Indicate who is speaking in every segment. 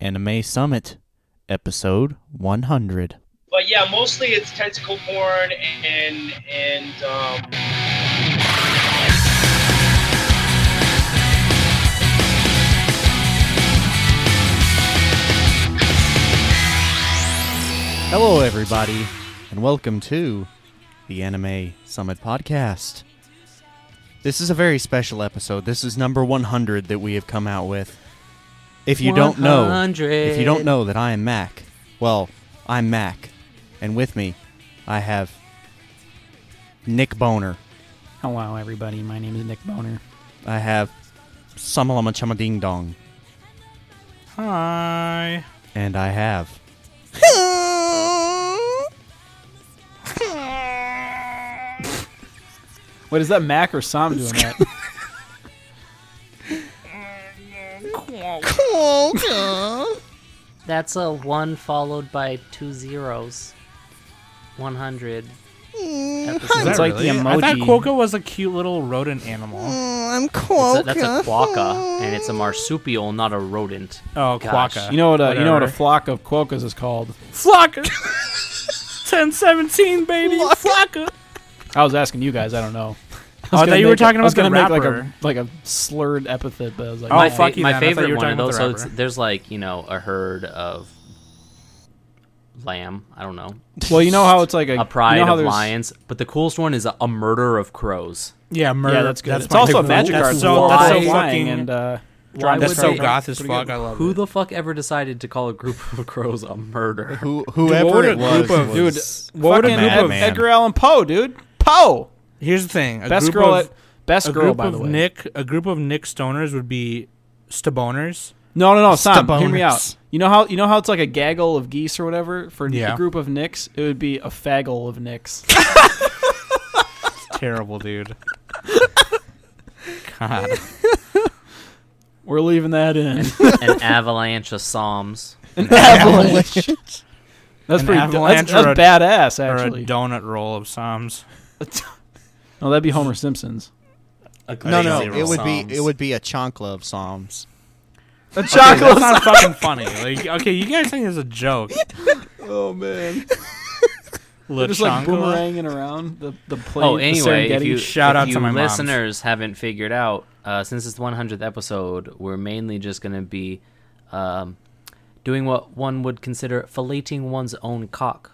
Speaker 1: Anime Summit, episode 100.
Speaker 2: But yeah, mostly it's tentacle porn and and um,
Speaker 1: Hello, everybody, and welcome to the Anime Summit podcast. This is a very special episode. This is number 100 that we have come out with. If you don't know, if you don't know that I am Mac, well, I'm Mac, and with me, I have Nick Boner.
Speaker 3: Hello, everybody. My name is Nick Boner.
Speaker 1: I have Samalama Chama Ding Dong,
Speaker 3: Hi.
Speaker 1: and I have
Speaker 3: What is that, Mac or Sam doing that?
Speaker 4: That's a one followed by two zeros. 100.
Speaker 3: Mm,
Speaker 4: episodes.
Speaker 3: It's like the
Speaker 5: I thought
Speaker 3: emoji.
Speaker 5: Quokka was a cute little rodent animal.
Speaker 4: It's a- that's a quokka, and it's a marsupial, not a rodent.
Speaker 5: Oh,
Speaker 4: Gosh.
Speaker 5: Quokka.
Speaker 3: You know what? A, you know what a
Speaker 5: Whatever.
Speaker 3: flock of quokkas is called.
Speaker 5: Flock. Ten seventeen, baby. Flocka.
Speaker 3: I was asking you guys. I don't know.
Speaker 5: Oh, I
Speaker 3: gonna
Speaker 5: thought you were
Speaker 3: make a-
Speaker 5: talking
Speaker 3: I was
Speaker 5: about the
Speaker 3: gonna make
Speaker 5: rapper.
Speaker 3: like a like a slurred epithet, but I was like,
Speaker 5: Oh,
Speaker 4: my
Speaker 3: no.
Speaker 5: fuck you
Speaker 4: my
Speaker 5: then. I thought
Speaker 4: favorite
Speaker 5: you were
Speaker 4: one of
Speaker 5: talking about
Speaker 4: those.
Speaker 5: the
Speaker 4: So it's,
Speaker 5: rapper.
Speaker 4: there's like, you know, a herd of lamb. I don't know.
Speaker 3: Well, you know how it's like a,
Speaker 4: A pride
Speaker 3: you know how
Speaker 4: of
Speaker 3: there's-
Speaker 4: lions. But the coolest one is a, a murder of crows.
Speaker 5: Yeah, murder.
Speaker 3: Yeah, that's good. it's
Speaker 5: my
Speaker 3: also a
Speaker 5: favorite.
Speaker 3: magic
Speaker 5: that's
Speaker 3: card.
Speaker 5: So,
Speaker 3: with
Speaker 5: that's so
Speaker 3: flying
Speaker 5: fucking.
Speaker 3: and uh,
Speaker 4: Why
Speaker 3: That's
Speaker 4: would
Speaker 3: so
Speaker 4: they-
Speaker 3: goth
Speaker 6: as
Speaker 3: Pretty fuck, good.
Speaker 6: I love
Speaker 4: Who the fuck ever decided to call a group of crows a murder?
Speaker 1: who, whoever
Speaker 6: what
Speaker 1: it
Speaker 6: a
Speaker 1: was.
Speaker 6: group of-
Speaker 3: dude.
Speaker 1: was
Speaker 3: What would a
Speaker 1: fucking
Speaker 3: group of
Speaker 1: madman.
Speaker 3: Edgar Allan Poe, dude? Poe,
Speaker 6: Here's the thing: a
Speaker 3: best
Speaker 6: group
Speaker 3: girl
Speaker 6: of,
Speaker 3: at best
Speaker 6: a
Speaker 3: girl
Speaker 6: group
Speaker 3: by
Speaker 6: of
Speaker 3: the way.
Speaker 6: Nick, a group of Nick stoners would be staboners.
Speaker 3: No, no, no, Sam, hear me
Speaker 1: Staboners.
Speaker 3: out. You know how you know how it's like a gaggle of geese or whatever for
Speaker 6: Yeah.
Speaker 3: a group of nicks. It would be a faggle of nicks.
Speaker 6: Terrible, dude. God,
Speaker 3: We're leaving that in.
Speaker 4: An avalanche of psalms.
Speaker 3: An avalanche. That's
Speaker 6: An
Speaker 3: pretty.
Speaker 6: avalanche
Speaker 3: that's,
Speaker 6: or a-
Speaker 3: that's badass,
Speaker 6: or a
Speaker 3: actually.
Speaker 6: donut roll of psalms.
Speaker 3: no, that'd be Homer Simpson's.
Speaker 1: No, no, it would be it would be a chancla of psalms.
Speaker 3: A
Speaker 6: Okay, that's not fucking funny. Like, okay, you guys think it's a joke?
Speaker 3: Oh man,
Speaker 6: La
Speaker 3: just like
Speaker 6: Chancla?
Speaker 3: boomeranging around the the plane.
Speaker 4: Oh, anyway,
Speaker 3: the
Speaker 4: if
Speaker 3: Serengeti.
Speaker 4: you
Speaker 6: Shout
Speaker 4: if
Speaker 6: out to
Speaker 4: you
Speaker 6: my moms.
Speaker 4: listeners haven't figured out, uh, since it's the 100th episode, we're mainly just going to be um, doing what one would consider filleting one's own cock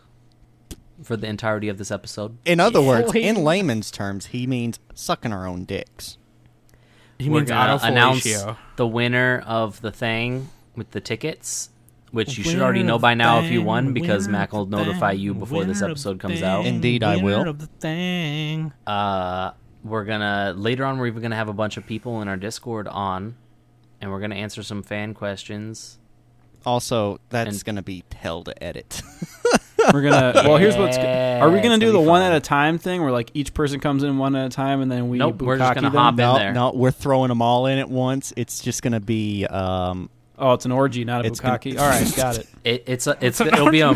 Speaker 4: for the entirety of this episode.
Speaker 1: In other words,
Speaker 3: Wait.
Speaker 1: in layman's terms, he means sucking our own dicks.
Speaker 6: He
Speaker 4: we're
Speaker 6: means
Speaker 4: gonna announce
Speaker 6: autofellatio.
Speaker 4: the winner of the thing with the tickets, which you should
Speaker 6: Winner
Speaker 4: already know
Speaker 6: of
Speaker 4: by
Speaker 6: the
Speaker 4: now if you
Speaker 6: thing,
Speaker 4: won, because
Speaker 6: winner
Speaker 4: Mac
Speaker 6: of
Speaker 4: will
Speaker 6: the
Speaker 4: notify
Speaker 6: thing,
Speaker 4: you before this
Speaker 6: winner of
Speaker 4: episode
Speaker 6: the
Speaker 4: comes
Speaker 6: thing,
Speaker 4: out.
Speaker 1: Indeed, I
Speaker 6: winner
Speaker 1: will.
Speaker 6: Of the thing.
Speaker 4: uh, we're gonna later on we're even gonna have a bunch of people in our discord on and we're gonna answer some fan questions
Speaker 1: Also, that's
Speaker 4: And-
Speaker 1: gonna be hell to edit.
Speaker 3: we're gonna. Well, here's what's.
Speaker 4: Yeah,
Speaker 3: Are we
Speaker 4: it's
Speaker 3: gonna do
Speaker 4: gonna
Speaker 3: the
Speaker 4: be
Speaker 3: one
Speaker 4: fun.
Speaker 3: at a time thing, where like each person comes in one at a time, and then we
Speaker 4: Nope, we're just
Speaker 3: bukkake
Speaker 4: gonna
Speaker 3: them?
Speaker 4: hop in.
Speaker 1: no,
Speaker 4: there.
Speaker 1: no, we're throwing them all in at once. It's just gonna be um,
Speaker 3: Oh, it's an orgy, not a
Speaker 1: It's gonna-
Speaker 3: bukkake. All right, got it.
Speaker 4: it, it's a, it's it'll be a,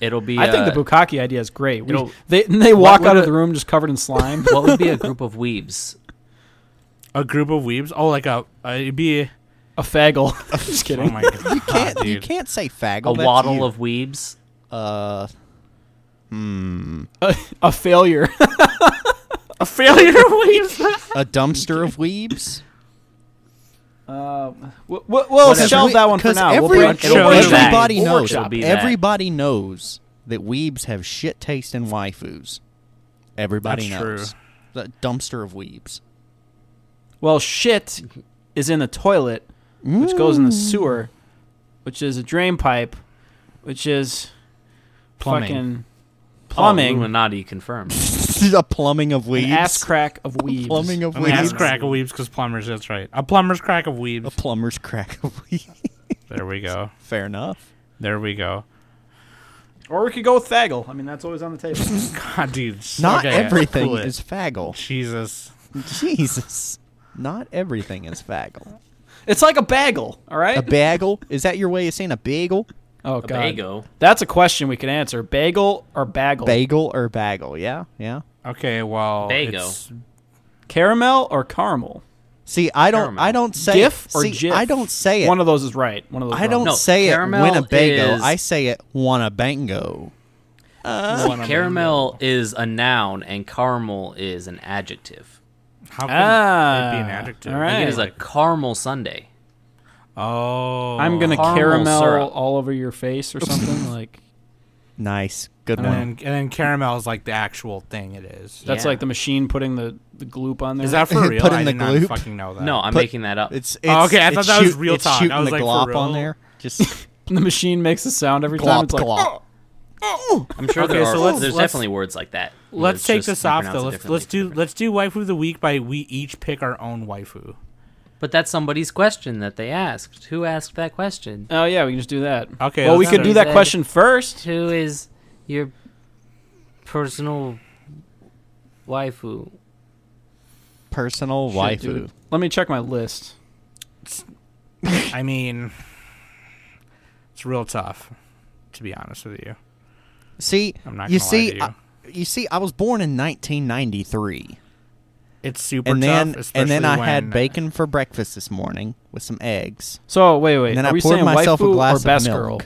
Speaker 4: it'll be
Speaker 3: I think
Speaker 4: a-
Speaker 3: the bukkake idea is great. We,
Speaker 4: It'll-
Speaker 3: they and they walk
Speaker 4: would
Speaker 3: out of
Speaker 4: a-
Speaker 3: the room just covered in slime.
Speaker 4: what would be a group of weebs
Speaker 6: A group of weebs. Oh, like a uh, it'd be.
Speaker 3: a faggle. I'm just
Speaker 6: Oh
Speaker 3: kidding.
Speaker 6: my god,
Speaker 1: you can't you
Speaker 6: dude.
Speaker 1: can't say faggot.
Speaker 4: a waddle of weebs
Speaker 1: uh, hmm,
Speaker 3: A, a failure.
Speaker 6: a failure of weebs.
Speaker 1: a dumpster of weebs.
Speaker 3: Uh, we'll we'll, we'll
Speaker 4: Whatever.
Speaker 3: shelve
Speaker 1: We-
Speaker 3: that one for
Speaker 1: 'cause
Speaker 3: now.
Speaker 1: Every,
Speaker 3: we'll bring-
Speaker 4: It'll
Speaker 6: be that.
Speaker 1: everybody
Speaker 4: We'll
Speaker 1: knows.
Speaker 4: workshop it.
Speaker 1: Everybody knows that weebs have shit taste in waifus. Everybody
Speaker 6: That's true.
Speaker 1: knows. The dumpster of weebs.
Speaker 3: well, shit is in the toilet, which goes in the
Speaker 1: Mm.
Speaker 3: sewer, which is a drain pipe, which is
Speaker 4: oh,
Speaker 3: fucking plumbing,
Speaker 4: illuminati confirmed
Speaker 1: the plumbing of
Speaker 3: an
Speaker 1: weebs.
Speaker 3: ass crack of weeds.
Speaker 1: plumbing of
Speaker 6: An ass
Speaker 1: weebs. Oh.
Speaker 6: crack of weebs because plumbers. That's right. A plumber's crack of
Speaker 1: A
Speaker 6: weebs.
Speaker 1: plumber's crack of weebs.
Speaker 6: There we go.
Speaker 1: Fair enough.
Speaker 6: There we go.
Speaker 3: Or we could go with faggle. I mean, that's always on the table.
Speaker 6: God, dude. s-
Speaker 1: Not
Speaker 6: okay,
Speaker 1: everything
Speaker 6: cool it.
Speaker 1: is faggle.
Speaker 6: Jesus.
Speaker 1: Jesus. Not everything is faggle.
Speaker 3: it's like a bagel. All right.
Speaker 1: A bagel? Is that your way of saying a bagel?
Speaker 3: oh
Speaker 4: a
Speaker 3: god.
Speaker 4: bago
Speaker 3: That's a question we could answer. Bagel or bagel?
Speaker 1: Bagel or bagel? Yeah, yeah.
Speaker 6: Okay, well,
Speaker 4: Bagel.
Speaker 6: it's
Speaker 3: Caramel or caramel?
Speaker 1: See, I don't.
Speaker 4: Caramel.
Speaker 1: I don't say
Speaker 3: GIF
Speaker 1: it.
Speaker 3: or
Speaker 1: See,
Speaker 3: GIF?
Speaker 1: I don't say it.
Speaker 3: One of those is right. One of those. is
Speaker 1: I don't
Speaker 4: No,
Speaker 1: say it
Speaker 4: caramel
Speaker 1: Winnebago.
Speaker 4: is-
Speaker 1: I say it Wanabango.
Speaker 3: wrong.
Speaker 4: Caramel is a noun and caramel is an adjective.
Speaker 6: How can
Speaker 3: Ah,
Speaker 6: it be an adjective?
Speaker 3: all
Speaker 4: I think
Speaker 3: right.
Speaker 4: it is a caramel sundae.
Speaker 6: Oh.
Speaker 3: I'm gonna
Speaker 4: Caramel
Speaker 3: caramel
Speaker 4: syrup.
Speaker 3: all over your face or something like.
Speaker 1: Nice, good
Speaker 6: And
Speaker 1: one.
Speaker 6: then, and then caramel is like the actual thing it is.
Speaker 3: That's
Speaker 4: Yeah.
Speaker 3: like the machine putting the, the gloop on there.
Speaker 6: Is that for real?
Speaker 1: Put in
Speaker 6: I
Speaker 1: the
Speaker 6: did
Speaker 1: gloop.
Speaker 6: not fucking know that.
Speaker 4: No, I'm
Speaker 1: Put-
Speaker 4: making that up.
Speaker 1: It's, it's
Speaker 6: Oh, okay, I
Speaker 1: it's
Speaker 6: thought that was
Speaker 1: shoot-
Speaker 6: real
Speaker 1: it's
Speaker 6: talk. I
Speaker 1: Shooting
Speaker 6: was
Speaker 1: the
Speaker 6: like, for
Speaker 1: glop
Speaker 6: real?
Speaker 1: on there, just
Speaker 3: the machine makes a sound every time?
Speaker 1: glop
Speaker 3: It's like
Speaker 1: glop.
Speaker 6: Oh,
Speaker 4: I'm sure
Speaker 6: Okay,
Speaker 4: there are.
Speaker 6: so let's-
Speaker 4: there's
Speaker 6: let's-
Speaker 4: definitely words like that.
Speaker 6: Let's
Speaker 4: It's
Speaker 6: take
Speaker 4: just
Speaker 6: this
Speaker 4: we
Speaker 6: off
Speaker 4: pronounce
Speaker 6: though.
Speaker 4: it
Speaker 6: Let's
Speaker 4: differently.
Speaker 6: let's do let's do waifu of the week by we each pick our own waifu.
Speaker 4: But that's somebody's question that they asked. Who asked that question?
Speaker 3: Oh yeah, we can just do that.
Speaker 6: Okay,
Speaker 3: Well, we
Speaker 6: let's
Speaker 3: could
Speaker 6: do
Speaker 3: do
Speaker 6: it.
Speaker 3: that question first.
Speaker 4: Who is your personal waifu?
Speaker 1: Personal
Speaker 3: Shit,
Speaker 1: waifu.
Speaker 3: dude. Let me check my list.
Speaker 6: I mean, it's real tough, to be honest with you.
Speaker 1: See,
Speaker 6: I'm not
Speaker 1: you
Speaker 6: gonna lie
Speaker 1: see,
Speaker 6: to you.
Speaker 1: I- you see, I was born in 1993.
Speaker 6: It's super
Speaker 1: and then
Speaker 6: tough. Especially
Speaker 1: and then I had
Speaker 6: when-
Speaker 1: bacon for breakfast this morning with some eggs.
Speaker 3: So wait, wait.
Speaker 1: And then
Speaker 3: are
Speaker 1: I
Speaker 3: we
Speaker 1: poured
Speaker 3: saying
Speaker 1: myself a
Speaker 3: waifu
Speaker 1: glass
Speaker 3: or
Speaker 1: of
Speaker 3: best
Speaker 1: milk.
Speaker 3: girl?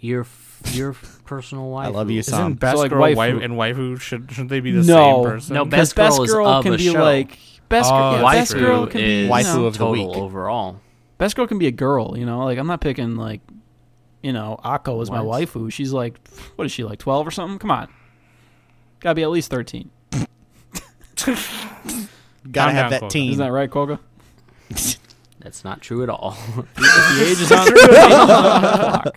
Speaker 4: Your f- your f- personal waifu.
Speaker 1: I love you,
Speaker 6: Isn't
Speaker 1: Sam.
Speaker 6: best
Speaker 3: So, like,
Speaker 6: girl
Speaker 3: waifu-
Speaker 6: waifu. and waifu should should they be
Speaker 3: No.
Speaker 6: the same person?
Speaker 4: No,
Speaker 3: 'Cause
Speaker 4: best girl is of
Speaker 3: can
Speaker 4: a
Speaker 3: be
Speaker 4: show.
Speaker 3: like best,
Speaker 4: Uh,
Speaker 6: Oh,
Speaker 3: girl. yeah, best
Speaker 6: waifu
Speaker 3: girl can be
Speaker 4: is
Speaker 3: you
Speaker 1: Waifu
Speaker 3: know,
Speaker 1: of the
Speaker 4: total
Speaker 1: week.
Speaker 4: overall.
Speaker 3: best girl can be a girl. You know, like I'm not picking like, you know, Akko is my
Speaker 4: What?
Speaker 3: waifu. She's like, what is she like, twelve or something? Come on, gotta be at least thirteen.
Speaker 1: Gotta
Speaker 6: Calm
Speaker 1: have
Speaker 6: down,
Speaker 1: that
Speaker 6: folks.
Speaker 1: team.
Speaker 3: Isn't that right, Koga?
Speaker 4: That's not true at all.
Speaker 3: The age is on the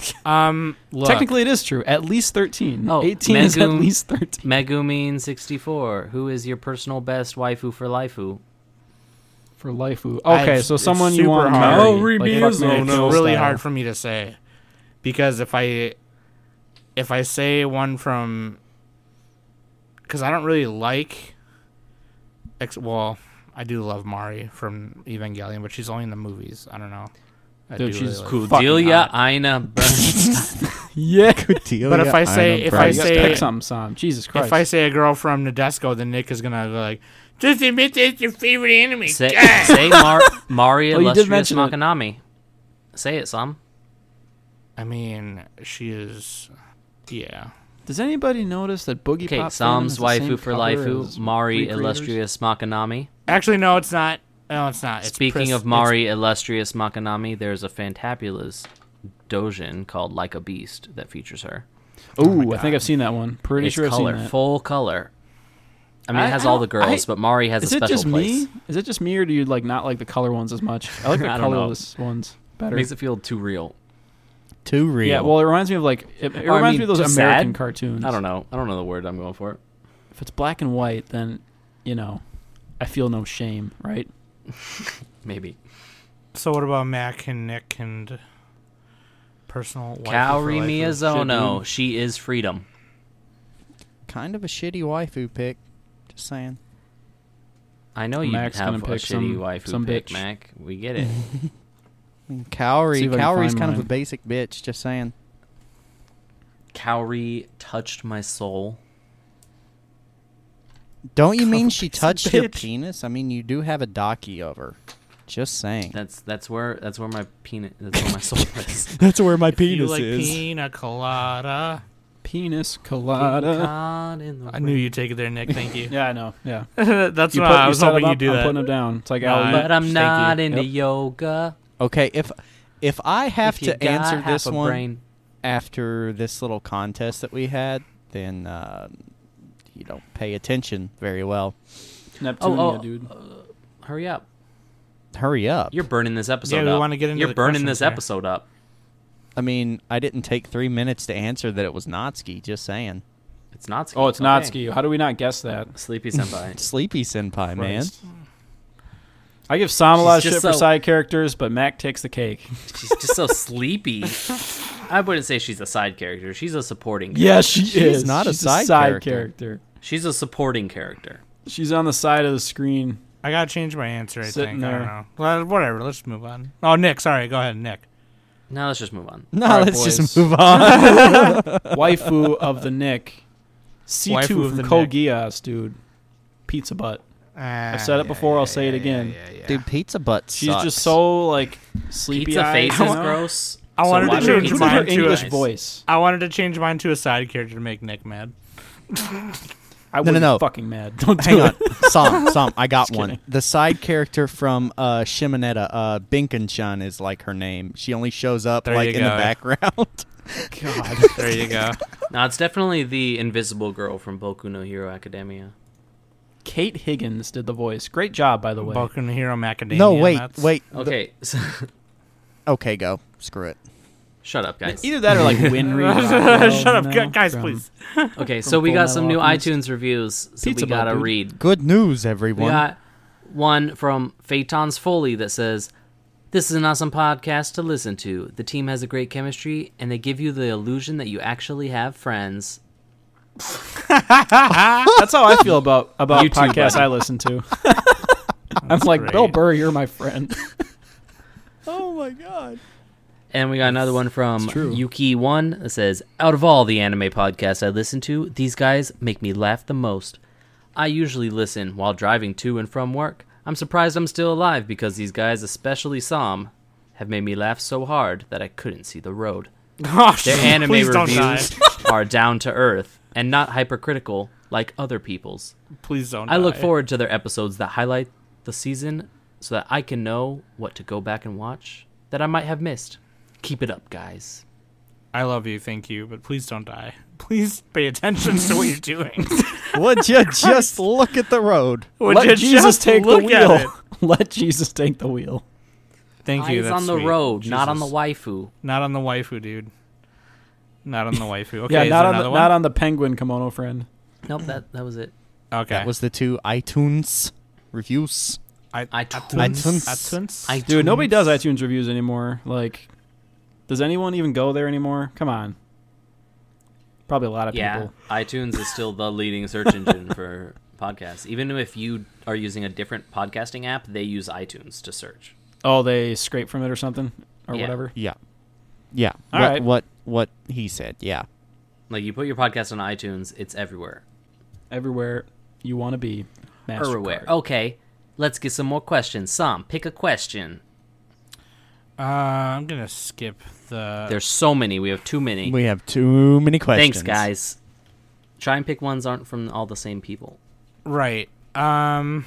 Speaker 3: clock.
Speaker 6: Um, look,
Speaker 3: Technically, it is true. At least thirteen.
Speaker 4: Oh,
Speaker 3: eighteen is at
Speaker 4: Megumi-
Speaker 3: least thirteen.
Speaker 4: Megumin64. Who is your personal best waifu for laifu?
Speaker 3: For lifeu. Okay,
Speaker 6: I've-
Speaker 3: so
Speaker 6: it's
Speaker 3: someone you
Speaker 6: super
Speaker 3: want to
Speaker 6: hard.
Speaker 3: marry. like,
Speaker 6: Oh,
Speaker 3: fuck, marry,
Speaker 6: it's
Speaker 3: kill
Speaker 6: really
Speaker 3: style.
Speaker 6: hard for me to say because if I if I say one from because I don't really like ex- well I do love Mari from Evangelion but she's only in the movies I don't know I
Speaker 3: Dude,
Speaker 6: do
Speaker 3: she's
Speaker 6: like-
Speaker 3: cool. Fucking
Speaker 4: Delia
Speaker 3: hot.
Speaker 4: Aina Bernstein.
Speaker 3: Yeah.
Speaker 6: But if I say- if I
Speaker 3: You gotta
Speaker 6: say-
Speaker 3: pick something, Sam. Jesus Christ.
Speaker 6: if I say a girl from Nadesco then Nick is gonna go like just admit it's your favorite anime
Speaker 4: say
Speaker 6: God."
Speaker 4: say Mar- Maria
Speaker 3: Oh, you did
Speaker 4: Illustrious
Speaker 3: mention it.
Speaker 4: Makanami. Say it, Sam.
Speaker 6: I mean she is yeah
Speaker 3: Does anybody notice that Boogie
Speaker 4: Okay,
Speaker 3: Pop
Speaker 4: Sam's
Speaker 3: Fan is the
Speaker 4: waifu
Speaker 3: same
Speaker 4: for
Speaker 3: color
Speaker 4: laifu.
Speaker 3: as
Speaker 4: Mari
Speaker 3: Recreators?
Speaker 4: Illustrious Makanami.
Speaker 6: actually no it's not no it's not it's
Speaker 4: Speaking
Speaker 6: Pris-
Speaker 4: of
Speaker 6: it's-
Speaker 4: Mari Illustrious Makanami, there's a fantabulous doujin called Like a Beast that features her.
Speaker 3: Ooh, I think I've seen that one. Pretty
Speaker 4: Oh it's
Speaker 3: sure I've
Speaker 4: color,
Speaker 3: seen that.
Speaker 4: full color. I mean,
Speaker 3: I-
Speaker 4: it has
Speaker 3: I
Speaker 4: all the
Speaker 3: don't- I-
Speaker 4: girls, but Mari has
Speaker 3: Is
Speaker 4: a
Speaker 3: it
Speaker 4: special
Speaker 3: just
Speaker 4: place.
Speaker 3: me? Is it just me, or do you like not like the color ones as much? I like the
Speaker 4: I don't know.
Speaker 3: colorless ones better.
Speaker 4: Makes it feel too real.
Speaker 1: too real.
Speaker 3: yeah, well, it reminds me of like it, it
Speaker 4: Oh, I
Speaker 3: reminds
Speaker 4: mean,
Speaker 3: me of those
Speaker 4: just
Speaker 3: American
Speaker 4: sad.
Speaker 3: cartoons.
Speaker 4: I don't know. I don't know the word I'm going for.
Speaker 3: If it's black and white, then you know, I feel no shame, right?
Speaker 4: Maybe.
Speaker 6: So what about Mac and Nick and personal? waifu for
Speaker 4: Kaori
Speaker 6: life?
Speaker 4: Miyazono.
Speaker 6: Shit,
Speaker 4: she is freedom.
Speaker 1: kind of a shitty waifu pick. Just saying.
Speaker 4: I know you
Speaker 3: Mac's
Speaker 4: have a
Speaker 3: gonna pick
Speaker 4: shitty
Speaker 3: some-
Speaker 4: waifu
Speaker 3: some
Speaker 4: pick,
Speaker 3: bitch.
Speaker 4: Mac. We get it.
Speaker 1: Cowrie,
Speaker 3: See if I can
Speaker 1: Cowrie's
Speaker 3: find
Speaker 1: kind of
Speaker 3: mine.
Speaker 1: a basic bitch. Just saying.
Speaker 4: Kaori touched my soul.
Speaker 1: Don't you mean she touched your
Speaker 6: bitch.
Speaker 1: penis? I mean, you do have a docky of her. Just saying.
Speaker 4: That's that's where that's where my penis that's where my soul is.
Speaker 1: That's where my
Speaker 6: dude. You like pina colada?
Speaker 3: Penis colada.
Speaker 4: Caught in the
Speaker 6: I knew
Speaker 4: wind.
Speaker 6: you'd take it there, Nick. Thank you.
Speaker 3: Yeah, I know. Yeah,
Speaker 6: That's
Speaker 3: you
Speaker 6: what
Speaker 3: put
Speaker 6: I
Speaker 3: you
Speaker 6: was
Speaker 3: set 'em
Speaker 6: hoping
Speaker 3: up,
Speaker 6: you'd do
Speaker 3: I'm
Speaker 6: that.
Speaker 3: putting them down. It's like
Speaker 6: Nah,
Speaker 3: alley-oop.
Speaker 4: But I'm
Speaker 6: Thank
Speaker 4: not
Speaker 6: you.
Speaker 4: into
Speaker 3: Yep.
Speaker 4: yoga.
Speaker 1: Okay, if if I have
Speaker 4: If you
Speaker 1: to answer
Speaker 4: got
Speaker 1: this
Speaker 4: half a
Speaker 1: one
Speaker 4: brain,
Speaker 1: after this little contest that we had, then uh, you don't pay attention very well.
Speaker 3: Neptunia,
Speaker 4: Oh, oh.
Speaker 3: dude.
Speaker 4: hurry up.
Speaker 1: Hurry up.
Speaker 4: You're burning this episode
Speaker 6: Yeah, we
Speaker 4: up.
Speaker 6: wanna get into
Speaker 4: You're
Speaker 6: the
Speaker 4: burning
Speaker 6: questions
Speaker 4: this
Speaker 6: here.
Speaker 4: episode up.
Speaker 1: I mean, I didn't take three minutes to answer that it was Natsuki. Just saying.
Speaker 4: It's Natsuki.
Speaker 3: Oh, it's
Speaker 4: Okay.
Speaker 3: Natsuki. How do we not guess that?
Speaker 4: Sleepy senpai.
Speaker 1: Sleepy senpai, man.
Speaker 3: Christ. I give Sam a lot of
Speaker 4: She's
Speaker 3: shit
Speaker 4: just
Speaker 3: for
Speaker 4: so-
Speaker 3: side characters, but Mac takes the cake.
Speaker 4: she's just so sleepy. I wouldn't say she's a side character. She's a supporting.
Speaker 3: Yeah, she
Speaker 1: She's
Speaker 3: is.
Speaker 1: not a
Speaker 3: She's
Speaker 1: side character.
Speaker 3: character.
Speaker 4: She's a supporting character.
Speaker 3: She's on the side of the screen.
Speaker 6: I gotta change my answer. I
Speaker 3: Sitting
Speaker 6: think. I
Speaker 3: there.
Speaker 6: don't know. Well, whatever. Let's move on. Oh, Nick. Sorry. Go ahead, Nick.
Speaker 4: Now let's just move on.
Speaker 1: No,
Speaker 3: All right,
Speaker 1: let's
Speaker 3: boys.
Speaker 1: just move on.
Speaker 3: Waifu of the Nick. C2
Speaker 6: Waifu of
Speaker 3: from
Speaker 6: the Nick.
Speaker 3: Kogias, dude. Pizza butt.
Speaker 6: I've
Speaker 3: said it before, I'll say it again.
Speaker 6: Ah, Yeah, yeah,
Speaker 1: Dude, Pizza Butt
Speaker 3: She's
Speaker 1: sucks.
Speaker 3: just so like sleepy.
Speaker 4: Pizza
Speaker 3: eyed,
Speaker 4: face
Speaker 3: you
Speaker 4: is
Speaker 3: know?
Speaker 4: gross.
Speaker 6: I wanted to
Speaker 4: watch
Speaker 6: do it
Speaker 4: Pizza
Speaker 3: Look at her
Speaker 6: mine
Speaker 4: Hut.
Speaker 6: too.
Speaker 3: English
Speaker 4: Nice.
Speaker 3: voice.
Speaker 6: I wanted to change mine to a side character to make Nick mad.
Speaker 3: I
Speaker 1: No, no,
Speaker 3: would
Speaker 1: no.
Speaker 3: fucking mad. Don't do
Speaker 1: Hang
Speaker 3: it.
Speaker 1: on, Som, Som, I got one.
Speaker 3: kidding.
Speaker 1: The side character from uh, Shimonetta, uh, Binkenshun is like her name. She only shows up
Speaker 6: There
Speaker 1: like
Speaker 6: you
Speaker 1: in the
Speaker 6: go.
Speaker 1: background.
Speaker 6: God, there you go.
Speaker 4: No, it's definitely the invisible girl from Boku no Hero Academia.
Speaker 3: Kate Higgins did the voice. Great job, by the way.
Speaker 6: Welcome to Hero Macadamia.
Speaker 1: no, wait,
Speaker 6: that's-
Speaker 1: wait.
Speaker 3: Oh.
Speaker 4: Okay, so,
Speaker 1: Okay, go. Screw it.
Speaker 4: shut up, guys.
Speaker 3: Either that or like Winry.
Speaker 6: Shut up, gu- guys, please.
Speaker 4: Okay, so we
Speaker 3: Full
Speaker 4: got
Speaker 3: Metal
Speaker 4: some new
Speaker 3: Alchemist.
Speaker 4: iTunes reviews. So
Speaker 3: Pizza
Speaker 4: we
Speaker 3: Bell,
Speaker 4: gotta
Speaker 3: dude.
Speaker 4: read.
Speaker 1: Good news,
Speaker 4: We
Speaker 1: everyone.
Speaker 4: got one from Phaeton's Foley that says, This is an awesome podcast to listen to. The team has a great chemistry, and they give you the illusion that you actually have friends.
Speaker 3: That's how I feel about about
Speaker 4: You too,
Speaker 3: podcasts
Speaker 4: buddy.
Speaker 3: I listen to. I'm like
Speaker 6: great.
Speaker 3: Bill Burr, you're my friend.
Speaker 1: oh my god.
Speaker 4: And we got another one from
Speaker 3: it's true.
Speaker 4: Yuki1 that says, Out of all the anime podcasts I listen to, these guys make me laugh the most. I usually listen while driving to and from work. I'm surprised I'm still alive because these guys, especially Sam, have made me laugh so hard that I couldn't see the road.
Speaker 6: Oh,
Speaker 4: Their
Speaker 6: shit,
Speaker 4: anime
Speaker 6: please don't die.
Speaker 4: reviews are down to earth and not hypercritical like other people's.
Speaker 6: Please don't.
Speaker 4: I look
Speaker 6: die.
Speaker 4: forward to their episodes that highlight the season so that I can know what to go back and watch that I might have missed. Keep it up, guys.
Speaker 6: I love you, thank you, but please don't die. Please pay attention to what you're doing.
Speaker 1: Would you just look at the road?
Speaker 6: Would you
Speaker 3: Let Jesus
Speaker 6: just
Speaker 3: take the
Speaker 6: look at
Speaker 3: wheel.
Speaker 6: it?
Speaker 3: Let Jesus take the wheel.
Speaker 6: Thank you.
Speaker 4: Eyes
Speaker 6: that's
Speaker 4: on the
Speaker 6: sweet.
Speaker 4: road, not on the
Speaker 6: Jesus.
Speaker 4: waifu.
Speaker 6: Not on the waifu, dude. Not on the waifu. Okay,
Speaker 3: yeah,
Speaker 6: is
Speaker 3: not
Speaker 6: there
Speaker 3: on
Speaker 6: another
Speaker 3: the,
Speaker 6: one?
Speaker 3: not on the penguin kimono friend.
Speaker 4: Nope, that that was it.
Speaker 6: Okay.
Speaker 1: That was the two iTunes reviews.
Speaker 6: I,
Speaker 1: iTunes.
Speaker 6: iTunes.
Speaker 4: I
Speaker 3: Dude, nobody does iTunes reviews anymore. Like, does anyone even go there anymore? Come on. Probably a lot of
Speaker 4: Yeah,
Speaker 3: people.
Speaker 4: iTunes is still the leading search engine for podcasts. Even if you are using a different podcasting app, they use iTunes to search.
Speaker 3: Oh, they scrape from it or something or
Speaker 4: Yeah.
Speaker 3: whatever.
Speaker 1: Yeah. Yeah.
Speaker 3: All
Speaker 1: what,
Speaker 3: right.
Speaker 1: what what he said. Yeah.
Speaker 4: Like you put your podcast on iTunes, it's everywhere.
Speaker 3: Everywhere you want to be. Mastercard.
Speaker 4: Everywhere. Okay, let's get some more questions. Sam, pick a question.
Speaker 6: Uh, I'm gonna skip the.
Speaker 4: There's so many. We have too many.
Speaker 1: We have too many questions.
Speaker 4: Thanks, guys. Try and pick ones aren't from all the same people.
Speaker 6: Right. Um.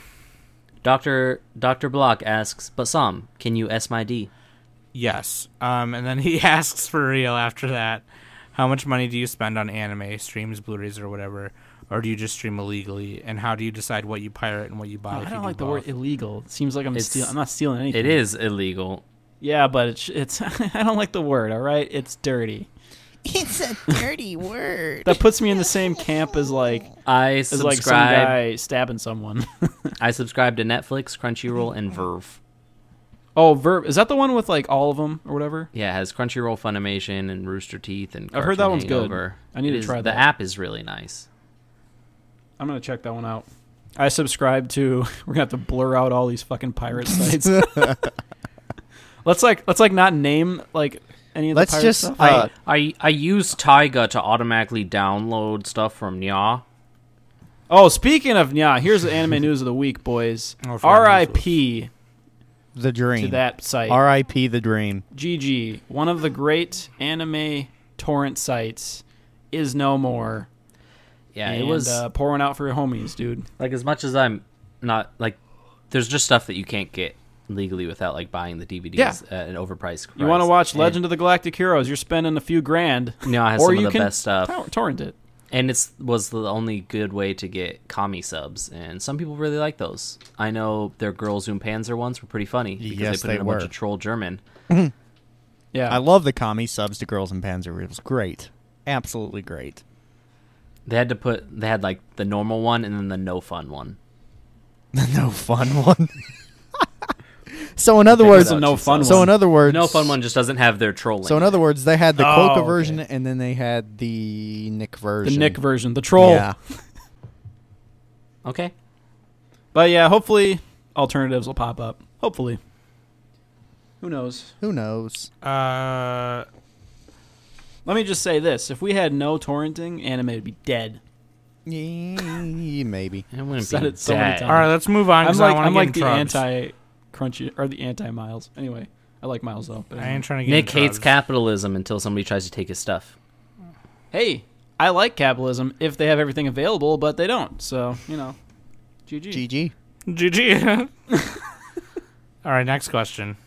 Speaker 4: Doctor Doctor Block asks, but Sam, can you S my D?
Speaker 6: Yes. Um. And then he asks for real after that. How much money do you spend on anime streams, Blu-rays, or whatever, or do you just stream illegally? And how do you decide what you pirate and what you buy?
Speaker 3: Oh, I
Speaker 6: if you
Speaker 3: don't
Speaker 6: do
Speaker 3: like the
Speaker 6: both?
Speaker 3: word illegal. It seems like I'm
Speaker 4: It's-
Speaker 3: stealing. I'm not stealing anything.
Speaker 4: It is illegal.
Speaker 3: Yeah, but it's. it's I don't like the word. All right, it's dirty.
Speaker 7: It's a dirty word.
Speaker 3: That puts me in the same camp as like
Speaker 4: I
Speaker 3: as like some
Speaker 4: subscribe.
Speaker 3: guy stabbing someone.
Speaker 4: I subscribe to Netflix, Crunchyroll, and Verve.
Speaker 3: oh, verb. Is that the one with like all of them or whatever?
Speaker 4: Yeah, it has Crunchyroll, Funimation, and Rooster Teeth, and
Speaker 3: I've
Speaker 4: Cartoon
Speaker 3: heard that one's good.
Speaker 4: Hangover.
Speaker 3: I need
Speaker 4: It
Speaker 3: to
Speaker 4: is-
Speaker 3: try
Speaker 4: The
Speaker 3: that.
Speaker 4: app is really nice.
Speaker 3: I'm gonna check that one out. I subscribe to. We're gonna have to blur out all these fucking pirate sites. let's like let's like not name like any of the
Speaker 1: Let's
Speaker 3: pirate
Speaker 1: just
Speaker 3: stuff.
Speaker 1: uh,
Speaker 4: I I use Taiga to automatically download stuff from Nya.
Speaker 3: oh, speaking of yeah, here's the anime news of the week, boys.
Speaker 6: Oh, for
Speaker 3: R.I.P.
Speaker 1: the dream.
Speaker 3: to that site.
Speaker 1: R.I.P. the dream.
Speaker 3: GG, one of the great anime torrent sites, is no more.
Speaker 4: Yeah,
Speaker 3: and,
Speaker 4: it was
Speaker 3: uh, pouring out for your homies, dude.
Speaker 4: like as much as I'm not like there's just stuff that you can't get legally without like buying the DVDs
Speaker 3: Yeah.
Speaker 4: at an overpriced price.
Speaker 3: You want to watch Legend of the Galactic Heroes? You're spending a few grand.
Speaker 4: No, it has
Speaker 3: or
Speaker 4: some of
Speaker 3: you
Speaker 4: the
Speaker 3: can
Speaker 4: best stuff.
Speaker 3: tor- torrent it.
Speaker 4: and it's was the only good way to get commie subs and some people really like those. I know their girl Zoom Panzer ones were pretty funny because
Speaker 1: Yes,
Speaker 4: they put
Speaker 1: they
Speaker 4: in a bunch
Speaker 1: were.
Speaker 4: of troll German.
Speaker 3: Yeah,
Speaker 1: I love the commie subs to girls and panzer. It was great. Absolutely great.
Speaker 4: They had to put they had like the normal one and then the no fun one.
Speaker 1: The no fun one. so in other
Speaker 4: Figure
Speaker 1: words,
Speaker 4: it out
Speaker 3: no
Speaker 4: yourself.
Speaker 3: fun
Speaker 1: so in
Speaker 3: one.
Speaker 1: other words,
Speaker 4: No fun one just doesn't have their trolling.
Speaker 1: So in other words, they had the
Speaker 3: Oh,
Speaker 1: Quokka
Speaker 3: okay.
Speaker 1: version, and then they had the Nick version.
Speaker 3: the Nick version, the troll.
Speaker 1: Yeah.
Speaker 4: okay.
Speaker 3: But yeah, hopefully alternatives will pop up. Hopefully. Who knows?
Speaker 1: Who knows?
Speaker 6: Uh.
Speaker 3: Let me just say this: if we had no torrenting, anime would be dead.
Speaker 1: Yeah, Maybe.
Speaker 4: I wouldn't
Speaker 3: Said
Speaker 4: be
Speaker 3: it so many
Speaker 4: that-
Speaker 3: times.
Speaker 6: All right, let's move
Speaker 3: I'm
Speaker 6: on because
Speaker 3: like
Speaker 6: I want
Speaker 3: I'm
Speaker 6: to get
Speaker 3: like
Speaker 6: in
Speaker 3: the
Speaker 6: troubles.
Speaker 3: anti crunchy or the anti Miles. Anyway, I like Miles though. But
Speaker 6: I ain't trying to get
Speaker 4: Nick
Speaker 6: in
Speaker 4: hates
Speaker 6: troubles.
Speaker 4: capitalism until somebody tries to take his stuff.
Speaker 3: hey, I like capitalism if they have everything available, but they don't. So you know, GG.
Speaker 1: GG.
Speaker 6: GG. All right, next question.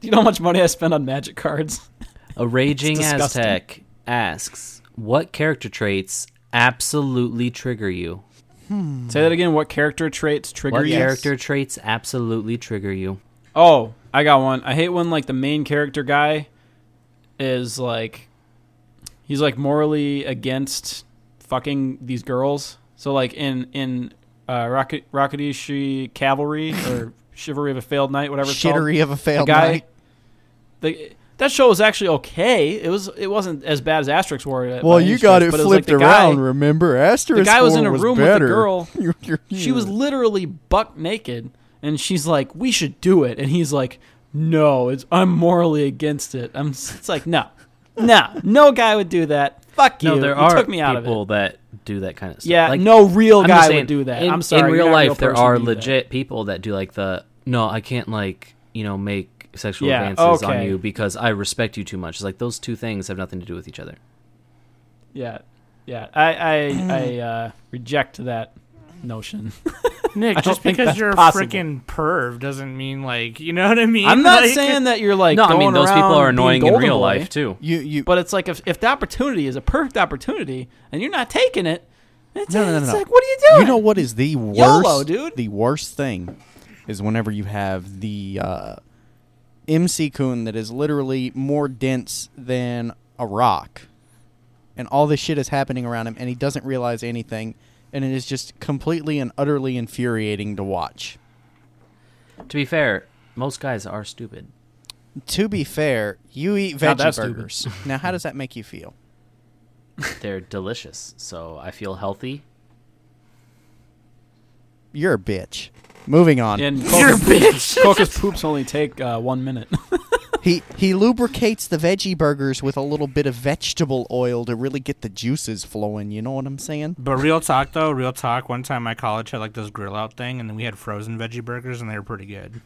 Speaker 3: Do you know how much money I spend on magic cards?
Speaker 4: A raging
Speaker 3: It's disgusting.
Speaker 4: Aztec asks, "What character traits absolutely trigger you?
Speaker 3: Say that again. What character traits trigger
Speaker 4: Mm. What
Speaker 3: you?
Speaker 4: character traits absolutely trigger you?"
Speaker 3: Oh, I got one. I hate when like the main character guy is like he's like morally against fucking these girls. So like in in uh, Rocket Rocketishi Cavalry or Chivalry of a Failed Knight, whatever. It's called.
Speaker 1: Shittery of a
Speaker 3: the
Speaker 1: failed
Speaker 3: guy.
Speaker 1: night.
Speaker 3: The, that show was actually okay. It was it wasn't as bad as Asterix uh, Warrior.
Speaker 1: Well, you got it
Speaker 3: but
Speaker 1: flipped
Speaker 3: was, like, the guy-
Speaker 1: around. remember, Asterisk
Speaker 3: the guy was
Speaker 1: War
Speaker 3: in a room
Speaker 1: better.
Speaker 3: with a girl.
Speaker 1: You're- you're-
Speaker 3: She was literally buck naked, and she's like, "We should do it," and he's like, "No, it's I'm morally against it." I'm. s- It's like, no, no, no guy would do that. Fuck you.
Speaker 4: No, there
Speaker 3: You
Speaker 4: are
Speaker 3: took me out of
Speaker 4: people
Speaker 3: it.
Speaker 4: that do that kind of stuff.
Speaker 3: Yeah,
Speaker 4: Like,
Speaker 3: no real
Speaker 4: I'm
Speaker 3: guy
Speaker 4: just saying,
Speaker 3: would do that.
Speaker 4: in-
Speaker 3: I'm sorry.
Speaker 4: In
Speaker 3: you're
Speaker 4: real
Speaker 3: not a
Speaker 4: life, there
Speaker 3: person to
Speaker 4: are
Speaker 3: do that.
Speaker 4: legit people that do like the no, I can't like you know make sexual
Speaker 3: Yeah,
Speaker 4: advances on
Speaker 3: okay.
Speaker 4: you because I respect you too much. It's like those two things have nothing to do with each other.
Speaker 3: Yeah, yeah. I I, I
Speaker 1: Mm.
Speaker 3: uh, reject that notion.
Speaker 6: Nick, just
Speaker 3: think
Speaker 6: because
Speaker 3: that's
Speaker 6: you're a
Speaker 3: possible.
Speaker 6: freaking perv doesn't mean like you know what I mean.
Speaker 3: I'm not
Speaker 6: Like-
Speaker 3: saying that you're like.
Speaker 4: no, I mean
Speaker 3: going
Speaker 4: those people
Speaker 3: around
Speaker 4: are
Speaker 3: being
Speaker 4: annoying in
Speaker 3: Golden
Speaker 4: real
Speaker 3: Boy.
Speaker 4: life too.
Speaker 1: You you.
Speaker 3: But it's like if, if the opportunity is a perfect opportunity and you're not taking it, it's,
Speaker 1: No, no, no,
Speaker 3: it's
Speaker 1: no.
Speaker 3: like what are you doing?
Speaker 1: You know what is the worst?
Speaker 3: YOLO, dude.
Speaker 1: The worst thing is whenever you have the uh, MC coon that is literally more dense than a rock, and all this shit is happening around him, and he doesn't realize anything, and it is just completely and utterly infuriating to watch.
Speaker 4: To be fair, most guys are stupid.
Speaker 1: To be fair, you eat
Speaker 3: Not that
Speaker 1: veggie
Speaker 3: stupid.
Speaker 1: burgers. now, how does that make you feel?
Speaker 4: They're delicious, so I feel healthy.
Speaker 1: You're a bitch. Moving on.
Speaker 3: And Coca's, Coca's poops only take uh, one minute.
Speaker 1: He he lubricates the veggie burgers with a little bit of vegetable oil to really get the juices flowing. You know what I'm saying?
Speaker 6: But real talk though, real talk. One time my college had like this grill out thing, and then we had frozen veggie burgers, and they were pretty good.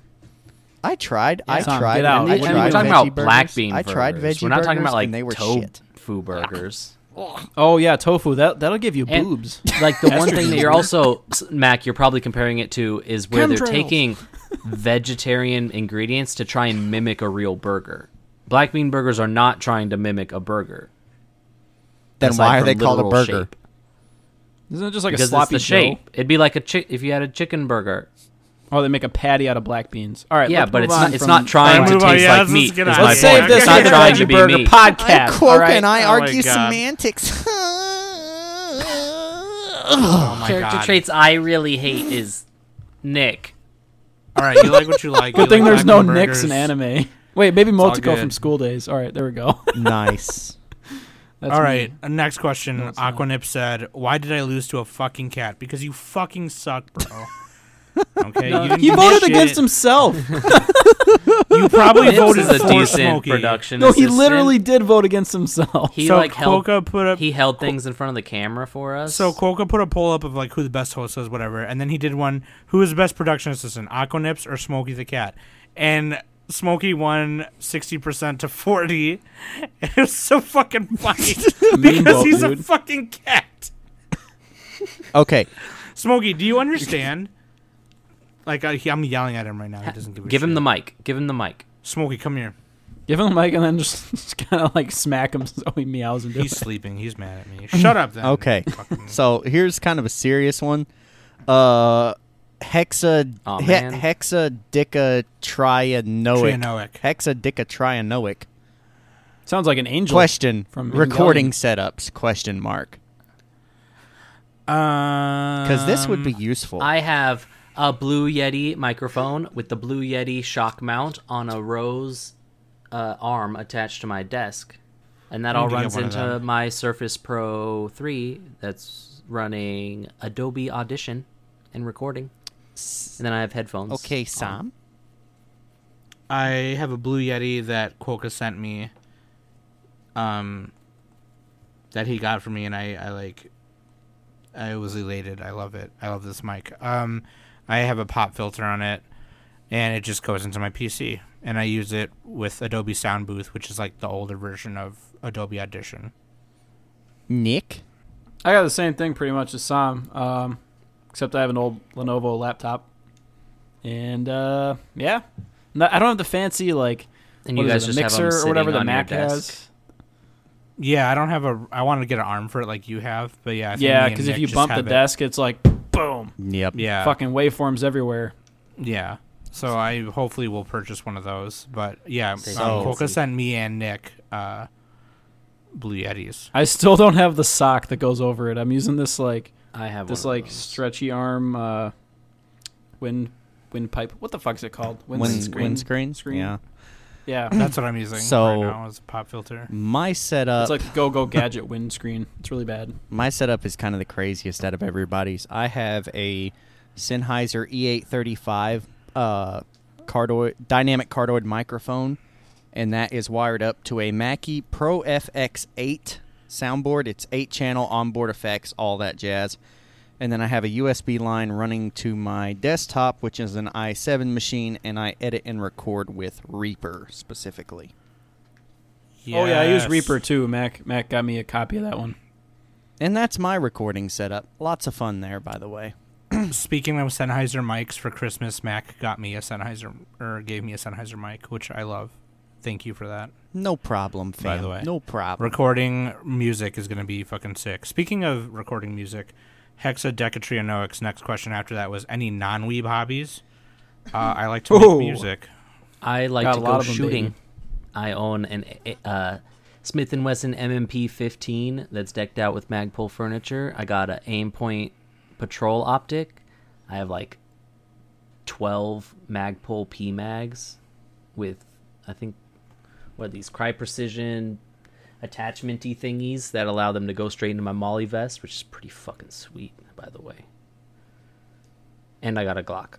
Speaker 1: I tried. I
Speaker 3: Tom,
Speaker 1: tried.
Speaker 3: get out.
Speaker 1: and Oh, I
Speaker 3: And
Speaker 1: tried
Speaker 3: we're
Speaker 4: we're talking
Speaker 1: veggie
Speaker 4: about black
Speaker 1: burgers.
Speaker 4: bean.
Speaker 1: I tried
Speaker 4: burgers.
Speaker 1: veggie
Speaker 4: We're not talking
Speaker 1: burgers,
Speaker 4: about like
Speaker 1: and they were shit.
Speaker 4: tofu burgers.
Speaker 3: oh yeah, tofu. That that'll give you
Speaker 4: And,
Speaker 3: boobs.
Speaker 4: Like the one thing that you're also Mac, you're probably comparing it to is where they're
Speaker 3: Chemtrails.
Speaker 4: taking vegetarian ingredients to try and mimic a real burger. Black bean burgers are not trying to mimic a burger.
Speaker 1: Then
Speaker 4: aside
Speaker 1: why are
Speaker 4: from
Speaker 1: they called a
Speaker 4: literal
Speaker 1: burger?
Speaker 4: shape.
Speaker 3: Isn't it just like
Speaker 4: Because
Speaker 3: a sloppy
Speaker 4: it's the shape.
Speaker 3: Joe?
Speaker 4: It'd be like a chick if you had a chicken burger.
Speaker 3: Oh, they make a patty out of black beans. All right,
Speaker 4: yeah,
Speaker 3: let's
Speaker 4: but
Speaker 3: move
Speaker 4: it's
Speaker 3: on
Speaker 4: not. It's
Speaker 3: from-
Speaker 4: not trying
Speaker 6: Alright,
Speaker 4: to
Speaker 6: move on.
Speaker 4: taste
Speaker 6: Yeah,
Speaker 4: like
Speaker 6: let's
Speaker 4: meat.
Speaker 6: get
Speaker 4: is
Speaker 6: out of
Speaker 4: my
Speaker 3: Let's
Speaker 6: here.
Speaker 4: point.
Speaker 3: save this
Speaker 4: it's
Speaker 3: for
Speaker 4: not
Speaker 3: the
Speaker 4: trying
Speaker 3: Veggie
Speaker 4: to be
Speaker 3: Burger
Speaker 4: meat.
Speaker 1: I
Speaker 3: podcast.
Speaker 1: quote
Speaker 3: all right?
Speaker 1: and I
Speaker 6: Oh my
Speaker 1: argue
Speaker 6: God.
Speaker 1: semantics.
Speaker 6: Oh my
Speaker 4: Character
Speaker 6: god!
Speaker 4: traits I really hate is Nick.
Speaker 6: All right, you like what you like.
Speaker 3: Good
Speaker 6: You
Speaker 3: thing
Speaker 6: like
Speaker 3: there's no
Speaker 6: black
Speaker 3: Nicks in
Speaker 6: burgers.
Speaker 3: anime. Wait, maybe
Speaker 6: all
Speaker 3: Motoko
Speaker 6: good.
Speaker 3: from School Days. All right, there we go.
Speaker 1: nice.
Speaker 3: That's
Speaker 6: All
Speaker 3: me.
Speaker 6: right, uh, next question.
Speaker 3: No, it's not.
Speaker 6: Aquanip said, "Why did I lose to a fucking cat? Because you fucking suck, bro." Okay, you didn't
Speaker 3: He
Speaker 6: do
Speaker 3: voted
Speaker 6: shit.
Speaker 3: against himself.
Speaker 6: You probably
Speaker 4: Nips
Speaker 6: voted
Speaker 4: is a
Speaker 6: for
Speaker 4: decent
Speaker 6: Smokey.
Speaker 4: production.
Speaker 3: no, he
Speaker 4: assistant.
Speaker 3: literally did vote against himself.
Speaker 4: He
Speaker 6: so
Speaker 4: like held.
Speaker 6: Quokka put up.
Speaker 4: He held things in front of the camera for us.
Speaker 6: so Quokka put a poll up of like who the best host was, whatever, and then he did one: who is the best production assistant, Aquanips or Smokey the Cat? And Smokey won sixty percent to forty. It was so fucking funny
Speaker 3: Mean
Speaker 6: because
Speaker 3: vote,
Speaker 6: he's a
Speaker 3: dude.
Speaker 6: fucking cat.
Speaker 1: Okay.
Speaker 6: Smokey, do you understand? Like I, he- I'm yelling at him right now. He doesn't give a
Speaker 4: give him
Speaker 6: shit.
Speaker 4: the mic. Give him the mic.
Speaker 6: Smokey, come here.
Speaker 3: Give him the mic and then just, just kind of like smack him so he meows and do
Speaker 6: He's
Speaker 3: it.
Speaker 6: sleeping. He's mad at me. Shut up, then.
Speaker 1: Okay.
Speaker 6: Fucking-
Speaker 1: So here's kind of a serious one. Uh, hexa
Speaker 4: Aw,
Speaker 1: he-
Speaker 4: man.
Speaker 1: hexa dica trianoic.
Speaker 6: Trianoic.
Speaker 1: Hexa dica trianoic.
Speaker 3: Sounds like an angel.
Speaker 1: Question
Speaker 3: From
Speaker 1: recording setups? Question mark.
Speaker 6: Because
Speaker 1: Because this would be useful.
Speaker 4: I have a Blue Yeti microphone with the Blue Yeti shock mount on a rose uh, arm attached to my desk, and that all
Speaker 6: need to get
Speaker 4: runs
Speaker 6: one of
Speaker 4: into
Speaker 6: them.
Speaker 4: my Surface Pro 3 that's running Adobe Audition and recording. And then I have headphones.
Speaker 1: okay,
Speaker 4: on.
Speaker 1: Sam.
Speaker 6: I have a blue yeti that Quokka sent me. Um, that he got for me, and I, I like, I was elated. I love it. I love this mic. Um, I have a pop filter on it, and it just goes into my PC, and I use it with Adobe Sound Booth, which is like the older version of Adobe Audition.
Speaker 1: Nick?
Speaker 3: I got the same thing pretty much as Sam, um, except I have an old Lenovo laptop, and uh, yeah, no, I don't have the fancy like
Speaker 4: And
Speaker 3: what
Speaker 4: you
Speaker 3: is
Speaker 4: guys just
Speaker 3: it, a
Speaker 4: have 'em
Speaker 3: mixer or
Speaker 4: sitting
Speaker 3: whatever the
Speaker 4: on your
Speaker 3: Mac
Speaker 4: desk.
Speaker 3: has.
Speaker 6: Yeah, I don't have a. I want to get an arm for it like you have, but yeah. I think
Speaker 3: Yeah,
Speaker 6: me and
Speaker 3: because if
Speaker 6: Nick
Speaker 3: you
Speaker 6: just
Speaker 3: bump the
Speaker 6: have it.
Speaker 3: desk, it's like boom,
Speaker 1: Yep.
Speaker 6: yeah,
Speaker 3: fucking waveforms everywhere.
Speaker 6: yeah. So I hopefully will purchase one of those, but yeah,
Speaker 4: Same
Speaker 6: um,
Speaker 1: here.
Speaker 6: Coca sent me and Nick uh, Blue Yetis.
Speaker 3: I still don't have the sock that goes over it. I'm using this like
Speaker 4: I have
Speaker 3: this
Speaker 4: one of
Speaker 3: like
Speaker 4: those.
Speaker 3: stretchy arm uh, wind windpipe. What the fuck's it called?
Speaker 1: Wind, windscreen?
Speaker 3: Screen?
Speaker 1: Yeah.
Speaker 3: Yeah,
Speaker 6: That's what I'm using
Speaker 1: So-
Speaker 6: right now is a pop filter.
Speaker 1: My setup
Speaker 3: it's like Go Go Gadget windscreen. It's really bad.
Speaker 1: my setup is kind of the craziest out of everybody's. I have a Sennheiser E E835 uh, cardioid, dynamic cardioid microphone, and that is wired up to a Mackie Pro FX8 soundboard. It's eight channel onboard effects, all that jazz. And then I have a USB line running to my desktop, which is an i7 machine, and I edit and record with Reaper specifically.
Speaker 3: Oh yeah, I use
Speaker 6: Yes.
Speaker 3: Reaper too. Mac Mac got me a copy of that one.
Speaker 1: And that's my recording setup. Lots of fun there, by the way.
Speaker 6: Speaking of Sennheiser mics for Christmas, Mac got me a Sennheiser or gave me a Sennheiser mic, which I love. Thank you for that.
Speaker 1: No problem, fam.
Speaker 6: By the way.
Speaker 1: no problem.
Speaker 6: Recording music is going to be fucking sick. Speaking of recording music, Hexadecatrionoic's next question after that was any non-weeb hobbies? Uh, I like to make
Speaker 3: Ooh.
Speaker 6: music.
Speaker 4: I like
Speaker 3: Got
Speaker 4: to
Speaker 3: a
Speaker 4: go
Speaker 3: lot of 'em,
Speaker 4: shooting.
Speaker 3: baby.
Speaker 4: I own an uh, Smith and Wesson MMP 15 that's decked out with Magpul furniture. I got a aimpoint patrol optic. I have like 12 Magpul P mags with I think what are these cry precision attachmenty thingies that allow them to go straight into my Molly vest, which is pretty fucking sweet, by the way. And I got a Glock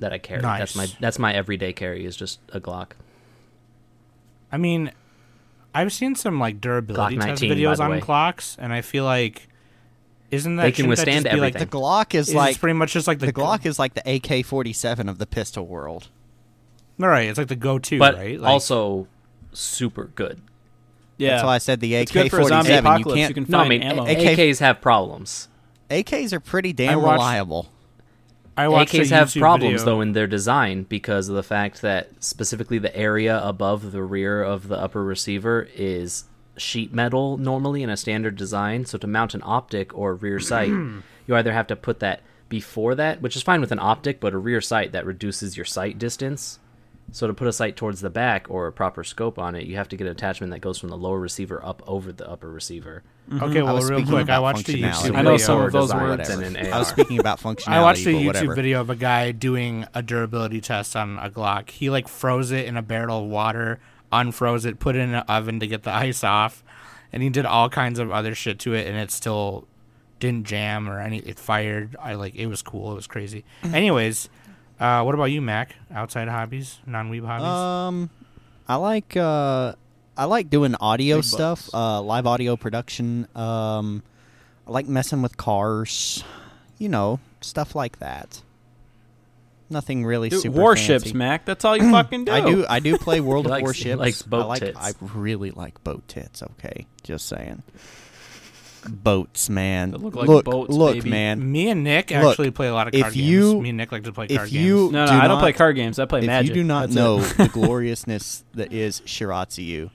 Speaker 4: that I carry. That's my
Speaker 6: Nice.
Speaker 4: that's my everyday carry is just a Glock.
Speaker 6: I mean, I've seen some like durability
Speaker 4: Glock
Speaker 6: test
Speaker 4: 19, by
Speaker 6: videos
Speaker 4: the
Speaker 6: on
Speaker 4: way.
Speaker 6: clocks, and I feel like isn't that
Speaker 4: They can
Speaker 6: shouldn't that
Speaker 4: withstand
Speaker 6: just be, like,
Speaker 1: The
Speaker 4: everything.
Speaker 1: Glock is
Speaker 6: It's
Speaker 1: like
Speaker 6: pretty much just like the,
Speaker 1: the Glock is like the AK-47 of the pistol world.
Speaker 6: All right, it's like the go-to,
Speaker 4: But
Speaker 6: right? Like,
Speaker 4: also super good.
Speaker 3: Yeah,
Speaker 1: That's why I said the
Speaker 3: it's good for a zombie
Speaker 1: AK-47. You
Speaker 3: apocalypse.
Speaker 1: can't.
Speaker 3: You, can
Speaker 4: No, I
Speaker 3: find
Speaker 4: mean
Speaker 3: ammo.
Speaker 4: A-
Speaker 1: AK
Speaker 4: AKs have problems.
Speaker 1: AKs are pretty
Speaker 6: I
Speaker 1: damn
Speaker 6: watched-
Speaker 1: reliable.
Speaker 6: I watched a
Speaker 4: AKs have
Speaker 6: Oh, YouTube
Speaker 4: problems
Speaker 6: video.
Speaker 4: though in their design because of the fact that specifically the area above the rear of the upper receiver is sheet metal normally in a standard design. So to mount an optic or rear sight, you either have to put that before that, which is fine with an optic, but a rear sight that reduces your sight distance. So to put a sight towards the back or a proper scope on it, you have to get an attachment that goes from the lower receiver up over the upper receiver.
Speaker 6: Okay, well,
Speaker 1: was
Speaker 6: real
Speaker 1: speaking
Speaker 6: quick,
Speaker 1: about
Speaker 6: I watched a
Speaker 1: functionality.
Speaker 6: YouTube.
Speaker 3: I know
Speaker 6: video.
Speaker 3: some
Speaker 4: or
Speaker 3: of those
Speaker 4: design
Speaker 3: words.
Speaker 4: than an
Speaker 1: I was
Speaker 4: AR.
Speaker 1: speaking about functionality.
Speaker 6: I watched a
Speaker 1: but
Speaker 6: YouTube
Speaker 1: whatever.
Speaker 6: video of a guy doing a durability test on a Glock. He like froze it in a barrel of water, unfroze it, put it in an oven to get the ice off, and he did all kinds of other shit to it, and it still didn't jam or any. It fired. I like it was cool. It was crazy.
Speaker 1: Mm.
Speaker 6: Anyways, uh, what about you, Mac? Outside hobbies, non-weeb hobbies.
Speaker 1: Um, I like uh, I like doing audio stuff, uh, live audio production. Um, I like messing with cars, you know, stuff like that. Nothing really
Speaker 3: Dude,
Speaker 1: super
Speaker 3: warships,
Speaker 1: fancy.
Speaker 3: Mac. That's all you fucking do.
Speaker 1: I do. I do play World
Speaker 4: He
Speaker 1: of
Speaker 4: likes- he
Speaker 1: Warships.
Speaker 4: likes boat
Speaker 1: I like,
Speaker 4: tits.
Speaker 1: I really like boat tits. Okay, just saying. Boats, man.
Speaker 3: They look like
Speaker 1: look,
Speaker 3: boats,
Speaker 1: look,
Speaker 3: baby.
Speaker 1: man.
Speaker 6: me and Nick
Speaker 1: Um, look,
Speaker 6: actually play a lot of
Speaker 1: if
Speaker 6: card games.
Speaker 1: you-
Speaker 6: me and Nick like to play
Speaker 1: if
Speaker 6: card
Speaker 1: you-
Speaker 6: games.
Speaker 3: No, no,
Speaker 1: do
Speaker 3: I don't
Speaker 1: not-
Speaker 3: play card games. I play
Speaker 1: If
Speaker 3: Magic.
Speaker 1: you do not
Speaker 3: That's it.
Speaker 1: know the gloriousness that is Shiratsu,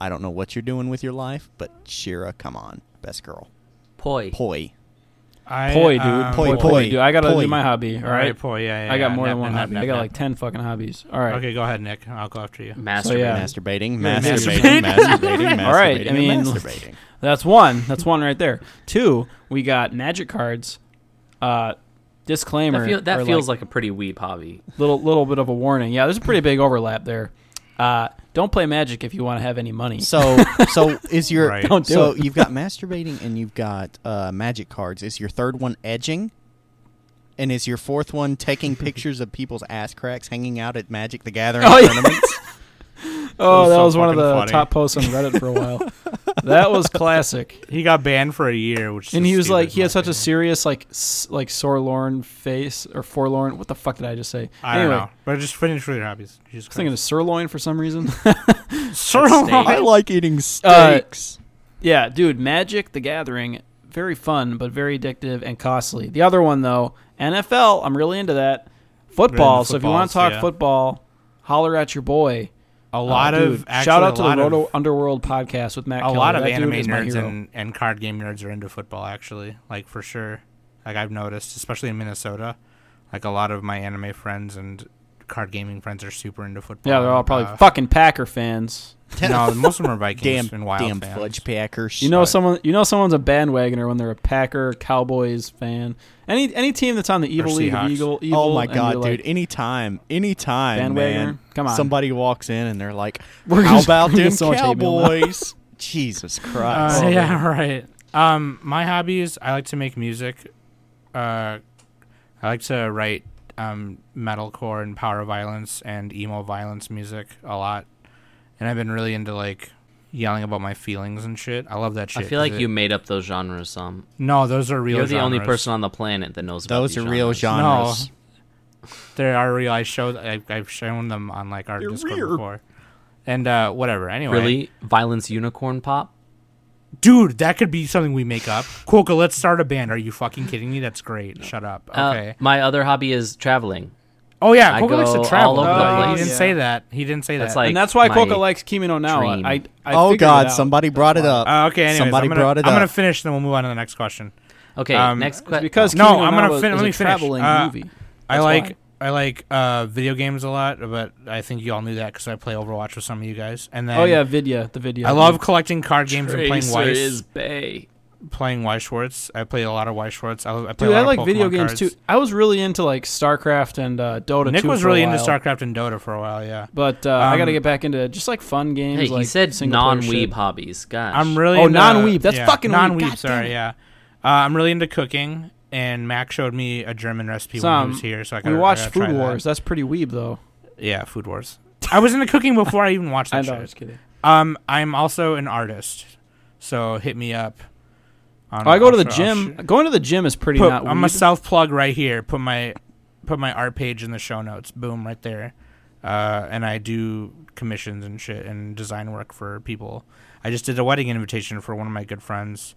Speaker 1: I don't know what you're doing with your life, but Shira, come on, best girl.
Speaker 4: Poi.
Speaker 1: Poi.
Speaker 6: I,
Speaker 3: poi, dude.
Speaker 6: um,
Speaker 1: Poi, poi.
Speaker 3: dude. I gotta
Speaker 1: poi.
Speaker 3: do my hobby. All
Speaker 6: All right,
Speaker 3: right.
Speaker 6: poi. Yeah, yeah,
Speaker 3: I got
Speaker 6: yeah,
Speaker 3: more
Speaker 6: nap,
Speaker 3: than one
Speaker 6: nap,
Speaker 3: hobby.
Speaker 6: nap,
Speaker 3: I got
Speaker 6: nap.
Speaker 3: like ten fucking hobbies. All right.
Speaker 6: Okay, go ahead, Nick. I'll go after you.
Speaker 4: Masturbating.
Speaker 3: So, yeah.
Speaker 1: Masturbating,
Speaker 6: Yeah,
Speaker 1: masturbating,
Speaker 6: masturbating.
Speaker 1: masturbating, masturbating.
Speaker 3: All right, I
Speaker 1: and
Speaker 3: mean,
Speaker 1: masturbating.
Speaker 3: That's one. That's one right there. Two. We got magic cards. Uh, disclaimer.
Speaker 4: That, feel, that
Speaker 3: or,
Speaker 4: feels like, a pretty weeb hobby.
Speaker 3: little little bit of a warning. Yeah, there's a pretty big overlap there. Uh, don't play Magic if you want to have any money.
Speaker 1: So, so is your
Speaker 6: Right.
Speaker 3: Don't do
Speaker 1: so
Speaker 3: it.
Speaker 1: you've got masturbating and you've got uh, magic cards. Is your third one edging? And is your fourth one taking pictures of people's ass cracks hanging out at Magic the Gathering
Speaker 3: Oh, yeah.
Speaker 1: tournaments?
Speaker 3: oh,
Speaker 6: was
Speaker 3: that
Speaker 6: so
Speaker 3: was one of
Speaker 6: fucking
Speaker 3: the
Speaker 6: funny.
Speaker 3: top posts on Reddit for a while. That was classic.
Speaker 6: He got banned for a year, which
Speaker 3: and
Speaker 6: is
Speaker 3: he was
Speaker 6: stupid
Speaker 3: like,
Speaker 6: in
Speaker 3: he
Speaker 6: my
Speaker 3: had such a
Speaker 6: opinion.
Speaker 3: serious, like, s- like forlorn face or forlorn. What the fuck did I just say?
Speaker 6: I
Speaker 3: anyway,
Speaker 6: don't know. But just finish with your hobbies. Jesus
Speaker 3: I was thinking of sirloin for some reason.
Speaker 1: I like eating steaks.
Speaker 3: steaks. yeah, dude, Magic the Gathering, very fun but very addictive and costly. The other one though, NFL, I'm really into that. Football. so if you want
Speaker 6: footballs,
Speaker 3: to talk
Speaker 6: yeah.
Speaker 3: football, holler at your boy. Uh,
Speaker 6: a lot of actually,
Speaker 3: Oh, shout out
Speaker 6: a
Speaker 3: to
Speaker 6: lot
Speaker 3: the
Speaker 6: of-
Speaker 3: Roto Underworld podcast with Matt.
Speaker 6: a lot of
Speaker 3: Keller. That dude
Speaker 6: anime
Speaker 3: is my
Speaker 6: nerds
Speaker 3: hero.
Speaker 6: and, and card game nerds are into football actually like for sure like i've noticed especially in minnesota like a lot of my anime friends and card gaming friends are super into football
Speaker 3: yeah, they're all probably
Speaker 6: Uh,
Speaker 3: fucking Packer fans.
Speaker 6: no most of them are vikings
Speaker 1: Damn,
Speaker 6: and wild
Speaker 1: damn
Speaker 6: fans.
Speaker 1: fudge packers.
Speaker 3: You know someone. You know someone's a bandwagoner when they're a Packer Cowboys fan. Any any team that's on the evil league, of
Speaker 6: Seahawks.
Speaker 3: evil, evil.
Speaker 1: Oh my
Speaker 3: and
Speaker 1: god,
Speaker 3: you're like,
Speaker 1: dude! Anytime, anytime,
Speaker 3: Bandwagoner?
Speaker 1: man.
Speaker 3: Come on.
Speaker 1: Somebody walks in and they're like,
Speaker 3: We're
Speaker 1: "How
Speaker 3: just-
Speaker 1: about
Speaker 3: we're
Speaker 1: them
Speaker 3: just so much hate mail now.
Speaker 1: Cowboys?" Jesus Christ!
Speaker 6: Uh, yeah, right. Um, my hobbies: I like to make music. Uh, I like to write um, metalcore and power violence and emo violence music a lot, and I've been really into like yelling about my feelings and shit. I love that
Speaker 4: I
Speaker 6: shit.
Speaker 4: feel
Speaker 6: 'cause
Speaker 4: like
Speaker 6: it-
Speaker 4: you made up those genres. Some
Speaker 6: No, those are real.
Speaker 4: you're the only
Speaker 6: genres.
Speaker 4: person on the planet that knows about
Speaker 1: Those
Speaker 4: these
Speaker 1: are real genres.
Speaker 6: There are real. I showed. I, I've shown them on like our Discord before. And uh, whatever. Anyway,
Speaker 4: Really, violence unicorn pop.
Speaker 6: dude, that could be something we make up. Quokka, let's start a band. Are you fucking kidding me? That's great. Shut up.
Speaker 4: Uh,
Speaker 6: Okay.
Speaker 4: my other hobby is traveling.
Speaker 6: Oh yeah,
Speaker 4: I
Speaker 6: Coco likes
Speaker 4: go
Speaker 6: to travel.
Speaker 4: all over the
Speaker 6: but
Speaker 4: place.
Speaker 6: He didn't
Speaker 3: Yeah.
Speaker 6: say that. He didn't say
Speaker 4: That's
Speaker 6: that.
Speaker 4: like
Speaker 3: And that's why
Speaker 4: my-
Speaker 3: Coca likes Kimi no Nawa.
Speaker 4: dream.
Speaker 3: I, I
Speaker 1: oh
Speaker 3: figured it
Speaker 1: god,
Speaker 3: out.
Speaker 1: somebody brought it up.
Speaker 6: Uh, okay. Anyways,
Speaker 1: somebody
Speaker 6: I'm gonna,
Speaker 1: brought it
Speaker 6: I'm
Speaker 1: up.
Speaker 6: gonna finish, then we'll move on to the next question.
Speaker 4: Okay,
Speaker 6: Um,
Speaker 4: next
Speaker 3: It's
Speaker 4: question.
Speaker 3: because
Speaker 6: No,
Speaker 3: Kimi
Speaker 6: I'm gonna
Speaker 3: Nawa
Speaker 6: fin-
Speaker 3: is
Speaker 6: let
Speaker 3: a
Speaker 6: me finish.
Speaker 3: traveling
Speaker 6: Uh,
Speaker 3: movie.
Speaker 6: I
Speaker 3: That's
Speaker 6: like
Speaker 3: why.
Speaker 6: I like uh, video games a lot, but I think you all knew that because I play Overwatch with some of you guys. And then
Speaker 3: Oh yeah, Vidya, the video.
Speaker 6: I love collecting card games and playing
Speaker 4: Tracer
Speaker 6: Weiss.
Speaker 4: Oh, is Bay.
Speaker 6: playing Y Schwartz. I play a lot of Y Schwartz. I, I
Speaker 3: Dude,
Speaker 6: play a lot
Speaker 3: I
Speaker 6: of
Speaker 3: like
Speaker 6: Pokemon
Speaker 3: video games
Speaker 6: cards.
Speaker 3: too. I was really into like StarCraft and uh, Dota.
Speaker 6: Nick
Speaker 3: 2
Speaker 6: was
Speaker 3: for a
Speaker 6: really
Speaker 3: while,
Speaker 6: into StarCraft and Dota for a while. Yeah,
Speaker 3: but uh, I got to
Speaker 6: Um,
Speaker 3: get back into just like fun games.
Speaker 4: Hey,
Speaker 3: like
Speaker 4: he said
Speaker 3: single-player
Speaker 4: non-weeb
Speaker 3: shit.
Speaker 4: hobbies. Gosh,
Speaker 6: I'm really
Speaker 3: Oh,
Speaker 6: into-
Speaker 3: non-weeb. That's
Speaker 6: yeah,
Speaker 3: fucking weeb.
Speaker 6: non-weeb.
Speaker 3: God damn
Speaker 6: sorry,
Speaker 3: it.
Speaker 6: yeah. Uh, I'm really into cooking, and Mac showed me a German recipe when
Speaker 3: Some-
Speaker 6: he was here, so I got
Speaker 3: We watched Food Wars. That's pretty weeb though.
Speaker 6: Yeah, Food Wars. I was into cooking before I even watched
Speaker 3: I
Speaker 6: that
Speaker 3: know. I was
Speaker 6: shit.
Speaker 3: kidding.
Speaker 6: Um, I'm also an artist, so hit me up. on-
Speaker 3: Oh, I go to
Speaker 6: I'll
Speaker 3: the
Speaker 6: sh- I'll
Speaker 3: gym.
Speaker 6: sh-
Speaker 3: Going to the gym is pretty
Speaker 6: Put-
Speaker 3: not.
Speaker 6: I'm a
Speaker 3: weeb.
Speaker 6: self plug right here. Put my put my art page in the show notes. Boom, right there. Uh, and I do commissions and shit and design work for people. I just did a wedding invitation for one of my good friends,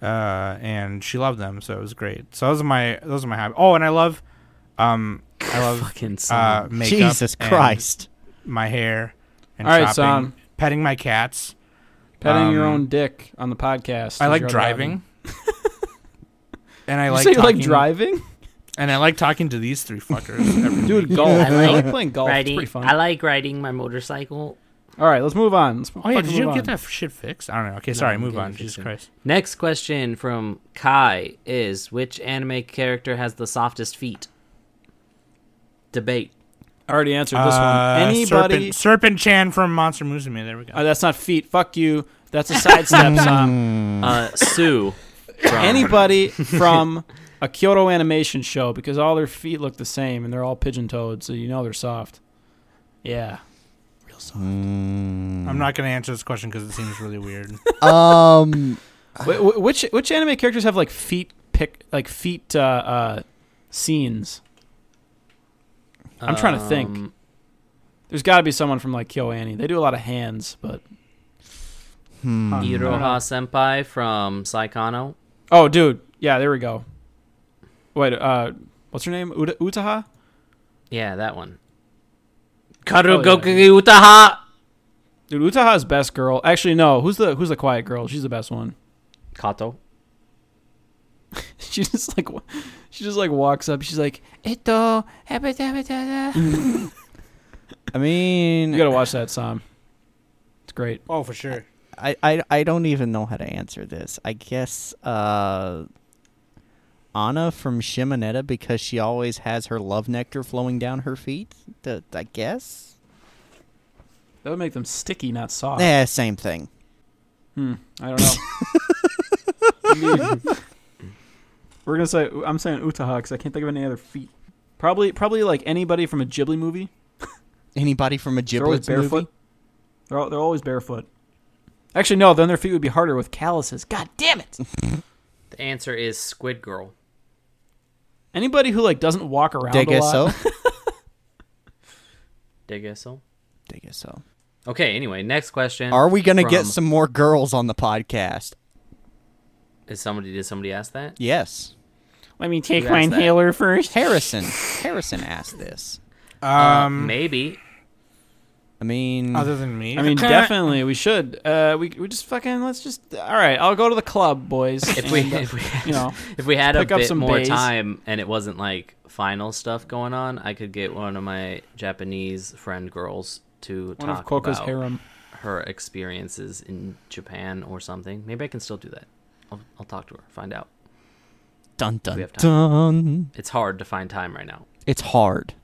Speaker 6: uh, and she loved them, so it was great. So those are my those are my hobbies. Oh, and I love, um, I love
Speaker 4: fucking son.
Speaker 6: uh, makeup.
Speaker 1: Jesus
Speaker 6: and
Speaker 1: Christ!
Speaker 6: my hair. And
Speaker 3: All right,
Speaker 6: shopping,
Speaker 3: Sam.
Speaker 6: petting my cats.
Speaker 3: petting your
Speaker 6: um,
Speaker 3: own dick on the podcast.
Speaker 6: I
Speaker 3: is
Speaker 6: like
Speaker 3: your other
Speaker 6: driving.
Speaker 3: hobby.
Speaker 6: and I
Speaker 3: You
Speaker 6: like
Speaker 3: say you like
Speaker 6: talking-
Speaker 3: driving,
Speaker 6: And I like talking to these three fuckers. every week.
Speaker 3: dude? Golf. I like,
Speaker 8: like
Speaker 3: playing golf. It's pretty
Speaker 8: riding.
Speaker 3: fun.
Speaker 8: I like riding my motorcycle.
Speaker 3: All right, let's move on. Let's
Speaker 6: Oh yeah,
Speaker 3: fucking
Speaker 6: did you
Speaker 3: move
Speaker 6: get
Speaker 3: on.
Speaker 6: that shit fixed? I don't know. Okay, sorry,
Speaker 4: I'm
Speaker 6: move
Speaker 4: getting
Speaker 6: on.
Speaker 4: it
Speaker 6: Jesus
Speaker 4: fixed.
Speaker 6: Christ.
Speaker 4: Next question from Kai is: Which anime character has the softest feet? Debate.
Speaker 3: I already answered this
Speaker 6: Uh,
Speaker 3: one. Anybody?
Speaker 6: Serpent, Serpent Chan from Monster Musume. There we go.
Speaker 3: Oh, that's not feet. Fuck you. That's a sidestep song.
Speaker 4: Uh, Sue. from-
Speaker 3: Anybody from a Kyoto animation show because all their feet look the same and they're all pigeon toed, so you know they're soft. Yeah.
Speaker 6: I'm not gonna answer this question because it seems really weird.
Speaker 1: um,
Speaker 3: Wh- wh- which which anime characters have like feet pick like feet uh, uh, scenes? I'm trying to think.
Speaker 4: Um,
Speaker 3: There's got to be someone from like KyoAni. They do a lot of hands, but
Speaker 1: hmm.
Speaker 3: I don't know.
Speaker 4: Iroha Senpai from Saikano.
Speaker 3: Oh, dude. Yeah, there we go. Wait, uh, what's her name? Uta- Utaha?
Speaker 4: Yeah, that one.
Speaker 3: Oh, yeah.
Speaker 4: Karugoku Utaha.
Speaker 3: Dude, Utaha's best girl. Actually, no. Who's the who's the quiet girl? She's the best one.
Speaker 4: Kato.
Speaker 3: she just like wa- she just like walks up. She's like, "Eto, habadabadada."
Speaker 1: I mean,
Speaker 3: you gotta watch that song. It's great.
Speaker 6: oh, for sure.
Speaker 1: I, I I don't even know how to answer this. I guess uh Anna from Shimonetta because she always has her love nectar flowing down her feet. D- I guess.
Speaker 3: That would make them sticky, not soft.
Speaker 1: Yeah, same thing.
Speaker 3: Hmm, I don't know. Indeed. We're gonna say I'm saying Utaha because I can't think of any other feet. Probably, probably like anybody from a Ghibli movie.
Speaker 1: Anybody from a
Speaker 3: They're always
Speaker 1: Ghibli
Speaker 3: barefoot.
Speaker 1: movie?
Speaker 3: They're, al- they're always barefoot. Actually, no. Then their feet would be harder with calluses. God damn it!
Speaker 4: The answer is Squid Girl.
Speaker 3: Anybody who like doesn't walk around
Speaker 1: I
Speaker 3: a
Speaker 1: guess so.
Speaker 3: lot.
Speaker 4: Dig so.
Speaker 1: I guess so.
Speaker 4: Okay. Anyway, next question.
Speaker 1: Are we gonna get
Speaker 4: from-
Speaker 1: some more girls on the podcast?
Speaker 4: Is somebody? Did somebody ask that?
Speaker 1: Yes.
Speaker 5: Let me take
Speaker 4: Who my asked that? inhaler
Speaker 5: first.
Speaker 1: Harrison. Harrison asked this. Uh,
Speaker 6: Um,
Speaker 4: Maybe.
Speaker 1: I mean,
Speaker 6: other than me,
Speaker 3: I mean, definitely we should. Uh, we we just fucking let's just. All right, I'll go to the club, boys.
Speaker 4: If we,
Speaker 3: and, uh,
Speaker 4: if we,
Speaker 3: you know,
Speaker 4: if we had a
Speaker 3: pick up
Speaker 4: bit
Speaker 3: some
Speaker 4: more
Speaker 3: bays.
Speaker 4: time and it wasn't like final stuff going on, I could get one of my Japanese friend girls to
Speaker 3: one of
Speaker 4: talk
Speaker 3: Coco's
Speaker 4: about
Speaker 3: harem.
Speaker 4: her experiences in Japan or something. Maybe I can still do that. I'll, I'll talk to her, find out.
Speaker 1: dun
Speaker 4: we
Speaker 1: dun
Speaker 4: have
Speaker 1: dun.
Speaker 4: It's hard to find time right now.
Speaker 1: It's hard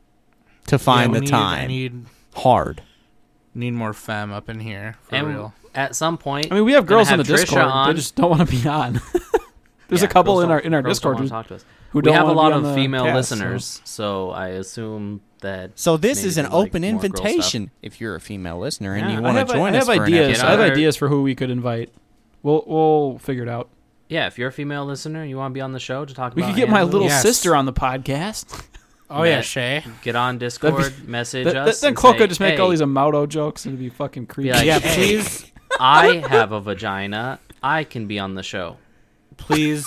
Speaker 1: to
Speaker 6: Yeah,
Speaker 1: find
Speaker 6: we
Speaker 1: the
Speaker 6: need- I
Speaker 1: time.
Speaker 6: need
Speaker 1: Hard.
Speaker 6: need more femme up in here for
Speaker 4: and
Speaker 6: real.
Speaker 4: at some point,
Speaker 3: I mean, we have girls
Speaker 4: gonna
Speaker 3: in the
Speaker 4: have Trisha
Speaker 3: Discord.
Speaker 4: on.
Speaker 3: They just don't want to be on. There's
Speaker 4: Yeah,
Speaker 3: a couple
Speaker 4: girls
Speaker 3: in our
Speaker 4: don't-
Speaker 3: in our
Speaker 4: girls don't
Speaker 3: Discord
Speaker 4: wanna
Speaker 3: who,
Speaker 4: talk to us.
Speaker 3: who
Speaker 4: we
Speaker 3: don't
Speaker 4: have a
Speaker 3: wanna
Speaker 4: lot
Speaker 3: be on
Speaker 4: of
Speaker 3: the
Speaker 4: female
Speaker 3: cast, so-
Speaker 4: listeners, so. I assume that.
Speaker 1: So this
Speaker 4: maybe
Speaker 1: is an
Speaker 4: they'd like
Speaker 1: open
Speaker 4: more girl stuff.
Speaker 1: invitation. If you're a female listener and
Speaker 3: Yeah,
Speaker 1: you
Speaker 3: I
Speaker 1: want
Speaker 3: have-
Speaker 1: to join
Speaker 3: I
Speaker 1: us
Speaker 3: have
Speaker 1: for an
Speaker 3: ideas.
Speaker 1: episode-
Speaker 3: I have
Speaker 4: episode.
Speaker 3: ideas for who we could invite. We'll we'll figure it out.
Speaker 4: Yeah, if you're a female listener, you want to be on the show to talk
Speaker 3: We
Speaker 4: about
Speaker 3: could get my
Speaker 4: anime,
Speaker 3: little
Speaker 6: Yes.
Speaker 3: sister on the podcast.
Speaker 6: Oh yeah,
Speaker 4: Matt.
Speaker 6: Shay.
Speaker 4: get on Discord, message
Speaker 3: Th- th-
Speaker 4: us.
Speaker 3: then
Speaker 4: and
Speaker 3: Coco
Speaker 4: say,
Speaker 3: just make all
Speaker 4: "Hey,
Speaker 3: these Amado jokes and it'd be fucking creepy.
Speaker 4: like,
Speaker 6: Yeah,
Speaker 4: Hey.
Speaker 6: please,
Speaker 4: I have a vagina. I can be on the show.
Speaker 6: please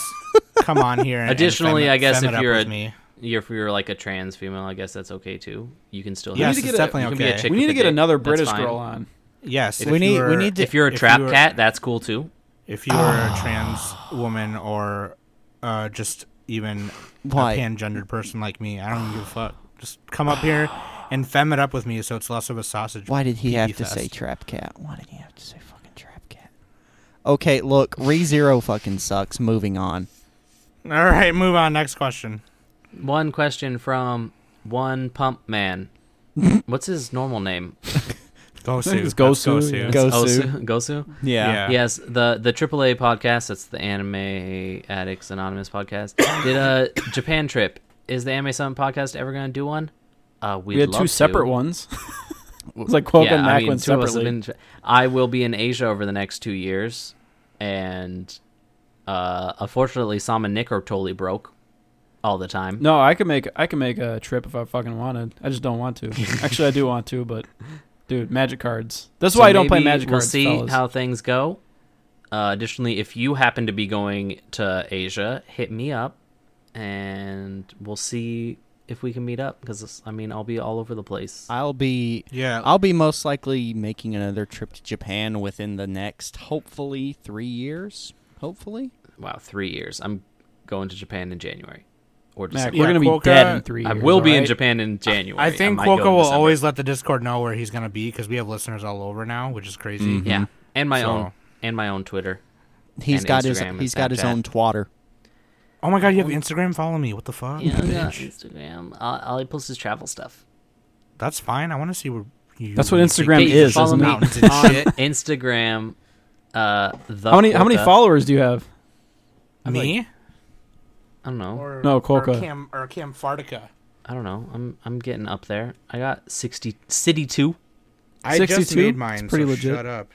Speaker 6: come on here. And,
Speaker 4: Additionally,
Speaker 6: and femme,
Speaker 4: I guess
Speaker 6: femme
Speaker 4: if
Speaker 6: it up
Speaker 4: you're
Speaker 6: with
Speaker 4: a-
Speaker 6: me,
Speaker 4: You're, if you're like a trans female, I guess that's okay too. You can still.
Speaker 6: yes,
Speaker 3: to
Speaker 6: it's
Speaker 3: get a-
Speaker 6: definitely
Speaker 4: you can be
Speaker 6: okay.
Speaker 4: a chick
Speaker 3: we need
Speaker 4: with
Speaker 3: to
Speaker 4: a
Speaker 3: get
Speaker 4: dick.
Speaker 3: another
Speaker 4: That's
Speaker 3: British
Speaker 4: fine.
Speaker 3: girl on.
Speaker 6: Yes,
Speaker 1: we need- we
Speaker 6: were-
Speaker 1: need to-
Speaker 4: If you're a
Speaker 6: If
Speaker 4: trap
Speaker 6: you were-
Speaker 4: cat, that's cool too.
Speaker 6: if you were
Speaker 1: Ah.
Speaker 6: a trans woman or uh, just even
Speaker 1: Why?
Speaker 6: a pan-gendered person like me, I don't even give a fuck. Just come up here and femme it up with me, so it's less of a sausage.
Speaker 1: Why did he
Speaker 6: pee
Speaker 1: have to
Speaker 6: fest.
Speaker 1: say trap cat? Why did he have to say fucking trap cat? Okay, look, ReZero fucking sucks. Moving on.
Speaker 6: All right, move on. Next question.
Speaker 4: One question from One Pump Man. What's his normal name?
Speaker 6: Gosu.
Speaker 3: I think it's
Speaker 6: That's
Speaker 3: Gosu, yeah.
Speaker 1: Gosu.
Speaker 4: Osu? Gosu.
Speaker 6: Yeah.
Speaker 4: Yes, the the AAA podcast. That's the Anime Addicts Anonymous podcast. Did a Japan trip. Is the Anime Summit podcast ever going to do one? Uh, we'd
Speaker 3: We had
Speaker 4: love
Speaker 3: two separate
Speaker 4: to.
Speaker 3: ones. it's like Coco and Mac went
Speaker 4: two of us have
Speaker 3: separately.
Speaker 4: been- I will be in Asia over the next two years, and uh, unfortunately, Sam and Nick are totally broke all the time.
Speaker 3: No, I could make I could make a trip if I fucking wanted. I just don't want to. Actually, I do want to, but dude, magic cards. That's
Speaker 4: So
Speaker 3: why I don't play
Speaker 4: maybe
Speaker 3: magic
Speaker 4: We'll
Speaker 3: cards.
Speaker 4: see
Speaker 3: fellas.
Speaker 4: how things go. Uh, additionally, if you happen to be going to Asia, hit me up, and we'll see if we can meet up. Because I mean, I'll be all over the place.
Speaker 1: I'll be
Speaker 6: Yeah.
Speaker 1: I'll be most likely making another trip to Japan within the next hopefully 3 years. Hopefully.
Speaker 4: wow, three years. I'm going to Japan in January or
Speaker 3: Mac,
Speaker 4: December.
Speaker 3: we're
Speaker 6: Yeah,
Speaker 3: gonna be
Speaker 6: Quokka-
Speaker 3: dead in three.
Speaker 4: I
Speaker 3: years,
Speaker 4: will be in
Speaker 3: alright?
Speaker 4: Japan in January.
Speaker 6: I think
Speaker 4: might go in
Speaker 6: Quoco will
Speaker 4: December.
Speaker 6: always let the Discord know where he's gonna be because we have listeners all over now, which is crazy.
Speaker 4: Yeah,
Speaker 3: Mm-hmm.
Speaker 4: and my
Speaker 6: So-
Speaker 4: own and my own Twitter.
Speaker 1: He's
Speaker 4: And
Speaker 1: got
Speaker 4: Instagram
Speaker 1: his
Speaker 4: and
Speaker 1: he's got his
Speaker 4: Snapchat.
Speaker 1: own twatter.
Speaker 6: Oh my god, you have Instagram? Follow me. What the fuck?
Speaker 4: Oh, Yeah, I got Instagram. All, all he posts is travel stuff.
Speaker 6: That's fine. I want to see where you.
Speaker 3: That's what
Speaker 6: you
Speaker 3: Instagram
Speaker 6: take
Speaker 3: Hey, is,
Speaker 4: follow
Speaker 3: isn't
Speaker 4: me
Speaker 3: it?
Speaker 4: on
Speaker 6: mountains and shit.
Speaker 4: Instagram. Uh, the
Speaker 3: How many how many
Speaker 4: Quokka.
Speaker 3: followers do you have?
Speaker 4: I
Speaker 6: Me?
Speaker 4: don't know.
Speaker 6: Or,
Speaker 3: No,
Speaker 6: Or
Speaker 3: Quokka.
Speaker 6: Cam, or Cam Fartica.
Speaker 4: I don't know. I'm I'm getting up there. I got sixty city two
Speaker 6: I
Speaker 3: 62?
Speaker 6: just made mine.
Speaker 3: It's pretty
Speaker 6: so
Speaker 3: legit.
Speaker 6: Shut up.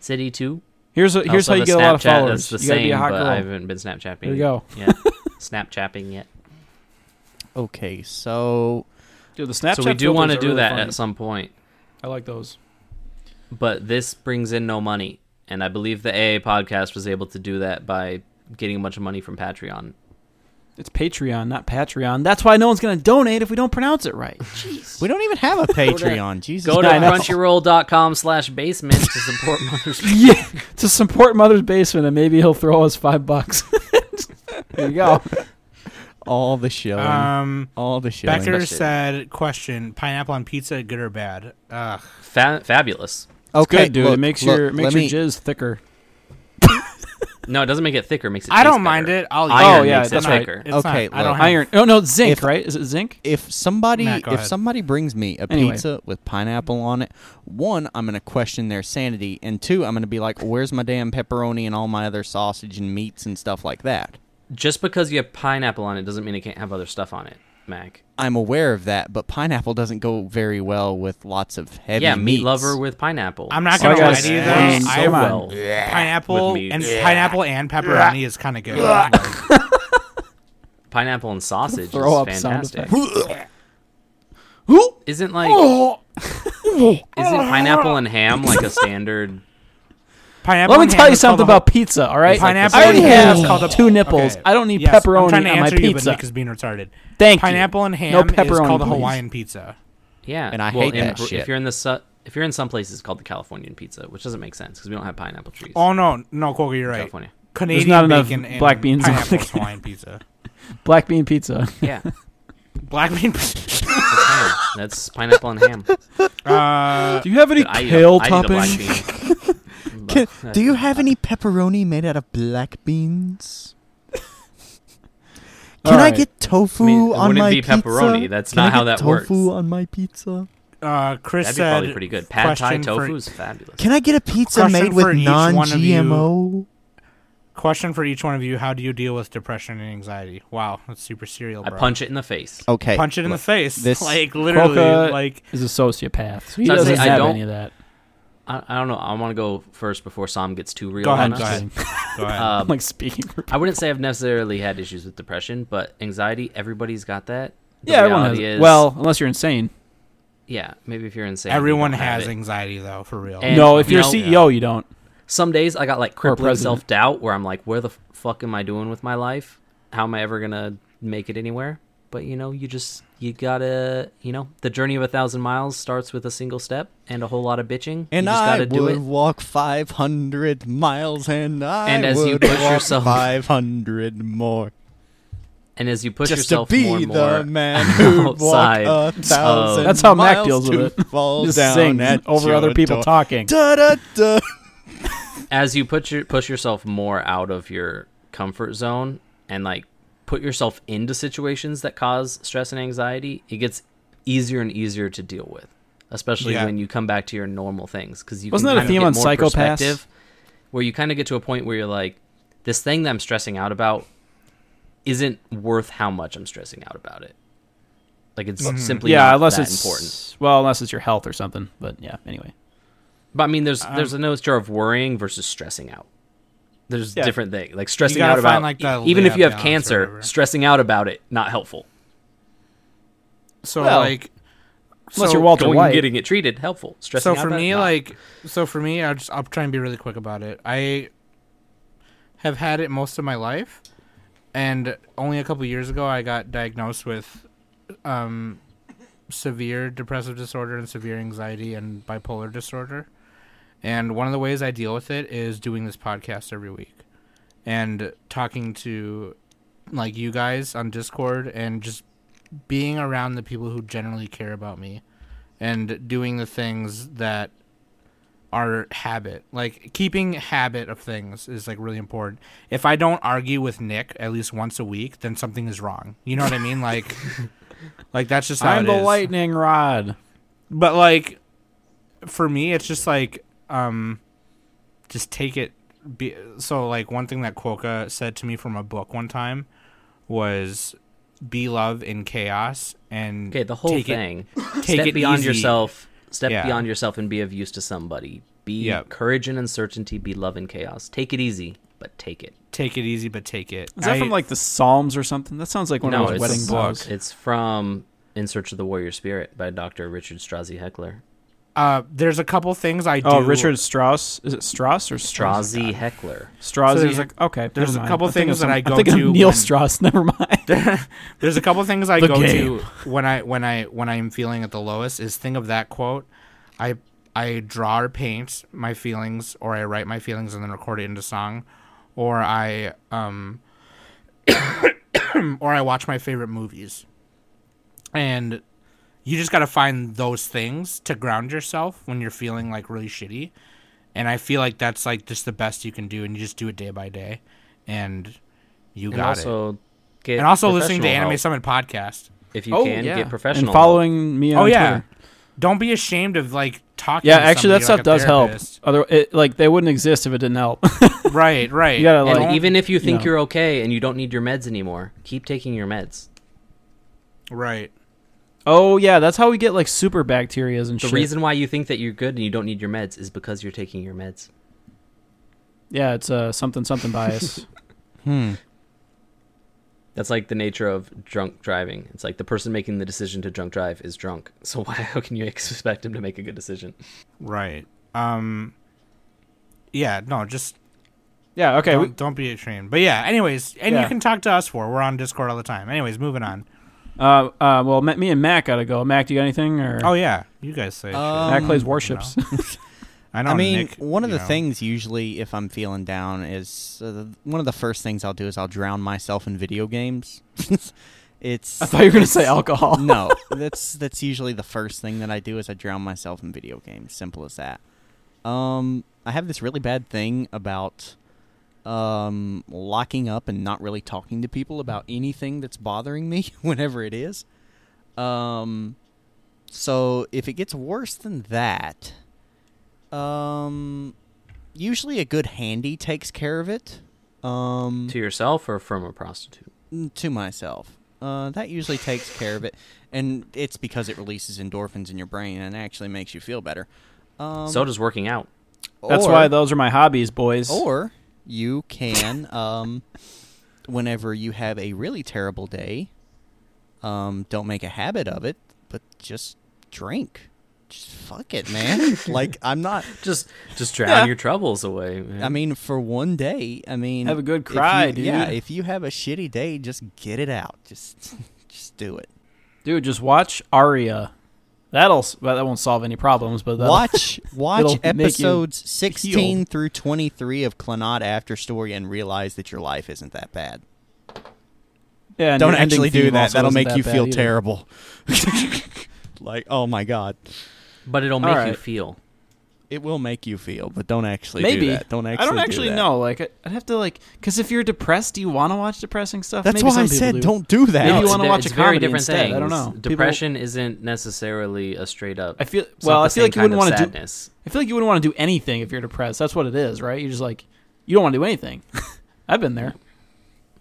Speaker 4: city two.
Speaker 3: Here's a,
Speaker 4: I
Speaker 3: here's
Speaker 4: also
Speaker 3: how you
Speaker 4: have
Speaker 3: get a lot of
Speaker 4: Snapchat
Speaker 3: followers.
Speaker 4: That's the
Speaker 3: you gotta
Speaker 4: same,
Speaker 3: be a hot
Speaker 4: but
Speaker 3: girl.
Speaker 4: I haven't been Snapchatting.
Speaker 3: There you go.
Speaker 4: Yeah, Snapchatting yet.
Speaker 1: Okay, so
Speaker 3: Dude, the Snapchat.
Speaker 4: so we do want to do that
Speaker 3: Fun.
Speaker 4: at some point,
Speaker 3: I like those.
Speaker 4: but this brings in no money, and I believe the AA podcast was able to do that by getting a bunch of money from Patreon.
Speaker 3: It's Patreon, not Patreon. That's why no one's gonna donate if we don't pronounce it right.
Speaker 1: we don't even have a Patreon. Jesus.
Speaker 4: Go to
Speaker 1: Christ.
Speaker 4: crunchyroll.com slash basement to support Mother's
Speaker 3: yeah, to support Mother's Basement, and maybe he'll throw us five bucks. there you go.
Speaker 1: all the shilling.
Speaker 3: Uh,
Speaker 6: Um,
Speaker 1: all the shilling.
Speaker 6: Becker said, "Question: Pineapple on pizza, good or bad?" Ugh.
Speaker 4: Fa- fabulous.
Speaker 1: okay,
Speaker 3: Good dude.
Speaker 1: look,
Speaker 3: it makes
Speaker 1: look,
Speaker 3: your makes
Speaker 1: let
Speaker 3: your
Speaker 1: me-
Speaker 3: jizz thicker.
Speaker 4: No, it doesn't make it thicker. It makes it.
Speaker 6: I
Speaker 4: taste
Speaker 6: don't mind
Speaker 4: better.
Speaker 6: it. I'll
Speaker 4: Iron
Speaker 3: Oh, yeah,
Speaker 4: makes it
Speaker 3: that's right.
Speaker 4: thicker.
Speaker 6: It's not-
Speaker 1: Okay,
Speaker 6: I
Speaker 1: look.
Speaker 6: don't have
Speaker 3: Iron. Oh no, zinc.
Speaker 1: If-
Speaker 3: right? Is it zinc?
Speaker 1: if somebody
Speaker 6: Matt, go
Speaker 1: if
Speaker 6: ahead.
Speaker 1: somebody brings me a
Speaker 3: Anyway.
Speaker 1: pizza with pineapple on it, one, I'm gonna question their sanity, and two, I'm gonna be like, "Where's my damn pepperoni and all my other sausage and meats and stuff like that?"
Speaker 4: Just because you have pineapple on it doesn't mean it can't have other stuff on it. Mac.
Speaker 1: I'm aware of that, but pineapple doesn't go very well with lots of heavy
Speaker 4: yeah, meat
Speaker 1: meats.
Speaker 4: lover with pineapple.
Speaker 6: I'm not
Speaker 3: So I
Speaker 6: gonna lie
Speaker 3: guess-
Speaker 6: to you though.
Speaker 3: Yeah. So
Speaker 6: I
Speaker 3: well.
Speaker 6: would- pineapple
Speaker 4: With meat.
Speaker 6: and
Speaker 4: Yeah.
Speaker 6: pineapple and pepperoni is kind of good. Like,
Speaker 4: pineapple and sausage
Speaker 3: Throw up
Speaker 4: is
Speaker 3: sound
Speaker 4: fantastic.
Speaker 3: effects.
Speaker 4: Isn't like isn't pineapple and ham like a standard?
Speaker 6: pineapple
Speaker 3: Let me
Speaker 6: and
Speaker 3: tell
Speaker 6: ham
Speaker 3: you
Speaker 6: is called
Speaker 3: something
Speaker 6: the whole-
Speaker 3: about pizza, all right?
Speaker 6: Pineapple
Speaker 3: I already
Speaker 6: and ham is
Speaker 3: have
Speaker 6: called a-
Speaker 3: two nipples.
Speaker 6: Okay.
Speaker 3: I don't need
Speaker 6: Yes, I'm
Speaker 3: pepperoni
Speaker 6: trying to
Speaker 3: on my
Speaker 6: answer You,
Speaker 3: pizza.
Speaker 6: but Nick is being retarded.
Speaker 3: Thank
Speaker 6: pineapple
Speaker 3: you.
Speaker 6: and ham
Speaker 3: No
Speaker 6: is
Speaker 3: pepperoni,
Speaker 6: called a
Speaker 3: please.
Speaker 6: Hawaiian pizza.
Speaker 4: Yeah,
Speaker 1: And I
Speaker 4: well,
Speaker 1: hate
Speaker 4: in-
Speaker 1: that shit.
Speaker 4: If you're in the su- if you're in some places, it's called the Californian pizza, which doesn't make sense because we don't have pineapple trees.
Speaker 6: Oh no, no, Colga, you're right.
Speaker 4: California.
Speaker 6: Canadian
Speaker 3: not enough
Speaker 6: bacon and
Speaker 3: black beans on the-
Speaker 6: pineapple is Hawaiian pizza.
Speaker 3: Black bean pizza.
Speaker 4: Yeah,
Speaker 6: Black bean.
Speaker 4: that's, ham. That's pineapple and ham.
Speaker 6: Uh,
Speaker 3: Do you have any
Speaker 4: But I eat a-
Speaker 3: kale
Speaker 4: I eat a black
Speaker 3: toppings?
Speaker 4: bean.
Speaker 1: Can-
Speaker 4: But-
Speaker 1: do you have any pepperoni made out of black beans? Can I
Speaker 3: Alright.
Speaker 1: get tofu
Speaker 4: I mean, it
Speaker 1: on
Speaker 4: wouldn't
Speaker 1: my
Speaker 4: be pepperoni.
Speaker 1: pizza?
Speaker 4: That's
Speaker 1: Can I
Speaker 4: not how
Speaker 1: get
Speaker 4: that works.
Speaker 1: Tofu on my pizza.
Speaker 6: uh, Chris
Speaker 4: That'd be
Speaker 6: said
Speaker 4: probably pretty good. Pad Thai
Speaker 6: question for-
Speaker 4: tofu is fabulous.
Speaker 1: Can I get a pizza
Speaker 6: Question
Speaker 1: made
Speaker 6: for
Speaker 1: with
Speaker 6: each one of you.
Speaker 1: non-GMO?
Speaker 6: Question for each one of you: How do you deal with depression and anxiety? Wow, that's super serial.
Speaker 4: I
Speaker 6: Bro.
Speaker 4: punch it in the face.
Speaker 1: Okay.
Speaker 6: punch it in the face.
Speaker 1: this-
Speaker 6: like literally,
Speaker 3: Coca-
Speaker 6: like
Speaker 3: Is a sociopath. So he
Speaker 4: Not
Speaker 3: doesn't
Speaker 4: saying I
Speaker 3: have
Speaker 4: don't-
Speaker 3: any of that.
Speaker 4: I, I don't know. I want to go first before Sam gets too real.
Speaker 6: Go
Speaker 4: on
Speaker 6: ahead,
Speaker 4: us.
Speaker 6: go ahead. go ahead.
Speaker 4: Um,
Speaker 3: I'm like speaking. For
Speaker 4: I wouldn't say I've necessarily had issues with depression, but anxiety, everybody's got that. The
Speaker 3: yeah, everyone has.
Speaker 4: reality is-
Speaker 3: well, unless you're insane.
Speaker 4: yeah, maybe if you're insane. you
Speaker 6: Everyone
Speaker 4: don't have
Speaker 6: has
Speaker 4: it.
Speaker 6: anxiety though, for real.
Speaker 4: And-
Speaker 3: no, if you're
Speaker 4: no.
Speaker 3: CEO, you don't.
Speaker 4: Some days I got like crippling
Speaker 3: president.
Speaker 4: self doubt where I'm like, where the f- fuck am I doing with my life? How am I ever going to make it anywhere? But you know, you just, you gotta, you know, the journey of a thousand miles starts with a single step and a whole lot of bitching.
Speaker 1: and
Speaker 4: you just
Speaker 1: I
Speaker 4: gotta
Speaker 1: would
Speaker 4: do it.
Speaker 1: walk 500 miles, and I
Speaker 4: And as
Speaker 1: would
Speaker 4: you push
Speaker 1: walk
Speaker 4: yourself-
Speaker 1: 500 more
Speaker 4: And as you push
Speaker 1: just to
Speaker 4: yourself
Speaker 1: be
Speaker 4: more and more,
Speaker 1: the man who
Speaker 4: outside Oh.
Speaker 1: walked a
Speaker 4: of-
Speaker 1: thousand
Speaker 3: That's how
Speaker 1: miles
Speaker 3: Mac deals
Speaker 1: to
Speaker 3: with it.
Speaker 1: Fall
Speaker 3: Just
Speaker 1: down
Speaker 3: sing
Speaker 1: at
Speaker 3: over
Speaker 1: your
Speaker 3: other people
Speaker 1: door.
Speaker 3: talking.
Speaker 1: Da, da, da.
Speaker 4: as you put your push yourself more out of your comfort zone and like put yourself into situations that cause stress and anxiety, it gets easier and easier to deal with, especially
Speaker 6: Yeah.
Speaker 4: when you come back to your normal things. Because you
Speaker 3: Wasn't
Speaker 4: can
Speaker 3: that a
Speaker 4: kinda
Speaker 3: theme
Speaker 4: get
Speaker 3: on
Speaker 4: more
Speaker 3: Psycho Pass?
Speaker 4: perspective, where you kind of get to a point where you're like, this thing that I'm stressing out about isn't worth how much I'm stressing out about it. Like it's simply
Speaker 3: Mm-hmm. Yeah,
Speaker 4: not
Speaker 3: unless
Speaker 4: that
Speaker 3: it's
Speaker 4: important.
Speaker 3: well, unless it's your health or something. But yeah, anyway.
Speaker 4: But I mean, there's
Speaker 6: Um,
Speaker 4: there's a notion of worrying versus stressing out. There's
Speaker 3: Yeah.
Speaker 4: different thing like stressing
Speaker 6: gotta
Speaker 4: out about
Speaker 6: find, like, that
Speaker 4: e- even if
Speaker 6: yeah,
Speaker 4: you have
Speaker 6: balance or
Speaker 4: cancer,
Speaker 6: whatever.
Speaker 4: stressing out about it not helpful.
Speaker 6: so
Speaker 3: well,
Speaker 6: like,
Speaker 3: Unless
Speaker 6: so-
Speaker 3: you're Walter
Speaker 4: Going
Speaker 3: White.
Speaker 4: and getting it treated helpful. Stressing
Speaker 6: So
Speaker 4: out
Speaker 6: for
Speaker 4: about it,
Speaker 6: me,
Speaker 4: not.
Speaker 6: like, so for me, I'll just I'll try and be really quick about it. I have had it most of my life, and only a couple years ago I got diagnosed with um, severe depressive disorder and severe anxiety and bipolar disorder. And one of the ways I deal with it is doing this podcast every week and talking to like you guys on Discord and just being around the people who generally care about me and doing the things that are habit. Like keeping habit of things is like really important. If I don't argue with Nick at least once a week, then something is wrong. You know what I mean? Like like that's just how
Speaker 3: I'm
Speaker 6: it
Speaker 3: the
Speaker 6: is.
Speaker 3: lightning rod.
Speaker 6: But like for me it's just like um just take it be, so like one thing that Quoka said to me from a book one time was be love in chaos and
Speaker 4: okay, the whole
Speaker 6: take it-
Speaker 4: thing.
Speaker 6: take
Speaker 4: step
Speaker 6: it
Speaker 4: beyond
Speaker 6: easy.
Speaker 4: yourself. Step
Speaker 6: Yeah.
Speaker 4: beyond yourself and be of use to somebody. Be
Speaker 6: Yep.
Speaker 4: courage and uncertainty. Be love and chaos. Take it easy, but take it.
Speaker 6: take it easy but take it.
Speaker 3: Is that
Speaker 6: I-
Speaker 3: from like the Psalms or something? That sounds like one
Speaker 4: no,
Speaker 3: of those
Speaker 4: it's
Speaker 3: wedding books.
Speaker 4: It's from In Search of the Warrior Spirit by Dr. Richard Strozzi Heckler.
Speaker 6: uh there's a couple things I do
Speaker 3: Oh, Richard Strauss. Is it Strauss or Strauss?
Speaker 4: Strozzi Heckler.
Speaker 3: Strauss.
Speaker 6: So there's
Speaker 3: like, okay.
Speaker 6: there's
Speaker 3: never
Speaker 6: a
Speaker 3: mind.
Speaker 6: couple
Speaker 3: I'm thinking
Speaker 6: things
Speaker 3: of
Speaker 6: that
Speaker 3: some-
Speaker 6: I go
Speaker 3: I'm thinking
Speaker 6: to
Speaker 3: of Neil
Speaker 6: when-
Speaker 3: Strauss. Never mind.
Speaker 6: There's a couple things I
Speaker 3: The
Speaker 6: go
Speaker 3: game.
Speaker 6: to when I when I when I'm feeling at the lowest is think of that quote. I I draw or paint my feelings or I write my feelings and then record it into song or I um or I watch my favorite movies. And you just got to find those things to ground yourself when you're feeling like really shitty. And I feel like that's like just the best you can do and you just do it day by day and you
Speaker 4: And
Speaker 6: got it.
Speaker 4: also, get
Speaker 6: and also listening to
Speaker 4: professional
Speaker 6: Anime
Speaker 4: help.
Speaker 6: Summit podcast.
Speaker 4: if you
Speaker 3: oh,
Speaker 4: can
Speaker 3: yeah.
Speaker 4: get professional
Speaker 3: And following me on
Speaker 6: oh yeah,
Speaker 3: Twitter.
Speaker 6: don't be ashamed of like talking.
Speaker 3: Yeah,
Speaker 6: to
Speaker 3: actually, that
Speaker 6: somebody
Speaker 3: stuff
Speaker 6: like a
Speaker 3: does help.
Speaker 6: therapist.
Speaker 3: Other, it, like they wouldn't exist if it didn't help.
Speaker 6: Right, right.
Speaker 3: You gotta,
Speaker 4: help.
Speaker 3: like-
Speaker 4: and even if you think
Speaker 3: know.
Speaker 4: you're okay and you don't need your meds anymore keep taking your meds
Speaker 3: e-
Speaker 6: Right.
Speaker 3: Oh yeah, that's how we get like super bacterias and
Speaker 4: The
Speaker 3: shit.
Speaker 4: reason why you think that you're good and you don't need your meds is because you're taking your meds.
Speaker 3: yeah, it's uh, something something bias.
Speaker 1: Hmm.
Speaker 4: That's like the nature of drunk driving. It's like the person making the decision to drunk drive is drunk. So why how can you expect him to make a good decision?
Speaker 6: Right. Um. Yeah. No. Just
Speaker 3: yeah. Okay.
Speaker 6: don't,
Speaker 3: we-
Speaker 6: don't be extreme. But yeah. Anyways, and
Speaker 3: Yeah.
Speaker 6: you can talk to us for. We're on Discord all the time. Anyways, moving on.
Speaker 3: uh, uh, well, Ma- me and Mac gotta go. Mac, do you got anything? Or
Speaker 6: Oh yeah, you guys say. shit.
Speaker 1: Um,
Speaker 3: Mac plays warships.
Speaker 6: I know.
Speaker 1: I mean,
Speaker 6: Nick,
Speaker 1: one of
Speaker 6: you
Speaker 1: the
Speaker 6: know.
Speaker 1: things usually if I'm feeling down is uh, the- one of the first things I'll do is I'll drown myself in video games. it's
Speaker 3: I thought you were gonna say
Speaker 1: it's-
Speaker 3: alcohol.
Speaker 1: no, that's that's usually the first thing that I do is I drown myself in video games. Simple as that. Um, I have this really bad thing about um locking up and not really talking to people about anything that's bothering me whenever it is. Um, so if it gets worse than that, um, usually a good handy takes care of it. Um,
Speaker 4: To yourself or from a prostitute?
Speaker 1: to myself. Uh, that usually takes care of it, and it's because it releases endorphins in your brain and actually makes you feel better. Um,
Speaker 4: so does working out.
Speaker 3: That's
Speaker 1: or-
Speaker 3: why those are my hobbies, boys.
Speaker 1: Or you can, um, whenever you have a really terrible day, um, don't make a habit of it, but just drink. Just fuck it, man. like I'm not.
Speaker 4: Just just drown your troubles away. Man.
Speaker 1: I mean, for one day, I mean,
Speaker 3: Have a good
Speaker 1: if
Speaker 3: cry,
Speaker 1: you, Yeah,
Speaker 3: dude.
Speaker 1: if you have a shitty day, just get it out. Just, just do it.
Speaker 3: dude, just watch Aria. That'll s- well, that won't solve any problems, but that'll-
Speaker 1: watch watch
Speaker 3: it'll make you
Speaker 1: episodes 16
Speaker 3: healed.
Speaker 1: through 23 of Clannad After Story and realize that your life isn't that bad.
Speaker 3: yeah, and
Speaker 1: Don't
Speaker 3: your ending
Speaker 1: actually do
Speaker 3: theme
Speaker 1: that.
Speaker 3: also
Speaker 1: That'll
Speaker 3: isn't
Speaker 1: make
Speaker 3: that
Speaker 1: you
Speaker 3: bad
Speaker 1: feel
Speaker 3: either.
Speaker 1: terrible. like, oh my god.
Speaker 4: but it'll make you
Speaker 3: alright.
Speaker 4: feel.
Speaker 1: It will make you feel, but don't actually
Speaker 3: Maybe
Speaker 1: do that. Don't actually
Speaker 3: I don't
Speaker 1: do
Speaker 3: actually
Speaker 1: that.
Speaker 3: know. Like I- I'd have to like because if you're depressed, do you want to watch depressing stuff?
Speaker 1: That's
Speaker 3: Maybe
Speaker 1: why
Speaker 3: some
Speaker 1: I
Speaker 3: people
Speaker 1: said
Speaker 3: do.
Speaker 1: not do that.
Speaker 3: Maybe
Speaker 4: No,
Speaker 3: you
Speaker 4: it's
Speaker 3: wanna
Speaker 4: a-
Speaker 3: watch a
Speaker 4: it's very
Speaker 3: comedy
Speaker 4: different
Speaker 3: instead. I
Speaker 4: things.
Speaker 3: don't know. People-
Speaker 4: Depression isn't necessarily a straight up.
Speaker 3: I feel
Speaker 4: it's not
Speaker 3: well.
Speaker 4: the
Speaker 3: I feel like you
Speaker 4: same
Speaker 3: wouldn't
Speaker 4: kind
Speaker 3: want
Speaker 4: of
Speaker 3: to do.
Speaker 4: sadness.
Speaker 3: I feel like you wouldn't want to do anything if you're depressed. That's what it is, right? You're just like you don't want to do anything. I've been there.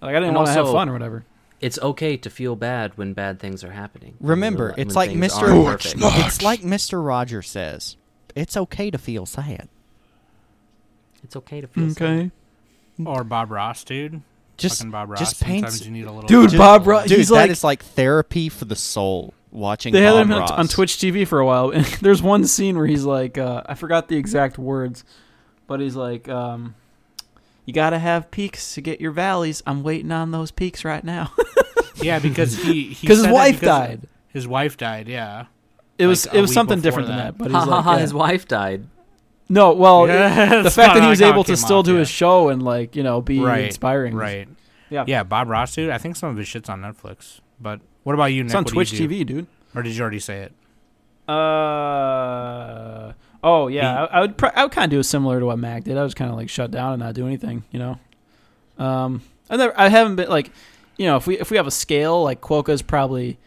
Speaker 3: Like I didn't
Speaker 4: And
Speaker 3: want to have
Speaker 4: also-
Speaker 3: fun or whatever.
Speaker 4: It's okay to feel bad when bad things are happening.
Speaker 1: Remember,
Speaker 4: When
Speaker 1: it's like
Speaker 4: things
Speaker 1: Mr.
Speaker 4: aren't perfect.
Speaker 1: It's like Mr. Rogers says. It's okay to feel sad.
Speaker 4: It's okay to feel. sad.
Speaker 6: Or Bob Ross, dude.
Speaker 1: Just
Speaker 6: Fucking Bob Ross.
Speaker 1: just
Speaker 6: Sometimes
Speaker 1: paint
Speaker 6: you need a little.
Speaker 3: Dude,
Speaker 1: Just-
Speaker 3: Bob Ross.
Speaker 1: Dude,
Speaker 3: He's
Speaker 1: that
Speaker 3: like
Speaker 1: is like therapy for the soul. Watching
Speaker 3: they had
Speaker 1: Bob
Speaker 3: him on-
Speaker 1: Ross.
Speaker 3: on Twitch TV for a while. And there's one scene where he's like, uh, I forgot the exact words, but he's like, um, "You gotta have peaks to get your valleys. I'm waiting on those peaks right now."
Speaker 6: Yeah, because he
Speaker 3: Because his wife died.
Speaker 6: His wife died. Yeah.
Speaker 3: It was
Speaker 6: like, a
Speaker 3: it was
Speaker 6: week
Speaker 3: something
Speaker 6: before
Speaker 3: different than that.
Speaker 6: that.
Speaker 3: But he's
Speaker 4: Ha ha
Speaker 3: like,
Speaker 4: ha!
Speaker 3: yeah.
Speaker 4: His wife died.
Speaker 3: No, well,
Speaker 6: Yeah,
Speaker 3: Oh, the
Speaker 6: that's
Speaker 3: fact
Speaker 6: not
Speaker 3: that he was
Speaker 6: how it
Speaker 3: able to
Speaker 6: came
Speaker 3: still
Speaker 6: off,
Speaker 3: do
Speaker 6: yeah.
Speaker 3: his show and like you know be
Speaker 6: Right.
Speaker 3: inspiring.
Speaker 6: Right.
Speaker 3: Yeah.
Speaker 6: Yeah, Bob Ross, dude. I think some of his shit's on Netflix. But what about you, Nick?
Speaker 3: It's on
Speaker 6: What do
Speaker 3: Twitch
Speaker 6: you do?
Speaker 3: TV, dude.
Speaker 6: Or did you already say it?
Speaker 3: Uh oh yeah,
Speaker 6: Me-
Speaker 3: I, I would pr- I would kind of do similar to what Mac did. I was kind of like shut down and not do anything, you know. Um, I never I haven't been like, you know, if we if we have a scale like Quoka's probably,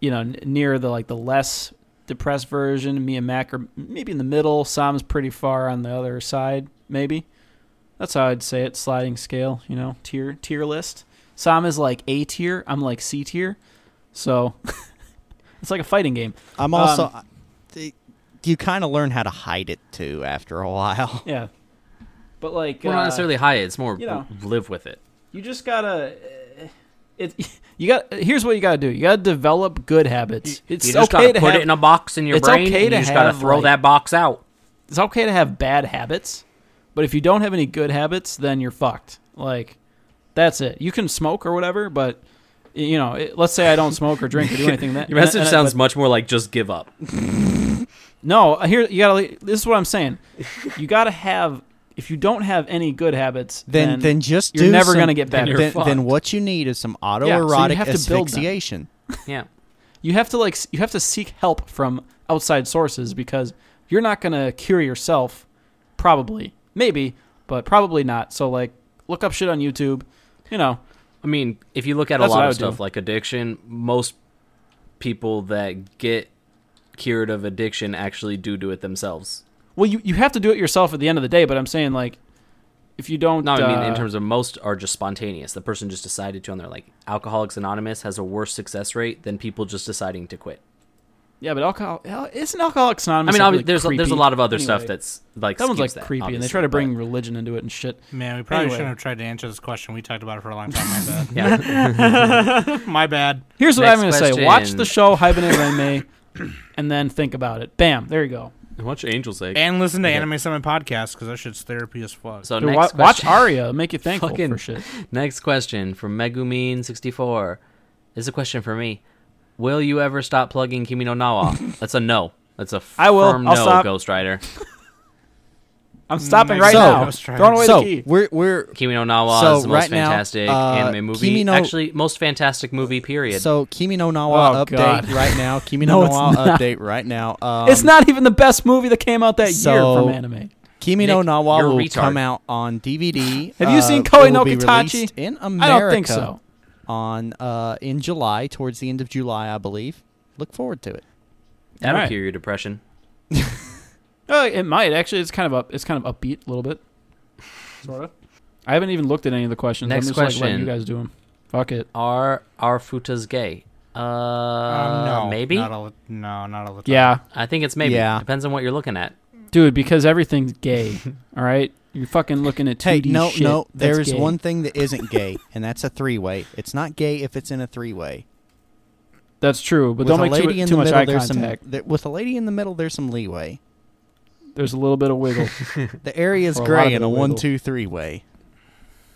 Speaker 3: you know, n- near the like the less depressed version. Me and Mac are maybe in the middle. Sam's pretty far on the other side, maybe. That's how I'd say it. Sliding scale, you know, tier tier list. Sam is like A tier. I'm like C tier. So it's like a fighting game.
Speaker 1: I'm also.
Speaker 3: Um,
Speaker 1: th- you kind of learn how to hide it too after a while.
Speaker 3: Yeah. But like
Speaker 4: Well, not
Speaker 3: uh,
Speaker 4: necessarily high. It's more
Speaker 3: you know.
Speaker 4: live with it.
Speaker 3: you just got to it you got here's what you got to do. You got to develop good habits. It's
Speaker 4: you just
Speaker 3: okay
Speaker 4: gotta
Speaker 3: to
Speaker 4: put
Speaker 3: have
Speaker 4: it in a box in your
Speaker 3: it's
Speaker 4: brain.
Speaker 3: okay
Speaker 4: and
Speaker 3: to
Speaker 4: you just gotta
Speaker 3: have,
Speaker 4: throw
Speaker 3: like-
Speaker 4: that box out.
Speaker 3: it's okay to have bad habits, but if you don't have any good habits, then you're fucked. Like that's it. You can smoke or whatever, but y- you know, it, let's say I don't smoke or drink or do anything. That
Speaker 4: Your message
Speaker 3: and I-
Speaker 4: sounds
Speaker 3: but-
Speaker 4: much more like just give up.
Speaker 3: No, uh, here you gotta. This is what I'm saying. You gotta have. If you don't have any good habits,
Speaker 1: Then, then, just
Speaker 3: you're
Speaker 1: do
Speaker 3: never
Speaker 1: some-
Speaker 3: gonna get better.
Speaker 1: Then, then what you need is some
Speaker 3: so you
Speaker 1: autoerotic
Speaker 3: have to build them.
Speaker 1: asphyxiation.
Speaker 4: Yeah.
Speaker 3: you have to like s- you have to seek help from outside sources because you're not going to cure yourself probably maybe but probably not so like look up shit on youtube you know
Speaker 4: I mean, if you look at
Speaker 3: That's
Speaker 4: a
Speaker 3: what I
Speaker 4: lot of
Speaker 3: would do.
Speaker 4: stuff like addiction, most people that get cured of addiction actually do do it themselves.
Speaker 3: well you, you have to do it yourself at the end of the day but i'm saying like if you don't,
Speaker 4: No, I mean in
Speaker 3: uh,
Speaker 4: terms of most are just spontaneous. The person just decided to on their like Alcoholics Anonymous has a worse success rate than people just deciding to quit.
Speaker 3: yeah, but alcohol al- isn't Alcoholics
Speaker 4: I
Speaker 3: Anonymous.
Speaker 4: mean,
Speaker 3: like,
Speaker 4: obvi-
Speaker 3: really
Speaker 4: there's a, there's a
Speaker 3: creepy?
Speaker 4: lot of other stuff
Speaker 3: Anyway,
Speaker 4: that's like
Speaker 3: that one's like
Speaker 4: skips
Speaker 3: creepy, and they
Speaker 4: obviously,
Speaker 3: try to
Speaker 4: but-
Speaker 3: bring religion into it and shit.
Speaker 6: Man, we probably
Speaker 3: Anyway.
Speaker 6: shouldn't have tried to answer this question. We talked about it for a long time. My bad.
Speaker 4: yeah.
Speaker 6: my bad.
Speaker 3: Here's what
Speaker 4: Next
Speaker 3: I'm gonna say: Watch
Speaker 4: question.
Speaker 3: the show Hibernate Anime, and then think about it. Bam, there you go.
Speaker 4: Watch Angel's Egg.
Speaker 6: And listen to Anime Summit podcast because that shit's therapy as fuck.
Speaker 4: so
Speaker 3: Dude, wa-
Speaker 4: next
Speaker 3: watch
Speaker 4: question.
Speaker 3: Aria, make you thankful
Speaker 4: Fucking-
Speaker 3: for shit.
Speaker 4: Next question from Megumin64. This is a question for me. Will you ever stop plugging Kimi no Nawa? That's a no. That's a
Speaker 3: I will.
Speaker 4: firm
Speaker 3: I'll
Speaker 4: no,
Speaker 3: stop.
Speaker 4: Ghost Rider.
Speaker 3: I'm stopping right
Speaker 6: Nice.
Speaker 1: So-
Speaker 3: now.
Speaker 6: Ghost Rider.
Speaker 3: Throwing away
Speaker 1: so
Speaker 3: the key.
Speaker 1: we're we're
Speaker 4: Kimi no Nawa
Speaker 1: So
Speaker 4: is the most
Speaker 1: right now,
Speaker 4: fantastic
Speaker 1: uh,
Speaker 4: anime movie.
Speaker 1: Kimi no-
Speaker 4: Actually, most fantastic movie, period.
Speaker 1: so Kimi no Nawa
Speaker 3: Oh,
Speaker 1: update
Speaker 3: God.
Speaker 1: right now. Kimi no,
Speaker 3: No, it's
Speaker 1: Nawa
Speaker 3: not.
Speaker 1: update right now. Um,
Speaker 3: it's not even the best movie that came out that year
Speaker 1: so-
Speaker 3: from anime.
Speaker 1: Kimi no
Speaker 4: Nick,
Speaker 1: Nawa
Speaker 4: you're a
Speaker 1: will
Speaker 4: retard.
Speaker 1: come out on DVD.
Speaker 3: Have you
Speaker 1: Uh,
Speaker 3: seen
Speaker 1: it
Speaker 3: Koi no
Speaker 1: will be
Speaker 3: Kitachi?
Speaker 1: released in
Speaker 3: I
Speaker 1: America?
Speaker 3: don't think so.
Speaker 1: On uh, in July, towards the end of July, I believe. Look forward to it.
Speaker 4: That'll
Speaker 3: Alright.
Speaker 4: cure your depression.
Speaker 3: Uh, it might actually. It's kind of up. It's kind of upbeat a little bit. Sort of. I haven't even looked at any of the questions.
Speaker 4: Next
Speaker 3: I'm just Like, letting
Speaker 4: question.
Speaker 3: you guys do them. Fuck it.
Speaker 4: Are are futas gay? Uh,
Speaker 6: Um, no,
Speaker 4: maybe.
Speaker 6: Not all, no, not all the time.
Speaker 3: uh, Yeah,
Speaker 4: I think it's maybe.
Speaker 1: Yeah.
Speaker 4: Depends on what you're looking at.
Speaker 3: dude. Because everything's gay. all right. You're fucking looking at 2D
Speaker 1: Hey, no,
Speaker 3: shit.
Speaker 1: no.
Speaker 3: that's
Speaker 1: There is
Speaker 3: gay.
Speaker 1: one thing that isn't gay, and that's a three-way. It's not gay if it's in a three-way.
Speaker 3: That's true, but
Speaker 1: with
Speaker 3: don't
Speaker 1: a
Speaker 3: make
Speaker 1: lady
Speaker 3: too,
Speaker 1: in
Speaker 3: too
Speaker 1: the
Speaker 3: much
Speaker 1: middle,
Speaker 3: eye
Speaker 1: there's
Speaker 3: contact.
Speaker 1: some. There, with a lady in the middle, there's some leeway.
Speaker 3: There's a little bit of wiggle.
Speaker 1: The area is
Speaker 3: Or a lot of
Speaker 1: gray in
Speaker 3: it
Speaker 1: a
Speaker 3: wiggle.
Speaker 1: one-two-three way.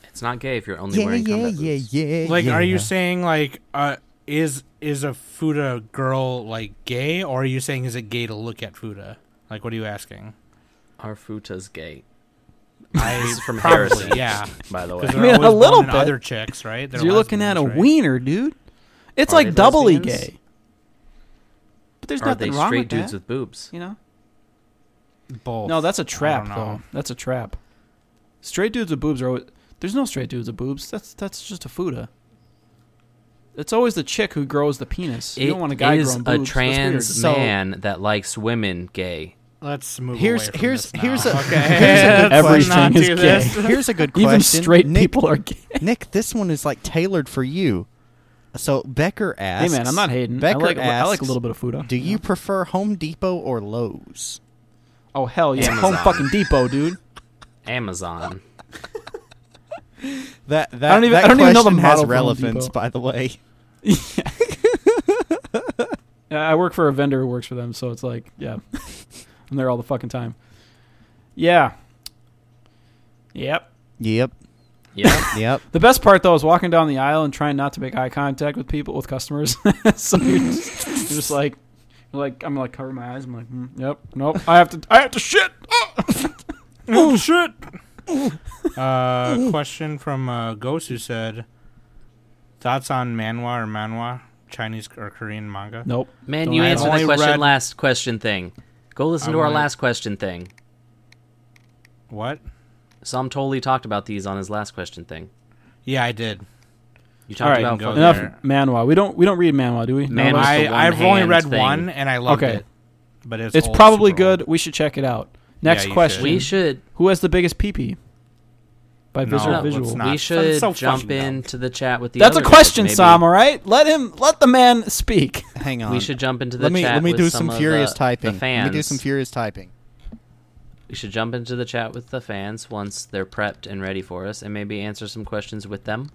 Speaker 4: It's not gay if you're only wearing combat boots.
Speaker 1: yeah.
Speaker 6: Like,
Speaker 1: yeah.
Speaker 6: are you saying like uh, is is a fuda girl like gay, or are you saying is it gay to look at fuda? Like, what are you asking?
Speaker 4: Are futas gay?
Speaker 6: I
Speaker 4: This is from
Speaker 6: probably,
Speaker 4: Harrison.
Speaker 6: yeah.
Speaker 4: By the way.
Speaker 6: Because
Speaker 3: I mean, a little bit.
Speaker 6: Other chicks, right? They're
Speaker 3: You're looking at
Speaker 6: lesbians,
Speaker 3: a
Speaker 6: right?
Speaker 3: wiener, dude. It's
Speaker 4: Are
Speaker 3: like
Speaker 4: they
Speaker 1: E
Speaker 3: doubly
Speaker 4: lesbians?
Speaker 3: gay. But there's
Speaker 4: Are
Speaker 3: nothing
Speaker 4: they
Speaker 3: wrong
Speaker 4: straight
Speaker 3: with
Speaker 4: dudes
Speaker 3: that.
Speaker 4: with boobs?
Speaker 3: you know?
Speaker 6: Both.
Speaker 3: No, that's a trap
Speaker 6: know.
Speaker 3: though. That's a trap. Straight dudes with boobs are always there's no straight dudes with boobs. That's that's just a fuda. It's always the chick who grows the penis. you don't want a guy
Speaker 4: is
Speaker 3: growing boobs.
Speaker 4: a trans
Speaker 3: That's
Speaker 1: So-
Speaker 4: man that likes women gay.
Speaker 6: Let's move
Speaker 1: Here's-
Speaker 6: away from
Speaker 1: here's-
Speaker 6: this now.
Speaker 1: here's a-
Speaker 6: okay.
Speaker 1: here's a good
Speaker 3: Everything
Speaker 6: Let's not
Speaker 3: is
Speaker 6: do
Speaker 3: gay.
Speaker 6: this.
Speaker 1: Here's a good question.
Speaker 3: weird. Even straight
Speaker 1: Nick,
Speaker 3: people are gay.
Speaker 1: Nick, this one is like tailored for you. So Becker
Speaker 3: Hey
Speaker 1: asks.
Speaker 3: man, I'm not hating.
Speaker 1: Becker
Speaker 3: I like
Speaker 1: asks,
Speaker 3: I like a little bit of fuda.
Speaker 1: Do you prefer Home Depot or Lowe's?
Speaker 3: Oh hell yeah,
Speaker 4: Amazon.
Speaker 3: Home fucking Depot, dude.
Speaker 4: Amazon.
Speaker 1: That that
Speaker 3: don't even-
Speaker 1: that
Speaker 3: I don't even know the
Speaker 1: question
Speaker 3: model
Speaker 1: has
Speaker 3: for Home
Speaker 1: relevance,
Speaker 3: Depot.
Speaker 1: by the way.
Speaker 3: Uh, I work for a vendor who works for them, so it's like, yeah, I'm there all the fucking time. Yeah. Yep.
Speaker 1: Yep.
Speaker 4: Yeah.
Speaker 1: Yep.
Speaker 3: The best part though is walking down the aisle and trying not to make eye contact with people with customers. so you're just, you're just like, you're like I'm like cover my eyes. I'm like, hmm, yep, nope. I have to, I have to shit.
Speaker 6: Oh shit! uh, question from uh, Ghost who said, "Thoughts on manhwa or manhwa, Chinese or Korean manga?"
Speaker 3: Nope.
Speaker 4: Man,
Speaker 3: Don't
Speaker 4: you
Speaker 3: have
Speaker 4: answered
Speaker 6: only
Speaker 4: that question
Speaker 6: read-
Speaker 4: last question thing. Go listen
Speaker 6: I
Speaker 4: to our
Speaker 6: only-
Speaker 4: last question thing.
Speaker 6: What?
Speaker 4: Some totally talked about these on his last question thing.
Speaker 6: Yeah, I did.
Speaker 4: You
Speaker 3: All
Speaker 4: talked
Speaker 3: right,
Speaker 4: about
Speaker 6: go
Speaker 4: fucking
Speaker 3: enough
Speaker 6: there.
Speaker 3: manhwa. We don't, we don't read manhwa, do we? No,
Speaker 4: Man-
Speaker 3: no.
Speaker 4: was the
Speaker 6: I
Speaker 4: one
Speaker 6: I've only
Speaker 4: hand
Speaker 6: read
Speaker 4: thing.
Speaker 6: one and I loved
Speaker 3: Okay.
Speaker 6: it, but it's
Speaker 3: it's
Speaker 6: old,
Speaker 3: probably
Speaker 6: super old.
Speaker 3: good. We should check it out. Next
Speaker 6: you
Speaker 3: question:
Speaker 4: we should
Speaker 3: Who has the biggest peepee? By
Speaker 6: No,
Speaker 3: visual,
Speaker 6: let's
Speaker 3: visual.
Speaker 6: not.
Speaker 4: we
Speaker 6: It's
Speaker 4: should
Speaker 6: so
Speaker 4: jump
Speaker 6: fucking dumb.
Speaker 4: into the chat with the
Speaker 3: That's a
Speaker 4: other guys,
Speaker 3: question,
Speaker 4: maybe.
Speaker 3: Sam. All right, let him let the man speak.
Speaker 1: Hang on.
Speaker 4: We should jump into the
Speaker 1: let me
Speaker 4: chat
Speaker 1: let me
Speaker 4: with
Speaker 1: do
Speaker 4: some,
Speaker 1: some
Speaker 4: of
Speaker 1: furious
Speaker 4: the,
Speaker 1: typing.
Speaker 4: The fans.
Speaker 1: Let me do some furious typing.
Speaker 4: We should jump into the chat with the fans once they're prepped and ready for us, and maybe answer some questions with them.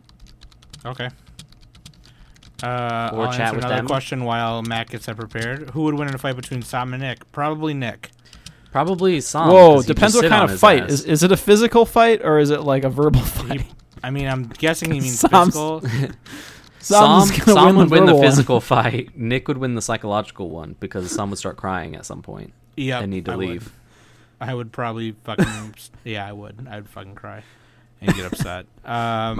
Speaker 6: Okay. Uh,
Speaker 4: Or
Speaker 6: I'll
Speaker 4: chat
Speaker 6: answer
Speaker 4: with
Speaker 6: another
Speaker 4: them.
Speaker 6: question while Matt gets that prepared. Who would win in a fight between Sam and Nick? Probably Nick.
Speaker 4: Probably Sam.
Speaker 3: Whoa,
Speaker 4: 'cause he'd
Speaker 3: depends
Speaker 4: just
Speaker 3: what
Speaker 4: sit on
Speaker 3: kind of
Speaker 4: his
Speaker 3: fight.
Speaker 4: ass.
Speaker 3: Is, is it a physical fight or is it like a verbal fight?
Speaker 6: He- I mean, I'm guessing he means
Speaker 3: Sam's-
Speaker 6: physical.
Speaker 3: Sam's
Speaker 4: Sam,
Speaker 3: gonna
Speaker 4: Sam would win the
Speaker 3: verbal one.
Speaker 4: physical fight. Nick would win the psychological one because Sam would start crying at some point
Speaker 6: Yeah,
Speaker 4: and need to
Speaker 6: I would.
Speaker 4: leave.
Speaker 6: I would probably fucking yeah, I would. I would fucking cry and get upset. Um,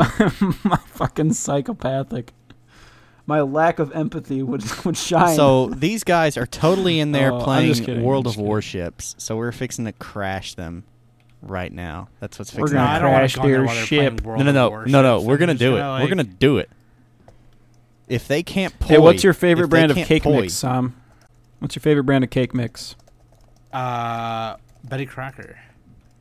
Speaker 3: My fucking psychopathic. My lack of empathy would would shine.
Speaker 1: So these guys are totally in there
Speaker 3: Oh, I'm
Speaker 1: playing
Speaker 3: just kidding, I'm
Speaker 1: World
Speaker 3: just
Speaker 1: of
Speaker 3: kidding.
Speaker 1: Warships. So we're fixing to crash them right now. That's what's
Speaker 3: We're
Speaker 1: fixing.
Speaker 6: no,
Speaker 1: to
Speaker 3: gonna
Speaker 6: I
Speaker 1: happen.
Speaker 6: don't wanna
Speaker 3: crash
Speaker 6: go in there
Speaker 3: their
Speaker 6: while they're playing
Speaker 3: ship.
Speaker 6: World
Speaker 1: No, no,
Speaker 6: of
Speaker 1: no, no, no.
Speaker 6: Warships.
Speaker 1: We're
Speaker 6: I'm
Speaker 1: gonna
Speaker 6: just
Speaker 1: do it.
Speaker 6: gonna,
Speaker 1: We're
Speaker 6: like-
Speaker 1: gonna do it. If they can't poi,
Speaker 3: hey, what's your favorite
Speaker 1: if they
Speaker 3: brand of
Speaker 1: can't
Speaker 3: cake
Speaker 1: poi-
Speaker 3: mix, Sam? What's your favorite brand of cake mix?
Speaker 6: Uh, Betty Crocker.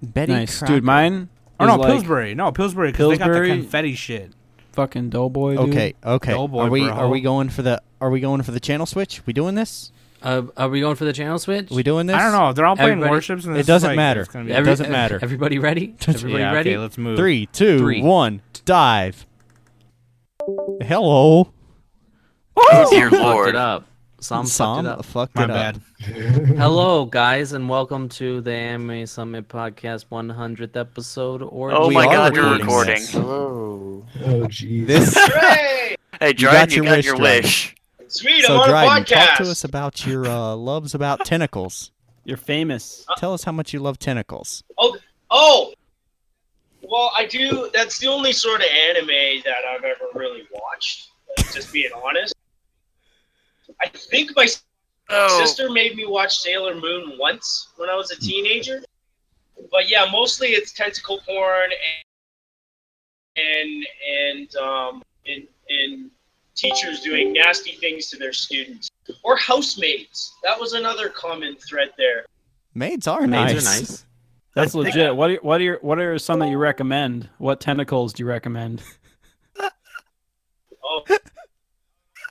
Speaker 1: Betty
Speaker 3: nice,
Speaker 1: Crocker.
Speaker 3: dude. Mine.
Speaker 6: Or no,
Speaker 3: like
Speaker 6: Pillsbury. No, Pillsbury because they got the
Speaker 3: Pillsbury-
Speaker 6: confetti shit.
Speaker 3: fucking Doughboy. Dude.
Speaker 1: Okay, okay.
Speaker 6: Oh, boy,
Speaker 1: are we
Speaker 6: bro.
Speaker 1: are we going for the are we going for the channel switch? We doing this?
Speaker 4: Uh, are we going for the channel switch?
Speaker 1: We doing this?
Speaker 6: I don't know. They're all playing
Speaker 4: Everybody-
Speaker 6: worships. And
Speaker 1: It
Speaker 6: this is
Speaker 1: doesn't
Speaker 6: like-
Speaker 1: matter.
Speaker 6: it's gonna be-
Speaker 1: Every- doesn't matter.
Speaker 4: Everybody ready? Everybody
Speaker 6: yeah,
Speaker 4: ready?
Speaker 6: Okay, let's move.
Speaker 1: Three, two,
Speaker 4: Three.
Speaker 1: one, dive. Hello. Oh.
Speaker 4: Dear Lord. Fucked it up. Some
Speaker 1: Sam
Speaker 4: fucked it
Speaker 1: fucked
Speaker 6: My
Speaker 1: it
Speaker 6: bad.
Speaker 1: up.
Speaker 4: up. Hello, guys, and welcome to the Anime Summit Podcast 100th episode. Or
Speaker 9: Oh
Speaker 1: We
Speaker 9: my
Speaker 1: are
Speaker 9: god, you're
Speaker 1: recording
Speaker 9: recording.
Speaker 1: this.
Speaker 10: Oh. Oh, jeez.
Speaker 1: This
Speaker 2: Hooray!
Speaker 9: Hey, Dryden,
Speaker 1: got your
Speaker 9: you got your,
Speaker 1: wish, Dryden.
Speaker 9: wish.
Speaker 2: Sweet, I'm
Speaker 1: so
Speaker 2: on a
Speaker 1: Dryden,
Speaker 2: podcast.
Speaker 1: talk to us about your uh, loves about tentacles.
Speaker 3: You're famous.
Speaker 1: Tell us how much you love tentacles.
Speaker 2: Oh, well, I do. That's the only sort of anime that I've ever really watched. uh, Just being honest, I think my s-
Speaker 9: Oh,
Speaker 2: sister made me watch Sailor Moon once when I was a teenager. But yeah, mostly it's tentacle porn and and and um and, and teachers doing nasty things to their students or housemaids. That was another common thread there.
Speaker 1: Maids are
Speaker 4: Maids
Speaker 1: nice.
Speaker 4: are nice.
Speaker 3: That's legit. What are, what are your, what are some that you recommend? What tentacles do you recommend?
Speaker 2: Oh,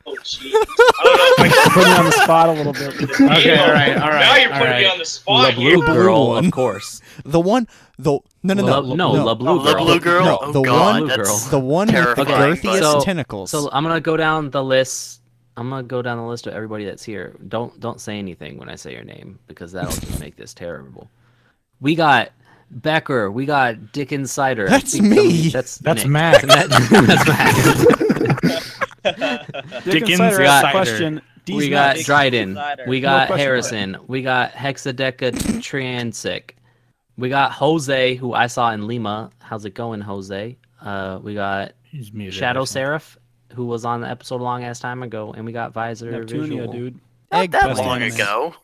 Speaker 2: oh, jeez. I don't know if I can
Speaker 3: Put me on the spot a little bit.
Speaker 6: Okay,
Speaker 2: Emo.
Speaker 6: all right, all
Speaker 2: Now
Speaker 6: right,
Speaker 2: you're
Speaker 6: all
Speaker 2: putting me
Speaker 6: right.
Speaker 2: on the spot
Speaker 1: Blue
Speaker 2: here.
Speaker 1: Blue
Speaker 4: girl,
Speaker 1: one.
Speaker 4: of course.
Speaker 1: The one, the no, no, no,
Speaker 4: La- no, La Blue
Speaker 9: the
Speaker 4: Girl.
Speaker 9: blue girl.
Speaker 1: No,
Speaker 9: oh
Speaker 1: the
Speaker 9: god,
Speaker 1: one-
Speaker 9: that's
Speaker 1: the one with the
Speaker 9: terrifying,
Speaker 1: girthiest
Speaker 9: but-
Speaker 4: So-
Speaker 1: tentacles.
Speaker 4: So I'm gonna go down the list. I'm gonna go down the list of everybody that's here. Don't don't say anything when I say your name because that'll just make this terrible. We got Becker. We got Dick Insider. I
Speaker 1: That's
Speaker 4: think somebody-
Speaker 1: me.
Speaker 4: That's
Speaker 6: That's
Speaker 4: Nick.
Speaker 6: Mac.
Speaker 4: That- that's Mac.
Speaker 3: Dick
Speaker 6: Dickens
Speaker 3: Insider asked
Speaker 6: Insider.
Speaker 3: a question. D's
Speaker 4: we
Speaker 3: nuts.
Speaker 4: got Dryden.
Speaker 10: Insider.
Speaker 4: We got
Speaker 3: question,
Speaker 4: Harrison. We got Hexadeca Transic. We got Jose, who I saw in Lima. How's it going, Jose? Uh, we got
Speaker 6: He's muted,
Speaker 4: Shadow
Speaker 6: I think.
Speaker 4: Seraph, who was on the episode a long ass time ago, and we got Visor Visual.
Speaker 3: Neptunia, dude.
Speaker 1: Egg
Speaker 10: that
Speaker 1: plant.
Speaker 9: long
Speaker 3: Eggplants.
Speaker 9: ago.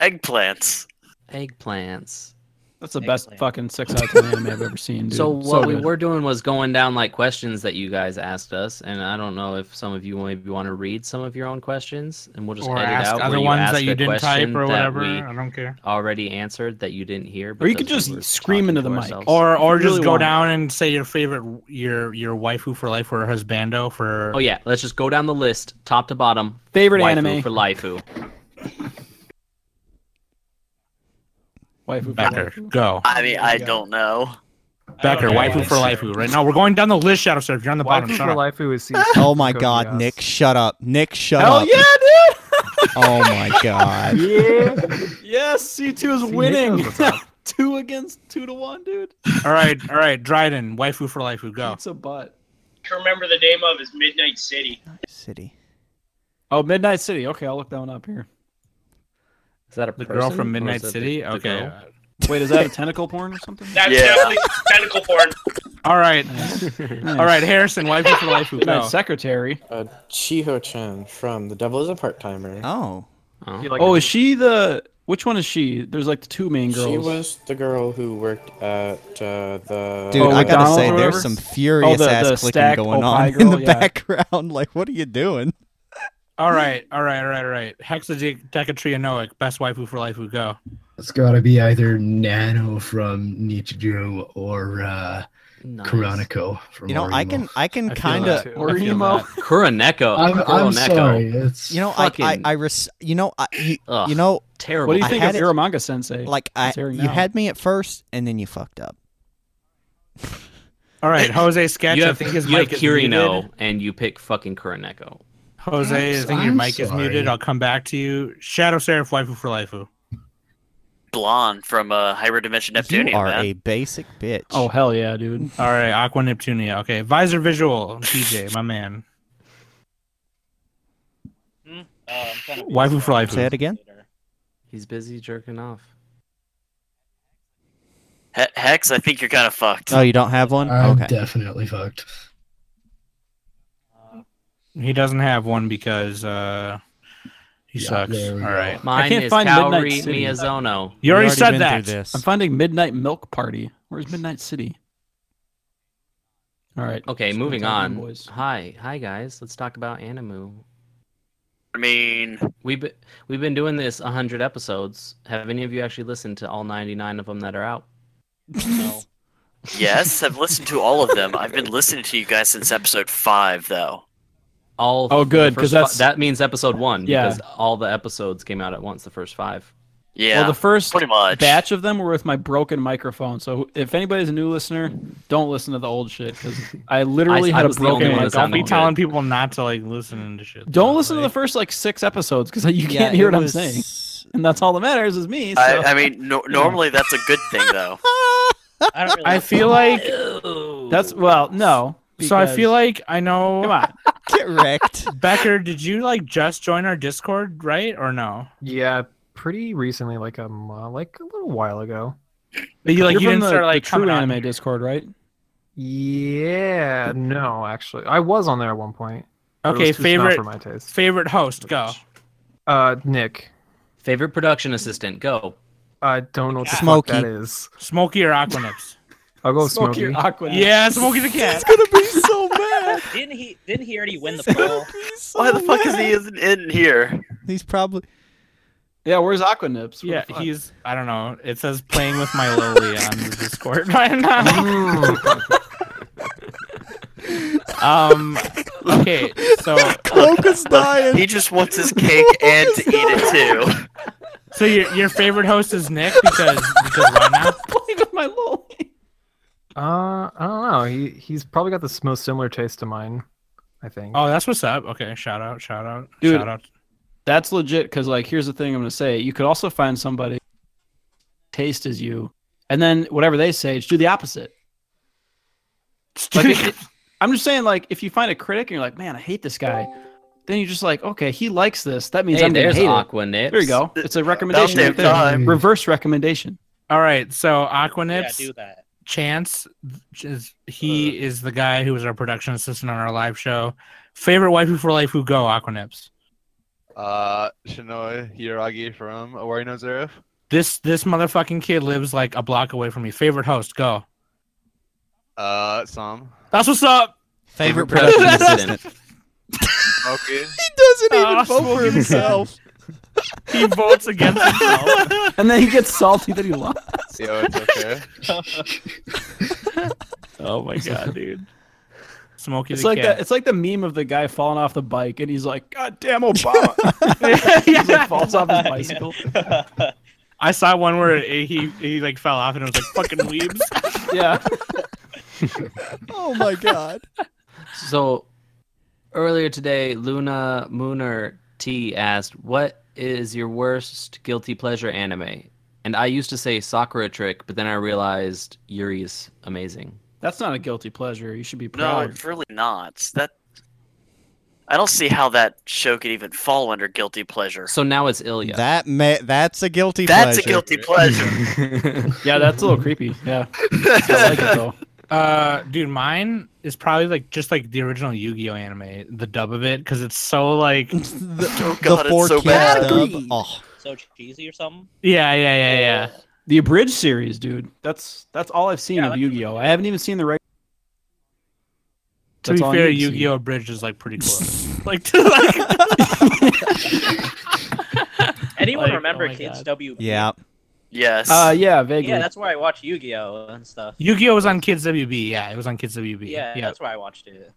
Speaker 9: Eggplants.
Speaker 4: Eggplants.
Speaker 3: That's the best
Speaker 10: Eggplant.
Speaker 3: fucking six out of ten anime I've ever seen, dude.
Speaker 4: so what we
Speaker 3: good.
Speaker 4: were doing was going down like questions that you guys asked us, and I don't know if some of you maybe want to read some of your own questions, and we'll just
Speaker 6: Or
Speaker 4: edit
Speaker 6: ask
Speaker 4: out
Speaker 6: other
Speaker 4: where
Speaker 6: ones
Speaker 4: you ask
Speaker 6: that
Speaker 4: a
Speaker 6: you didn't type
Speaker 4: question
Speaker 6: or
Speaker 4: that
Speaker 6: whatever.
Speaker 4: we
Speaker 6: I don't care.
Speaker 4: already answered that you didn't hear.
Speaker 3: Or you could
Speaker 4: because we
Speaker 3: just
Speaker 4: were
Speaker 3: scream
Speaker 4: talking
Speaker 3: into
Speaker 4: to
Speaker 3: the mic.
Speaker 4: ourselves.
Speaker 6: Or or
Speaker 3: You
Speaker 6: just
Speaker 3: really
Speaker 6: go
Speaker 3: want it.
Speaker 6: down and say your favorite your your waifu for life or husbando for
Speaker 4: Oh yeah, let's just go down the list, top to bottom.
Speaker 3: favorite
Speaker 4: waifu
Speaker 3: anime.
Speaker 4: for laifu.
Speaker 3: Waifu for
Speaker 6: Becker.
Speaker 3: life.
Speaker 6: Go.
Speaker 9: I mean, I don't know.
Speaker 6: Becker,
Speaker 2: know why
Speaker 6: waifu
Speaker 2: I
Speaker 6: for laifu. Right now we're going down the list, Shadow Surf. You're on the bottom.
Speaker 10: Waifu
Speaker 6: Shut
Speaker 10: for
Speaker 6: up.
Speaker 10: Life, who is season
Speaker 1: Oh my
Speaker 10: Kobe
Speaker 1: god,
Speaker 10: House.
Speaker 1: Nick, shut up. Nick, shut
Speaker 3: Hell
Speaker 1: up.
Speaker 3: yeah,
Speaker 1: Oh my god.
Speaker 3: dude! Yes, C two is winning. two against two to one, dude.
Speaker 6: All right, all right, Dryden, waifu for laifu. Go.
Speaker 3: It's a butt.
Speaker 2: I can remember the name of is Midnight City.
Speaker 1: City.
Speaker 3: Oh, Midnight City. Okay, I'll look that one up here.
Speaker 4: Is that a
Speaker 6: The
Speaker 4: person,
Speaker 6: girl
Speaker 4: or
Speaker 6: from
Speaker 4: is
Speaker 6: Midnight
Speaker 4: that the-
Speaker 6: City.
Speaker 4: the
Speaker 6: okay.
Speaker 4: girl?
Speaker 3: Wait, is that a tentacle porn or something?
Speaker 2: That's
Speaker 9: Yeah.
Speaker 2: definitely tentacle porn.
Speaker 6: All right,
Speaker 3: Nice.
Speaker 6: all right, Harrison, waifu for laifu.
Speaker 3: Midnight
Speaker 6: Go.
Speaker 3: Secretary.
Speaker 10: Uh, Chiho Chan from The Devil is a Part Timer.
Speaker 1: Oh.
Speaker 4: Oh.
Speaker 10: She, like,
Speaker 3: Oh, is she the? Which one is she? There's like the two main girls.
Speaker 10: She was the girl who worked at uh, the.
Speaker 1: Dude,
Speaker 3: Oh,
Speaker 1: I gotta
Speaker 3: McDonald's
Speaker 1: say,
Speaker 3: or
Speaker 1: there's
Speaker 3: whatever?
Speaker 1: some furious
Speaker 3: the-
Speaker 1: ass
Speaker 3: the
Speaker 1: clicking
Speaker 3: stacked
Speaker 1: going
Speaker 3: Opie
Speaker 1: on in
Speaker 3: girl,
Speaker 1: the
Speaker 3: yeah.
Speaker 1: background. Like, what are you doing?
Speaker 6: All right, all right, all right, all right. Hexadecatrianoic, best waifu for life. We go.
Speaker 11: It's got to be either Nano from Nichijou or uh,
Speaker 4: Nice.
Speaker 11: Kuroniko from
Speaker 1: You know, I
Speaker 11: Orimo.
Speaker 1: can I can
Speaker 6: I feel
Speaker 1: kind
Speaker 6: that
Speaker 1: of
Speaker 6: too. I
Speaker 3: Or
Speaker 6: feel
Speaker 3: emo.
Speaker 6: that.
Speaker 4: Kuroneko.
Speaker 11: I'm, I'm
Speaker 4: Kuroneko.
Speaker 11: sorry. It's
Speaker 1: you know I I,
Speaker 4: fucking-
Speaker 1: I res- you know I you,
Speaker 4: Ugh,
Speaker 1: you know
Speaker 4: terrible.
Speaker 3: What do you
Speaker 1: I
Speaker 3: think
Speaker 1: had
Speaker 3: of
Speaker 1: it-
Speaker 3: Uramanga Sensei?
Speaker 1: like I
Speaker 3: It's airing
Speaker 1: you
Speaker 3: now.
Speaker 1: had me at first and then you fucked up.
Speaker 6: All right, Jose Sketch.
Speaker 4: You
Speaker 6: I
Speaker 4: have,
Speaker 6: think his
Speaker 4: you have
Speaker 6: mic is muted.
Speaker 4: Kirino, and you pick fucking Kuroneko.
Speaker 6: Jose, I
Speaker 11: I'm
Speaker 6: think your
Speaker 11: so-
Speaker 6: mic is
Speaker 11: I'm
Speaker 6: muted.
Speaker 11: sorry.
Speaker 6: I'll come back to you. Shadow Seraph, waifu for laifu.
Speaker 9: Blonde from uh, Hyper Dimension Neptunia,
Speaker 1: You are
Speaker 9: man.
Speaker 1: a basic bitch.
Speaker 3: oh hell yeah, dude.
Speaker 6: All right, Aqua Neptunia. Okay, Visor Visual, TJ, my man. Waifu for
Speaker 1: say
Speaker 6: laifu.
Speaker 1: it again.
Speaker 4: He's busy jerking off.
Speaker 9: He- Hex, I think you're kind of fucked.
Speaker 1: Oh, you don't have one?
Speaker 11: I'm
Speaker 1: okay.
Speaker 11: definitely fucked.
Speaker 6: He doesn't have one because uh, he
Speaker 11: Yeah,
Speaker 6: sucks.
Speaker 11: there
Speaker 6: All
Speaker 11: we go.
Speaker 6: right.
Speaker 4: Mine
Speaker 3: can't
Speaker 4: is
Speaker 3: find Midnight
Speaker 4: Kaori
Speaker 3: City.
Speaker 4: Miyazono.
Speaker 6: You already,
Speaker 1: We've
Speaker 6: said
Speaker 1: been through
Speaker 6: that.
Speaker 1: This.
Speaker 3: I'm finding Midnight Milk Party. Where's Midnight City? All right.
Speaker 4: Okay,
Speaker 3: so
Speaker 4: moving
Speaker 3: we're talking
Speaker 4: on.
Speaker 3: boys.
Speaker 4: Hi, hi guys. Let's talk about Animu.
Speaker 9: I mean,
Speaker 4: We've been, we've been doing this 100 episodes. Have any of you actually listened to all 99 of them that are out?
Speaker 6: No.
Speaker 9: Yes, I've listened to all of them. I've been listening to you guys since episode five, though.
Speaker 4: All
Speaker 3: Oh, good,
Speaker 4: the
Speaker 3: 'cause
Speaker 4: first fi-
Speaker 3: that's-
Speaker 4: that means episode one.
Speaker 3: Yeah.
Speaker 4: because all the episodes came out at once. The first five.
Speaker 9: Yeah,
Speaker 3: well, the first
Speaker 9: pretty much.
Speaker 3: batch of them were with my broken microphone. So if anybody's a new listener, don't listen to the old shit because I literally
Speaker 4: I
Speaker 3: had a
Speaker 4: was the only
Speaker 3: broken
Speaker 4: one that
Speaker 3: microphone.
Speaker 4: sounded
Speaker 6: Don't be
Speaker 4: good.
Speaker 6: telling people not to like listen to shit.
Speaker 3: Don't listen to the first like six episodes because you
Speaker 1: Yeah,
Speaker 3: can't hear
Speaker 1: it
Speaker 3: what
Speaker 1: was-
Speaker 3: I'm saying, and that's all that matters is me. So.
Speaker 9: I, I mean, no, normally that's a good thing, though.
Speaker 6: I, feel like
Speaker 3: that's well, no.
Speaker 6: so. I
Speaker 3: because-
Speaker 6: feel like I know.
Speaker 3: Come on,
Speaker 1: Get wrecked.
Speaker 6: Becker, did you like just join our Discord, right? Or no?
Speaker 12: Yeah, pretty recently, like a mo- like a little while ago.
Speaker 6: But you like
Speaker 3: You're
Speaker 6: you
Speaker 3: from
Speaker 6: didn't
Speaker 3: the,
Speaker 6: start like
Speaker 3: the true
Speaker 6: coming on.
Speaker 3: anime Discord, right?
Speaker 12: Yeah, no, actually, I was on there at one point. but it
Speaker 6: Okay,
Speaker 12: was just not
Speaker 6: favorite
Speaker 12: for my taste.
Speaker 6: favorite host, go.
Speaker 12: Uh, Nick,
Speaker 4: Favorite production assistant. Go.
Speaker 12: I don't know what the
Speaker 1: Smokey.
Speaker 12: fuck that is.
Speaker 6: Smokey or Aquanips?
Speaker 12: I'll go with
Speaker 3: Smokey
Speaker 12: Smokey.
Speaker 3: Aqua.
Speaker 6: yeah, Smokey the cat.
Speaker 1: gonna be so mad.
Speaker 8: Didn't he? Didn't he already win the poll?
Speaker 9: Why the fuck is he isn't in here?
Speaker 1: He's probably.
Speaker 3: Yeah, where's Aquanips?
Speaker 6: Yeah, he's I don't know. It says playing with my lowly on the Discord right now.
Speaker 12: Mm.
Speaker 6: Um okay, so
Speaker 1: Cloak dying.
Speaker 9: He just wants his cake and to eat it too.
Speaker 6: so your your favorite host is Nick because because why not?
Speaker 3: playing with my lol.
Speaker 12: uh, I don't know. He he's probably got the s- most similar taste to mine. I think.
Speaker 6: Oh, that's what's up. Okay, shout out, shout out,
Speaker 3: Dude.
Speaker 6: shout out.
Speaker 3: That's legit because, like, here's the thing I'm going to say. You could also find somebody taste as you, and then whatever they say, just do the opposite. Like, it- it- I'm just saying, like, if you find a critic and you're like, man, I hate this guy, then you're just like, okay, he likes this. That means
Speaker 4: Hey,
Speaker 3: I'm going to
Speaker 4: there's
Speaker 3: hate
Speaker 4: Aqua
Speaker 3: it. There you go. It's a recommendation.
Speaker 9: damn
Speaker 3: right there.
Speaker 9: time.
Speaker 3: Reverse recommendation.
Speaker 6: All right, so
Speaker 8: yeah,
Speaker 6: Aquanips
Speaker 8: do that.
Speaker 6: Chance is he is the guy who was our production assistant on our live show. Favorite waifu for life who go Aquanips.
Speaker 13: Uh, Shinoa Hiragi from Awari no Zerif.
Speaker 6: This this motherfucking kid lives like a block away from me. Favorite host, go.
Speaker 13: Uh, Sam.
Speaker 6: That's what's up.
Speaker 1: Favorite
Speaker 4: production
Speaker 1: production assistant.
Speaker 4: assistant.
Speaker 13: Okay.
Speaker 1: He doesn't
Speaker 6: Ah,
Speaker 1: even vote for
Speaker 6: smoking
Speaker 1: himself.
Speaker 6: He votes against himself.
Speaker 3: And then he gets salty that he lost.
Speaker 13: Yo, it's okay.
Speaker 6: Oh my god, dude. Smokey
Speaker 3: It's
Speaker 6: the
Speaker 3: like that.
Speaker 6: cat.
Speaker 3: It's like the meme of the guy falling off the bike, and he's like, "God damn Obama!"
Speaker 6: yeah.
Speaker 3: He like, falls off his bicycle.
Speaker 6: I saw one where it- he he like fell off and it was like fucking weebs.
Speaker 3: Yeah.
Speaker 1: Oh my god.
Speaker 4: So earlier today, Luna Mooner T asked, "What is your worst guilty pleasure anime?" And I used to say Sakura Trick, but then I realized Yuri's amazing.
Speaker 3: That's not a guilty pleasure. You should be
Speaker 9: No,
Speaker 3: proud.
Speaker 9: it's really not. That I don't see how that show could even fall under guilty pleasure.
Speaker 4: So now it's Ilya.
Speaker 1: That may, that's a guilty
Speaker 9: That's a
Speaker 1: pleasure.
Speaker 9: guilty pleasure.
Speaker 3: yeah, that's a little creepy. Yeah. I like it though.
Speaker 6: Uh, dude, mine is probably like just like the original Yu-Gi-Oh anime, the dub of it, because it's so like, yeah,
Speaker 1: the,
Speaker 9: Oh God,
Speaker 1: the
Speaker 9: it's
Speaker 1: four
Speaker 9: so
Speaker 1: kids
Speaker 9: bad.
Speaker 1: dub. Oh,
Speaker 8: So cheesy or something?
Speaker 6: yeah, yeah, yeah.
Speaker 3: The abridged series, dude. That's that's all I've seen
Speaker 8: Yeah,
Speaker 3: of
Speaker 8: that's-
Speaker 3: Yu-Gi-Oh. I haven't even seen the right.
Speaker 6: To
Speaker 3: That's all
Speaker 6: be
Speaker 3: I
Speaker 6: fair,
Speaker 3: need to see.
Speaker 6: Yu-Gi-Oh Bridge is like pretty close. like, to, like,
Speaker 8: Anyone
Speaker 6: Like,
Speaker 8: remember
Speaker 6: oh my
Speaker 8: Kids
Speaker 6: God.
Speaker 8: WB?
Speaker 1: yeah.
Speaker 9: Yes.
Speaker 3: Uh, yeah, vaguely.
Speaker 8: Yeah, that's where I watched Yu-Gi-Oh and stuff.
Speaker 6: Yu-Gi-Oh was on Kids WB, yeah, it was on Kids WB,
Speaker 8: Yeah,
Speaker 6: yeah.
Speaker 8: that's where I watched it.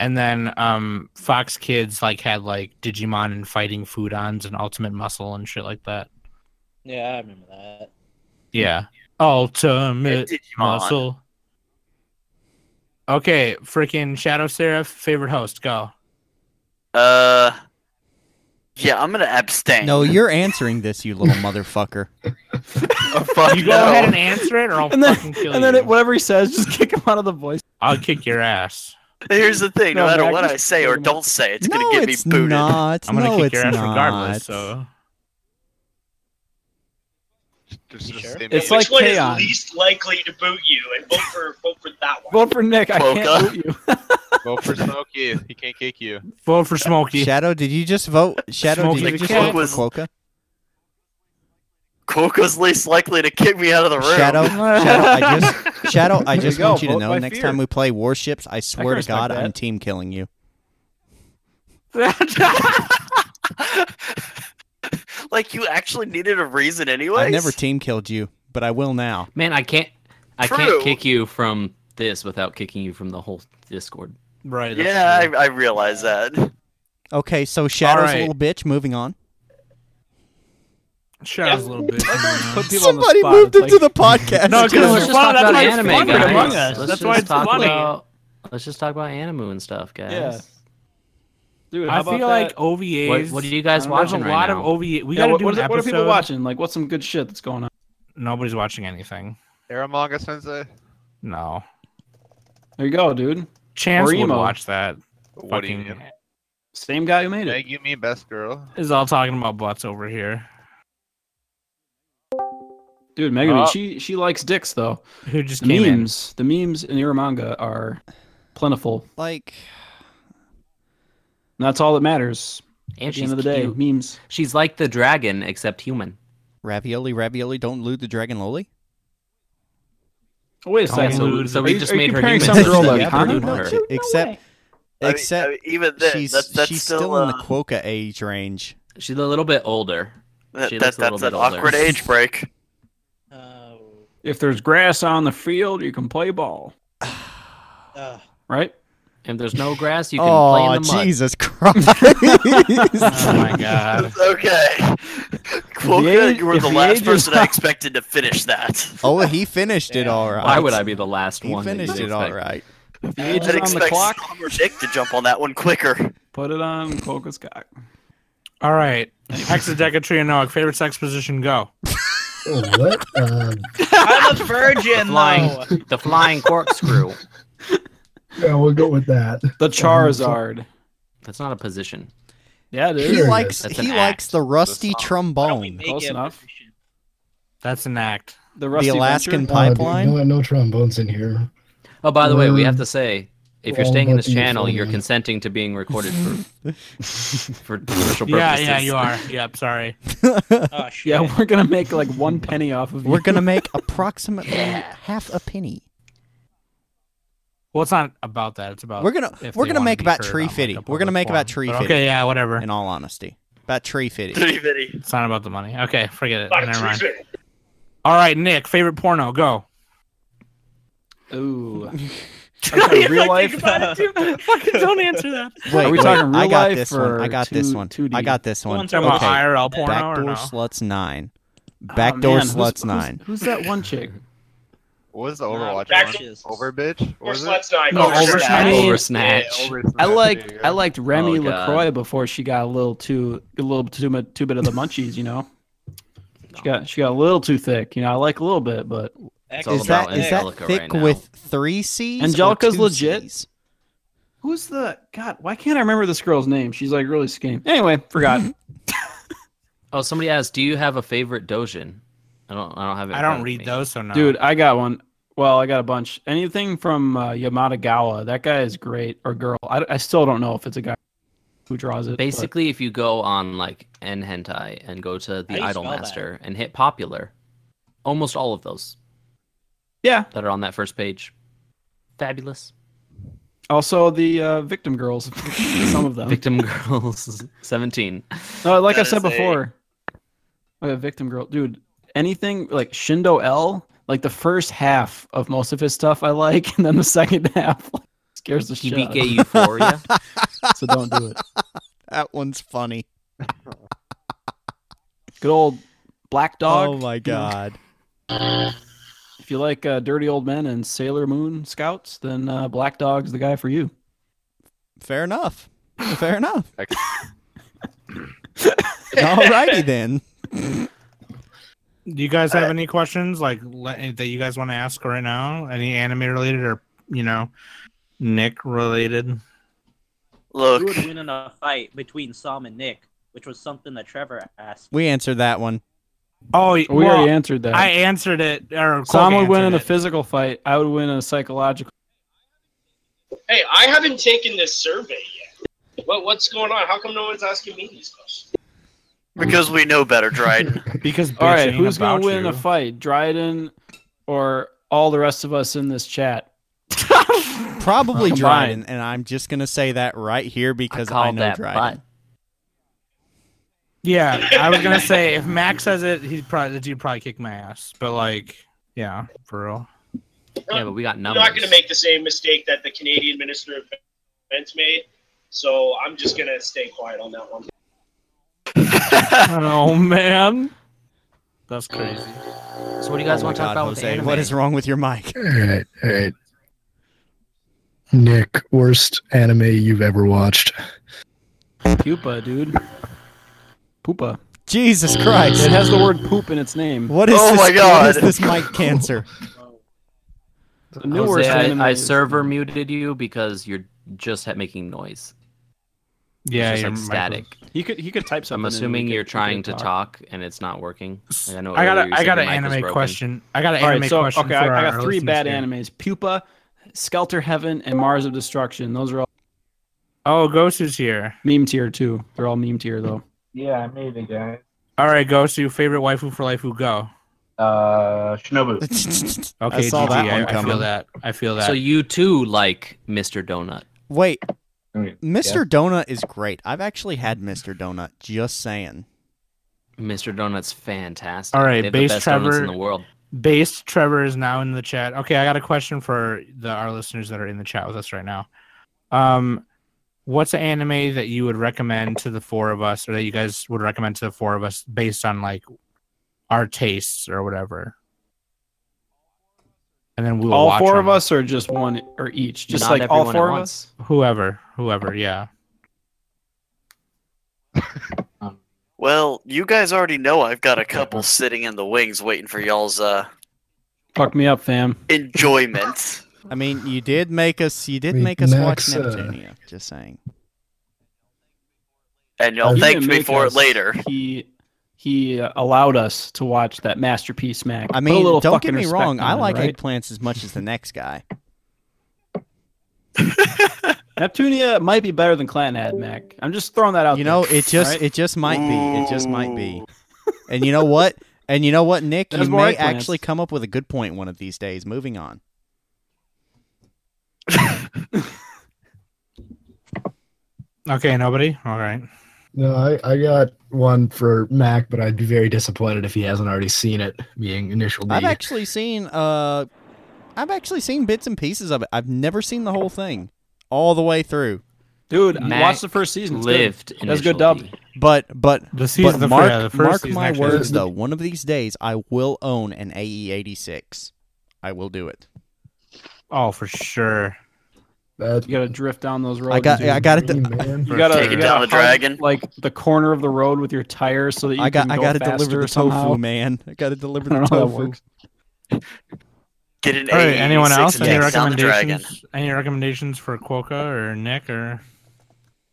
Speaker 6: And then um, Fox Kids like had like Digimon and fighting Foodons and Ultimate Muscle and shit like that.
Speaker 8: Yeah, I remember that.
Speaker 6: Yeah. Ultimate
Speaker 9: Digimon.
Speaker 6: Muscle. Okay, freaking Shadow Seraph, favorite host, go.
Speaker 9: Uh, yeah, I'm gonna abstain.
Speaker 1: No, you're answering this, you little motherfucker.
Speaker 9: Oh, fuck
Speaker 6: You go
Speaker 9: no.
Speaker 6: ahead and answer it, or I'll
Speaker 3: And then-
Speaker 6: fucking kill
Speaker 3: And then
Speaker 6: you.
Speaker 3: it, whatever he says, just kick him out of the voice.
Speaker 6: I'll kick your ass.
Speaker 9: Here's the thing: no,
Speaker 3: No,
Speaker 9: matter
Speaker 3: Mac,
Speaker 9: what
Speaker 3: just
Speaker 9: I say or
Speaker 3: kick him.
Speaker 9: don't say, it's
Speaker 1: no,
Speaker 9: gonna get
Speaker 1: it's
Speaker 9: me booted.
Speaker 1: not.
Speaker 6: I'm gonna
Speaker 1: no,
Speaker 6: kick
Speaker 1: it's
Speaker 6: your ass
Speaker 1: not.
Speaker 6: regardless. So
Speaker 13: Just, just
Speaker 8: sure?
Speaker 13: say
Speaker 3: It's
Speaker 13: me.
Speaker 3: like
Speaker 2: Which one
Speaker 3: K-On.
Speaker 2: is least likely to boot you? And vote for vote for that one.
Speaker 3: Vote for Nick. I
Speaker 9: Boca.
Speaker 3: can't boot you.
Speaker 13: vote for Smokey. He can't kick you.
Speaker 6: vote for Smokey.
Speaker 1: Shadow, did you just vote? Shadow,
Speaker 6: Smokey
Speaker 1: did you
Speaker 6: the
Speaker 1: just vote for Quokka?
Speaker 6: cat.
Speaker 9: Quokka's least likely to kick me out of the room.
Speaker 1: Shadow, Shadow, I just, Shadow, I just
Speaker 3: you go,
Speaker 1: want you to
Speaker 3: vote
Speaker 1: know.
Speaker 3: by
Speaker 1: Next
Speaker 3: fear.
Speaker 1: time we play warships, I swear to
Speaker 3: respect
Speaker 1: God,
Speaker 3: that.
Speaker 1: I'm team killing you.
Speaker 9: like you actually needed a reason, anyway.
Speaker 1: I never team killed you, but I will now.
Speaker 4: Man, I can't. I
Speaker 9: True.
Speaker 4: can't kick you from this without kicking you from the whole Discord.
Speaker 6: Right.
Speaker 9: Yeah, I, I realize that.
Speaker 1: Okay, so Shadow's a
Speaker 9: right.
Speaker 1: little bitch. Moving on.
Speaker 6: Shadow's a little bit.
Speaker 3: Put people on the
Speaker 1: Somebody
Speaker 3: spot,
Speaker 1: moved
Speaker 3: it's
Speaker 1: into
Speaker 3: like-
Speaker 1: the podcast.
Speaker 6: No, 'cause
Speaker 4: Dude,
Speaker 6: it's fun, that's why it's fun with
Speaker 4: guys.
Speaker 6: Among Us.
Speaker 4: Let's
Speaker 6: That's
Speaker 4: just
Speaker 6: why it's
Speaker 4: talk
Speaker 6: funny.
Speaker 4: About, let's just talk about Animu and stuff, guys.
Speaker 6: Yeah.
Speaker 3: Dude,
Speaker 6: I feel like OVAs.
Speaker 4: What, what are you guys watching
Speaker 6: There's a
Speaker 4: right
Speaker 6: lot
Speaker 4: now?
Speaker 6: of OVA. We
Speaker 3: Yeah,
Speaker 6: gotta
Speaker 3: what-
Speaker 6: do
Speaker 3: what
Speaker 6: an
Speaker 3: are- what are people
Speaker 6: episode.
Speaker 3: watching? Like, what's some good shit that's going on?
Speaker 6: Nobody's watching anything.
Speaker 13: Aramanga Sensei.
Speaker 6: No.
Speaker 3: There you go, dude.
Speaker 6: Chance
Speaker 3: Or
Speaker 6: would
Speaker 3: emo.
Speaker 6: watch that.
Speaker 13: What do you
Speaker 6: Fucking-
Speaker 3: Same guy who made it.
Speaker 13: Meg, you mean best girl.
Speaker 6: Is all talking about butts over here.
Speaker 3: Dude, Megan,
Speaker 6: Oh.
Speaker 3: she she likes dicks though.
Speaker 6: Who just
Speaker 3: the
Speaker 6: came in.
Speaker 3: memes? The memes in Iramanga are plentiful.
Speaker 1: Like,
Speaker 3: And that's all that matters.
Speaker 4: And
Speaker 3: at the
Speaker 4: she's
Speaker 3: end of the day,
Speaker 4: cute.
Speaker 3: memes.
Speaker 4: She's like the dragon, except human.
Speaker 1: Ravioli, ravioli, don't loot the dragon loli.
Speaker 3: Oh, wait a
Speaker 4: Don't
Speaker 3: second.
Speaker 4: lose. So
Speaker 3: Are
Speaker 4: we
Speaker 3: you-
Speaker 4: just
Speaker 3: are you
Speaker 4: made her
Speaker 3: comparing
Speaker 4: human.
Speaker 3: some girl to
Speaker 4: Yeah,
Speaker 3: Kana?
Speaker 4: pretty
Speaker 3: No,
Speaker 4: much.
Speaker 3: dude.
Speaker 1: Except,
Speaker 9: I mean-
Speaker 1: except
Speaker 9: I mean, even then,
Speaker 1: she's
Speaker 9: that- that's
Speaker 1: she's
Speaker 9: still,
Speaker 1: still, in
Speaker 9: uh,
Speaker 1: the Quoka age range.
Speaker 4: She's a little bit older.
Speaker 9: That,
Speaker 4: She
Speaker 9: that,
Speaker 4: looks a little
Speaker 9: that's an
Speaker 4: bit older.
Speaker 9: awkward age break.
Speaker 8: Oh,
Speaker 3: If there's grass on the field, you can play ball.
Speaker 1: Uh,
Speaker 8: Ugh.
Speaker 3: Right?
Speaker 4: If there's no grass, you can play
Speaker 1: Oh
Speaker 4: in the mud.
Speaker 1: Jesus Christ! oh
Speaker 6: my god!
Speaker 9: okay. Quokka,
Speaker 1: age-
Speaker 9: you were
Speaker 1: if
Speaker 9: the
Speaker 1: the
Speaker 9: last
Speaker 1: age is
Speaker 9: person I
Speaker 1: up-
Speaker 9: expected to finish that.
Speaker 1: Oh, he finished it all right.
Speaker 4: Why would I be the last
Speaker 1: He
Speaker 4: one? that you'd
Speaker 1: finished it all
Speaker 4: expect?
Speaker 1: right.
Speaker 3: The age is
Speaker 9: I'd
Speaker 3: on the
Speaker 9: expect
Speaker 3: clock.
Speaker 9: Slumber Dick to jump on that one quicker.
Speaker 3: Put it on Quokka's cock.
Speaker 6: All right. Hexadecatrianoic, favorite sex position, go.
Speaker 11: Oh, what? Um,
Speaker 8: I'm a virgin, though.
Speaker 4: Flying, the flying corkscrew.
Speaker 11: yeah, we'll go with that. Uh,
Speaker 3: The Charizard.
Speaker 4: That's not a position.
Speaker 3: Yeah, it
Speaker 1: He
Speaker 3: is.
Speaker 11: Sure.
Speaker 1: likes
Speaker 4: That's
Speaker 1: he
Speaker 4: an
Speaker 1: likes
Speaker 4: act.
Speaker 1: the rusty trombone,
Speaker 8: Make
Speaker 3: Close
Speaker 8: it a
Speaker 3: enough.
Speaker 8: position.
Speaker 6: That's an act.
Speaker 3: The
Speaker 1: the
Speaker 3: Rusty
Speaker 1: Alaskan
Speaker 3: Venture?
Speaker 11: oh, dude,
Speaker 1: pipeline.
Speaker 11: no, no trombones in here.
Speaker 4: Oh, by the way, we
Speaker 11: We're-
Speaker 4: have
Speaker 1: Um,
Speaker 4: to say, if you're
Speaker 11: we're all
Speaker 4: staying in
Speaker 11: about
Speaker 4: this
Speaker 11: to get
Speaker 4: channel,
Speaker 11: full,
Speaker 4: you're
Speaker 11: man.
Speaker 4: consenting to being recorded for for commercial purposes.
Speaker 6: Yeah, yeah, you are. Yep, sorry.
Speaker 8: Oh shit.
Speaker 3: Yeah, we're gonna make like one penny off of you.
Speaker 1: We're gonna make approximately half a penny.
Speaker 6: Well, it's not about that. It's about
Speaker 1: We're gonna-
Speaker 6: Uh, if
Speaker 1: we're
Speaker 6: they
Speaker 1: gonna
Speaker 6: wanna
Speaker 1: make
Speaker 6: be
Speaker 1: about
Speaker 6: heard
Speaker 1: tree
Speaker 6: on, like,
Speaker 1: fitty.
Speaker 6: a
Speaker 1: We're
Speaker 6: public
Speaker 1: gonna make about tree
Speaker 6: forum. But
Speaker 1: fitty.
Speaker 6: Okay, yeah, whatever.
Speaker 1: In all honesty, about tree fitting.
Speaker 9: Three bitty.
Speaker 6: It's not about the money. Okay, forget it.
Speaker 2: Not a
Speaker 6: Never
Speaker 2: tree
Speaker 6: mind.
Speaker 2: fitting.
Speaker 6: All right, Nick, favorite porno, go.
Speaker 3: Ooh.
Speaker 8: You
Speaker 3: Okay,
Speaker 8: like
Speaker 3: real life.
Speaker 8: think about it, dude. Fucking don't answer that.
Speaker 1: Wait,
Speaker 3: Are we
Speaker 1: wait,
Speaker 3: talking
Speaker 1: I
Speaker 3: real
Speaker 1: got
Speaker 3: life
Speaker 1: this one. I
Speaker 3: or
Speaker 1: got this
Speaker 3: two-
Speaker 1: one.
Speaker 3: 2D?
Speaker 1: I got this one.
Speaker 8: one's
Speaker 6: Talking about
Speaker 1: Okay.
Speaker 6: IRL porno or
Speaker 1: Backdoor
Speaker 6: no?
Speaker 1: sluts nine.
Speaker 3: Oh,
Speaker 1: Backdoor
Speaker 3: man, who's-
Speaker 1: sluts
Speaker 3: who's-
Speaker 1: nine.
Speaker 3: Who's that one chick?
Speaker 13: What was the Overwatch
Speaker 2: back-
Speaker 13: one? Over bitch? What
Speaker 2: Or
Speaker 13: was it?
Speaker 2: Slut's Nine.
Speaker 6: No,
Speaker 2: Oversnatch.
Speaker 6: Oversnatch.
Speaker 4: Over
Speaker 13: Yeah,
Speaker 4: snatch.
Speaker 13: Oversnatch,
Speaker 3: I
Speaker 13: there you
Speaker 3: liked
Speaker 13: go.
Speaker 3: I liked Remy
Speaker 4: Oh, God.
Speaker 3: Lacroix before she got a little too a little too much too bit of the munchies, you know. She got she got a little too thick, you know. I like a little bit, but
Speaker 4: all
Speaker 1: Is
Speaker 4: about
Speaker 1: that is that
Speaker 4: Angelica right
Speaker 1: thick
Speaker 4: now.
Speaker 1: with three C's? or
Speaker 3: Angelica's
Speaker 1: two
Speaker 3: legit.
Speaker 1: C's?
Speaker 3: who's the God? Why can't I remember this girl's name? She's like really skinny. Anyway, forgot.
Speaker 4: Oh, somebody asked, do you have a favorite dojin? I don't. I don't have it. in
Speaker 6: I
Speaker 4: front
Speaker 6: don't
Speaker 4: of
Speaker 6: read
Speaker 4: me.
Speaker 6: those, so no.
Speaker 3: Dude, I got one. Well, I got a bunch. Anything from uh, Yamatagawa? That guy is great or girl. I, I still don't know if it's a guy who draws it. but-
Speaker 4: Basically, if you go on like N hentai and go to
Speaker 8: How do
Speaker 4: the
Speaker 8: you
Speaker 4: Idol
Speaker 8: spell that?
Speaker 4: Master and hit popular, almost all of those
Speaker 3: yeah.
Speaker 4: that are on that first page, fabulous.
Speaker 3: Also, the uh, victim girls. Some of them.
Speaker 4: Victim girls, seventeen.
Speaker 3: No, like I
Speaker 9: That
Speaker 3: said
Speaker 9: is a-
Speaker 3: before, a victim girl, dude. Anything like Shindo L, like the first half of most of his stuff I like, and then the second half like, scares the shit out of
Speaker 4: Kibike Euphoria.
Speaker 3: me. So don't do it.
Speaker 1: That one's funny.
Speaker 3: Good old Black Dog.
Speaker 1: Oh my
Speaker 3: you know,
Speaker 1: god.
Speaker 3: If you like uh, Dirty Old Men and Sailor Moon Scouts, then uh, Black Dog's the guy for you.
Speaker 1: Fair enough. Fair enough.
Speaker 13: Ex-
Speaker 1: Alrighty then.
Speaker 6: Do you guys
Speaker 3: Uh,
Speaker 6: have any questions like le- that you guys want to ask right now? Any anime related or you know, Nick related?
Speaker 8: Who
Speaker 9: Look,
Speaker 8: would win in a fight between Sam and Nick, which was something that Trevor asked.
Speaker 1: We answered that one.
Speaker 6: Oh,
Speaker 3: We already answered that.
Speaker 6: I answered it. Or
Speaker 3: Sam
Speaker 6: Cole
Speaker 3: would win
Speaker 6: answered
Speaker 3: in a
Speaker 6: it.
Speaker 3: physical fight. I would win in a psychological.
Speaker 2: Hey, I haven't taken this survey yet. What, what's going on? How come no one's asking me these questions?
Speaker 9: because we know better, Dryden.
Speaker 6: because
Speaker 3: All right,
Speaker 6: bitching
Speaker 3: who's gonna
Speaker 6: about
Speaker 3: win in
Speaker 6: you.
Speaker 3: a fight, Dryden or all the rest of us in this chat?
Speaker 1: Probably
Speaker 3: Combined.
Speaker 1: Dryden, and I'm just gonna say that right here because I,
Speaker 4: called
Speaker 1: know
Speaker 4: that
Speaker 1: Dryden.
Speaker 6: Yeah, I was gonna say if Max says it, he'd probably the dude probably kick my ass. But like, yeah, for real.
Speaker 4: Yeah, but we got
Speaker 2: I'm
Speaker 4: numbers.
Speaker 2: not going to make the same mistake that the Canadian Minister of Defense made, so I'm just going to stay quiet on that one.
Speaker 6: oh man, that's crazy.
Speaker 4: So what do you guys
Speaker 1: Oh my
Speaker 4: want to talk
Speaker 1: God,
Speaker 4: about with
Speaker 1: Jose,
Speaker 4: anime?
Speaker 1: What is wrong with your mic?
Speaker 11: All right, all right. Nick, worst anime you've ever watched.
Speaker 3: Pupa, dude. Poopa.
Speaker 1: Jesus Christ.
Speaker 3: It has the word poop in its name.
Speaker 1: What is this, What is this mic cancer?
Speaker 3: The
Speaker 4: Jose,
Speaker 3: newer anime
Speaker 4: I, I
Speaker 3: is-
Speaker 4: server muted you because you're just ha- making noise. It's
Speaker 6: Yeah,
Speaker 4: just
Speaker 6: your
Speaker 4: like
Speaker 6: micro-
Speaker 4: static.
Speaker 3: He could he could type something.
Speaker 4: I'm
Speaker 3: and
Speaker 4: assuming
Speaker 3: we
Speaker 4: you're
Speaker 3: could- we
Speaker 4: trying
Speaker 3: could
Speaker 4: to talk and it's not working. Like, I know.
Speaker 6: I got
Speaker 4: earlier
Speaker 6: a,
Speaker 4: you
Speaker 6: I
Speaker 4: said
Speaker 6: got
Speaker 4: your
Speaker 6: an
Speaker 4: mic was
Speaker 6: anime
Speaker 4: broken.
Speaker 6: question. I got an
Speaker 3: All right,
Speaker 6: anime
Speaker 3: so,
Speaker 6: question.
Speaker 3: Okay, I,
Speaker 6: for
Speaker 3: I
Speaker 6: our
Speaker 3: got three bad
Speaker 6: listeners
Speaker 3: animes: Pupa, Skelter Heaven, and Mars of Destruction. Those are all
Speaker 6: Oh, Ghost is here.
Speaker 3: meme tier too. They're all meme tier though.
Speaker 14: Yeah, I made it, guys.
Speaker 6: All right, Ghost, your favorite waifu for life? Who go?
Speaker 14: Uh, Shinobu.
Speaker 6: Okay,
Speaker 4: I saw
Speaker 6: GG,
Speaker 4: that
Speaker 6: I,
Speaker 4: one
Speaker 6: I feel
Speaker 4: coming.
Speaker 6: that. I feel that.
Speaker 4: So you too like Mr. Donut.
Speaker 1: Wait,
Speaker 9: Oh,
Speaker 1: Mr. Donut is great. I've actually had Mr. Donut. Just saying.
Speaker 4: Mr. Donut's fantastic.
Speaker 6: All
Speaker 4: they
Speaker 6: right,
Speaker 4: have the
Speaker 6: base
Speaker 4: best
Speaker 6: Trevor.
Speaker 4: donuts in the world.
Speaker 6: Base Trevor is now in the chat. Okay, I got a question for the our listeners that are in the chat with us right now. Um, what's an anime that you would recommend to the four of us, or that you guys would recommend to the four of us based on like our tastes or whatever? And then we'll
Speaker 3: all
Speaker 6: watch
Speaker 3: four
Speaker 6: them.
Speaker 3: of us, or just one, or each, just
Speaker 6: Not
Speaker 3: like all
Speaker 6: everyone at
Speaker 3: four of
Speaker 6: once.
Speaker 3: us.
Speaker 6: Whoever, whoever, yeah.
Speaker 9: Well, you guys already know I've got a couple sitting in the wings waiting for y'all's uh,
Speaker 3: Fuck me up, fam.
Speaker 9: enjoyment.
Speaker 1: I mean, you did make us. You did
Speaker 9: Wait,
Speaker 1: make us
Speaker 9: Max, uh,
Speaker 1: watch Neptunia. Just saying.
Speaker 9: And y'all
Speaker 3: He
Speaker 9: thanked
Speaker 3: didn't
Speaker 9: me
Speaker 3: make
Speaker 9: for
Speaker 3: us.
Speaker 9: it later.
Speaker 3: He he uh, allowed us to watch that masterpiece, Mac.
Speaker 1: I
Speaker 3: Put a
Speaker 1: mean,
Speaker 3: little
Speaker 1: don't
Speaker 3: fucking
Speaker 1: get me
Speaker 3: respect
Speaker 1: wrong.
Speaker 3: on
Speaker 1: I
Speaker 3: it,
Speaker 1: like
Speaker 3: right?
Speaker 1: eggplants as much as the next guy.
Speaker 3: Neptunia might be better than Clan Ad, Mac. I'm just throwing that out.
Speaker 1: You know, it just
Speaker 3: Right?
Speaker 1: it just might be. It just might be. And you know what? And you know what, Nick?
Speaker 3: There's
Speaker 1: you
Speaker 3: more
Speaker 1: may
Speaker 3: eggplants.
Speaker 1: actually come up with a good point one of these days. Moving on.
Speaker 6: Okay, nobody. All right.
Speaker 11: No, I, I got one for Mac, but I'd be very disappointed if he hasn't already seen it, being initial D.
Speaker 1: I've actually seen uh I've actually seen bits and pieces of it. I've never seen the whole thing all the way through.
Speaker 3: Dude,
Speaker 4: Mac
Speaker 3: watch the first season. It's good.
Speaker 4: lived
Speaker 3: That's good
Speaker 4: initial
Speaker 3: dub.
Speaker 4: D.
Speaker 1: But but
Speaker 6: The
Speaker 1: but
Speaker 6: season- the fir-
Speaker 1: mark,
Speaker 6: yeah, the first
Speaker 1: mark
Speaker 6: season
Speaker 1: my
Speaker 6: actually
Speaker 1: words
Speaker 6: is-
Speaker 1: though, one of these days I will own an AE86. I will do it.
Speaker 6: Oh, for sure.
Speaker 3: You gotta drift down those roads.
Speaker 1: I got
Speaker 3: dude.
Speaker 1: I got it.
Speaker 3: You gotta
Speaker 9: Take it
Speaker 3: you gotta
Speaker 9: down the
Speaker 3: hug,
Speaker 9: dragon.
Speaker 3: like the corner of the road with your tires, so that you
Speaker 1: I got
Speaker 3: can
Speaker 1: I
Speaker 3: go
Speaker 1: got to
Speaker 3: faster
Speaker 1: deliver the
Speaker 3: somehow.
Speaker 1: tofu, man. I got to deliver
Speaker 3: I don't
Speaker 1: the
Speaker 3: know how that
Speaker 1: tofu.
Speaker 3: works.
Speaker 9: Get an
Speaker 6: All right, anyone
Speaker 9: AE86
Speaker 6: else?
Speaker 9: and
Speaker 6: Any
Speaker 9: take down the dragon.
Speaker 6: recommendations? Any recommendations for Quoka or Nick or?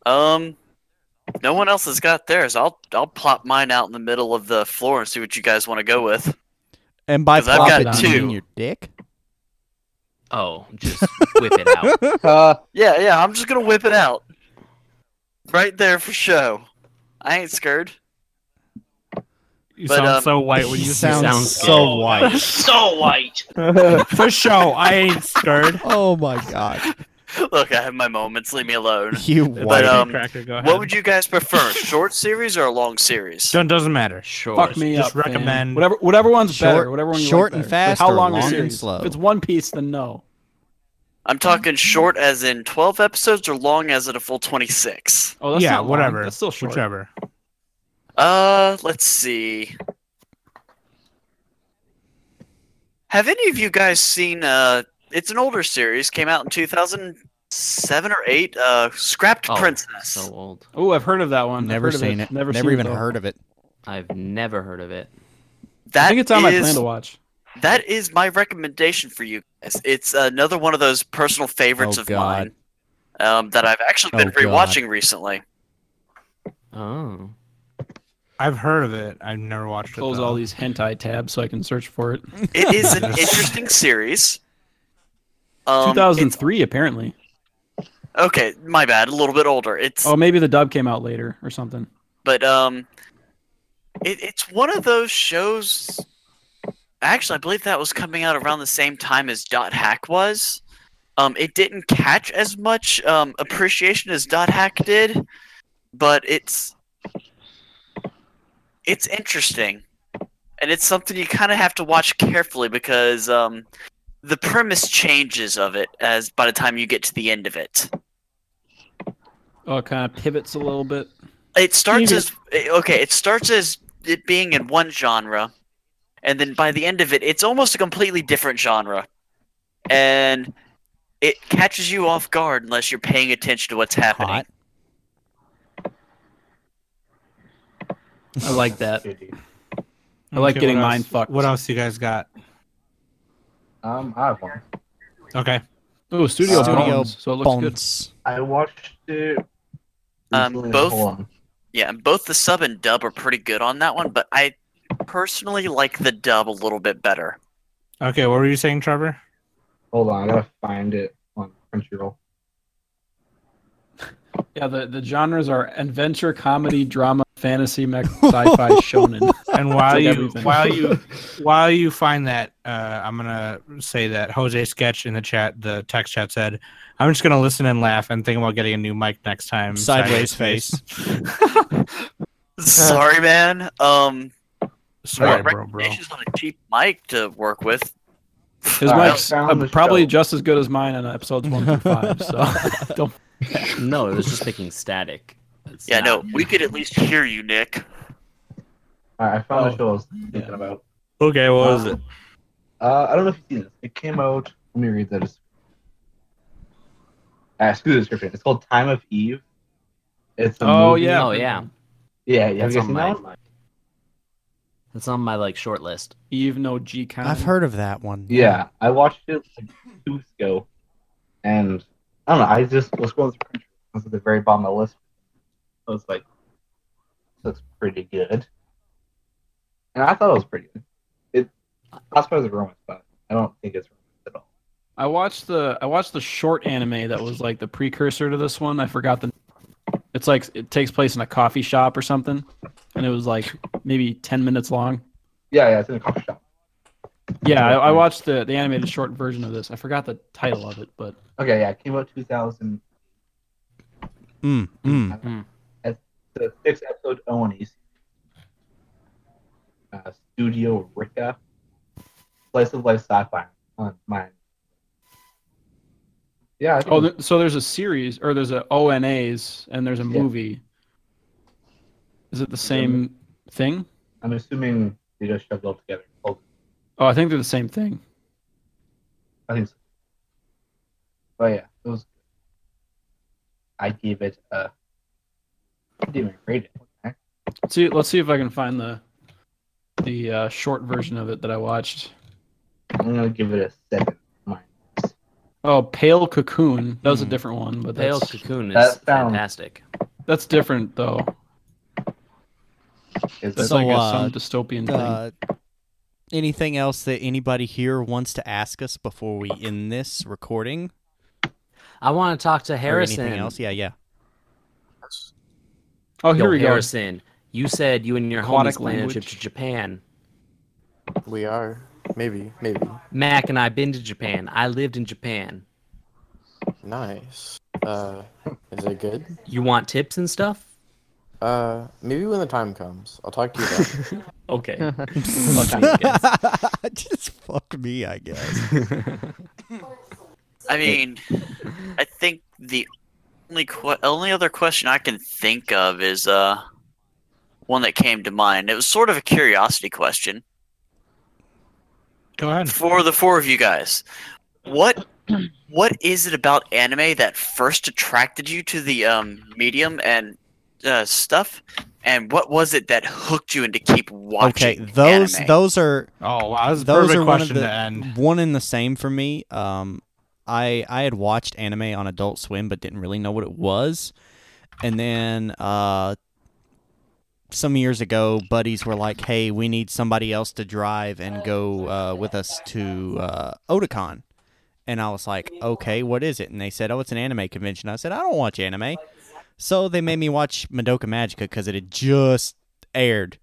Speaker 9: Um, no one else has got theirs. I'll I'll plop mine out in the middle of the floor and see what you guys want to go with.
Speaker 1: And by
Speaker 9: 'Cause I've
Speaker 1: flop
Speaker 9: got
Speaker 1: it, do you mean
Speaker 9: two.
Speaker 1: your dick?
Speaker 4: Oh, just whip it out.
Speaker 9: yeah, yeah, I'm just gonna whip it out. Right there for show. I ain't scared.
Speaker 6: You
Speaker 9: But,
Speaker 6: sound
Speaker 9: um,
Speaker 6: so white when
Speaker 9: He
Speaker 6: you
Speaker 9: sounds
Speaker 1: so white.
Speaker 9: So white.
Speaker 6: For show, I ain't scared.
Speaker 1: Oh my god.
Speaker 9: Look, I have my moments. Leave me alone.
Speaker 1: You
Speaker 9: but
Speaker 1: white.
Speaker 9: um,
Speaker 6: Cracker, go ahead.
Speaker 9: what would you guys prefer, short series or a long series?
Speaker 6: Don't doesn't matter.
Speaker 4: Sure.
Speaker 3: Fuck me
Speaker 6: Just
Speaker 3: up. fam.
Speaker 6: recommend-
Speaker 3: whatever whatever one's
Speaker 1: Short-
Speaker 3: better. Whatever one you
Speaker 1: short and
Speaker 3: like better.
Speaker 1: fast
Speaker 3: How
Speaker 1: or
Speaker 3: long is
Speaker 1: long and
Speaker 3: series?
Speaker 1: slow?
Speaker 3: If it's One Piece, then no.
Speaker 9: I'm talking short as in 12 episodes or long as in a full 26.
Speaker 3: Oh, that's
Speaker 6: yeah,
Speaker 3: not long.
Speaker 6: whatever.
Speaker 3: That's still short.
Speaker 6: Whichever.
Speaker 9: Uh, let's see. Have any of you guys seen uh it's an older series came out in 2007 or 8 uh Scrapped
Speaker 4: Oh,
Speaker 9: Princess.
Speaker 4: So old.
Speaker 3: Oh, I've heard of that one. I've
Speaker 1: Never
Speaker 3: heard of
Speaker 1: seen it.
Speaker 3: Never,
Speaker 1: Never
Speaker 3: seen
Speaker 1: even
Speaker 3: it, though.
Speaker 1: heard of it.
Speaker 4: I've never heard of it.
Speaker 9: That
Speaker 3: I think it's on my
Speaker 9: is-
Speaker 3: plan to watch.
Speaker 9: That is my recommendation for you guys. It's another one of those personal favorites
Speaker 1: Oh,
Speaker 9: of
Speaker 1: God.
Speaker 9: mine um, that I've actually been
Speaker 1: Oh, God.
Speaker 9: rewatching recently.
Speaker 4: Oh.
Speaker 6: I've heard of it. I've never watched
Speaker 3: Close
Speaker 6: it. though.
Speaker 3: all these hentai tabs so I can search for it.
Speaker 9: It is an interesting series. Um, it's-
Speaker 3: 2003 apparently.
Speaker 9: okay, my bad. A little bit older. It's
Speaker 3: Oh, maybe the dub came out later or something.
Speaker 9: but um, it, it's one of those shows. Actually, I believe that was coming out around the same time as Dot Hack was. Um, it didn't catch as much um, appreciation as Dot Hack did, but it's it's interesting, and it's something you kind of have to watch carefully because um, the premise changes of it as by the time you get to the end of it.
Speaker 3: Oh, it kind of pivots a little bit.
Speaker 9: It starts as eh, okay. It starts as it being in one genre, and then by the end of it, it's almost a completely different genre, and it catches you off guard unless you're paying attention to what's happening.
Speaker 3: I like that. I
Speaker 6: Okay,
Speaker 3: like
Speaker 6: what
Speaker 3: getting
Speaker 6: else-
Speaker 3: mine fucked.
Speaker 6: What else you guys got?
Speaker 14: Um, I have one.
Speaker 6: Okay.
Speaker 3: Oh, Studio,
Speaker 6: Studio
Speaker 3: Bones. So it looks
Speaker 1: Bones.
Speaker 14: I watched it.
Speaker 9: Um,
Speaker 14: recently, hold
Speaker 9: both,
Speaker 14: on.
Speaker 9: yeah, and both the sub and dub are pretty good on that one, but I personally like the dub a little bit better.
Speaker 6: Okay, what were you saying, Trevor?
Speaker 14: Hold on, I gotta find it on Crunchyroll.
Speaker 3: good. Yeah, the, the genres are adventure, comedy, drama, fantasy, mech, sci-fi, shonen.
Speaker 6: And
Speaker 3: It's
Speaker 6: while
Speaker 3: like
Speaker 6: you
Speaker 3: everything.
Speaker 6: while you while you find that, uh, I'm gonna say that Jose sketch in the chat, the text chat said, "I'm just gonna listen and laugh and think about getting a new mic next time."
Speaker 9: Mm,
Speaker 1: Sideways
Speaker 9: Sorry, man. Um,
Speaker 6: Sorry,
Speaker 9: what
Speaker 6: bro, bro.
Speaker 9: recommendations on a cheap mic to work with.
Speaker 3: His mic's uh, probably just as good as mine on episodes one through five. So don't.
Speaker 4: No, it was just making static. It's
Speaker 9: Yeah, no,
Speaker 4: not-
Speaker 9: we could at least hear you, Nick.
Speaker 14: Alright, I found the show I was thinking about.
Speaker 6: Okay, what was
Speaker 14: it? Uh, I don't know if you've seen this. It came out. Let me read the description. Uh, screw the description. It's called Time of Eve. It's a
Speaker 4: Oh,
Speaker 14: movie.
Speaker 4: yeah. Oh, yeah.
Speaker 14: Yeah, yeah. Have
Speaker 4: That's
Speaker 14: you guys
Speaker 4: on
Speaker 14: seen
Speaker 4: my-
Speaker 14: that one?
Speaker 4: That's on my like short list.
Speaker 3: Eve no G count.
Speaker 1: I've heard of that one.
Speaker 14: Yeah, I watched it like two weeks ago, and I don't know. I just was going through. Crunchyroll. It was at the very bottom of the list. I was like, "Looks pretty good," and I thought it was pretty good. It, I suppose it's a romance, but I don't think it's
Speaker 3: I watched the I watched the short anime that was like the precursor to this one. I forgot the. It's like it takes place in a coffee shop or something, and it was like maybe ten minutes long.
Speaker 14: Yeah, yeah, it's in a coffee shop.
Speaker 3: Yeah, I, I watched the the animated short version of this. I forgot the title of it, but
Speaker 14: Okay, yeah, it came out 2000.
Speaker 1: Mm, mm.
Speaker 14: That's the sixth episode Onies. Uh, Studio Rika. Slice of Life Sci Fi on mine. Yeah. I
Speaker 3: oh,
Speaker 14: think-
Speaker 3: th- so there's a series or there's a ONAs and there's a movie. Is it the same thing?
Speaker 14: I'm assuming they just shoved it all together. Oh,
Speaker 3: Oh, I think they're the same thing.
Speaker 14: I think so. But yeah, it was. I gave it a. I didn't even rate it. What the heck?
Speaker 3: Let's see, let's see if I can find the the uh, short version of it that I watched.
Speaker 14: I'm gonna give it a seven. Mine.
Speaker 3: Oh, Pale Cocoon. That was a different one, but
Speaker 4: Pale
Speaker 3: that's,
Speaker 4: Cocoon is
Speaker 14: That sounds-
Speaker 4: fantastic.
Speaker 3: that's different though.
Speaker 14: Is
Speaker 3: It's
Speaker 1: So,
Speaker 3: like a,
Speaker 1: uh,
Speaker 3: some dystopian
Speaker 1: uh, anything else that anybody here wants to ask us before we end this recording?
Speaker 4: I want to talk to
Speaker 1: Or
Speaker 4: Harrison.
Speaker 1: anything else? Yeah, yeah.
Speaker 3: Oh,
Speaker 4: Yo,
Speaker 3: here we go.
Speaker 4: Harrison, you said you and your
Speaker 3: Aquatic
Speaker 4: homies plan a trip
Speaker 3: language.
Speaker 4: to Japan.
Speaker 10: We are. Maybe. Maybe.
Speaker 4: Mac and I been to Japan. I lived in Japan.
Speaker 10: Nice. Uh, is it good?
Speaker 4: You want tips and stuff?
Speaker 10: Uh, maybe when the time comes. I'll talk to you then.
Speaker 4: Okay.
Speaker 1: Just fuck me, I guess.
Speaker 9: I mean, I think the only que- only other question I can think of is uh one that came to mind. It was sort of a curiosity question
Speaker 6: Go ahead.
Speaker 9: for the four of you guys. What what is it about anime that first attracted you to the um, medium and uh, stuff? And what was it that hooked you into
Speaker 1: okay,
Speaker 9: keep watching?
Speaker 1: those
Speaker 9: anime?
Speaker 1: those are
Speaker 6: Oh wow, that's a
Speaker 1: those
Speaker 6: perfect
Speaker 1: are one of
Speaker 6: question
Speaker 1: the
Speaker 6: to end.
Speaker 1: one and the same for me. Um, I I had watched anime on Adult Swim, but didn't really know what it was. And then uh, some years ago, buddies were like, "Hey, we need somebody else to drive and go uh, with us to uh, Otakon." And I was like, "Okay, what is it?" And they said, "Oh, it's an anime convention." I said, "I don't watch anime." So they made me watch Madoka Magica because it had just aired.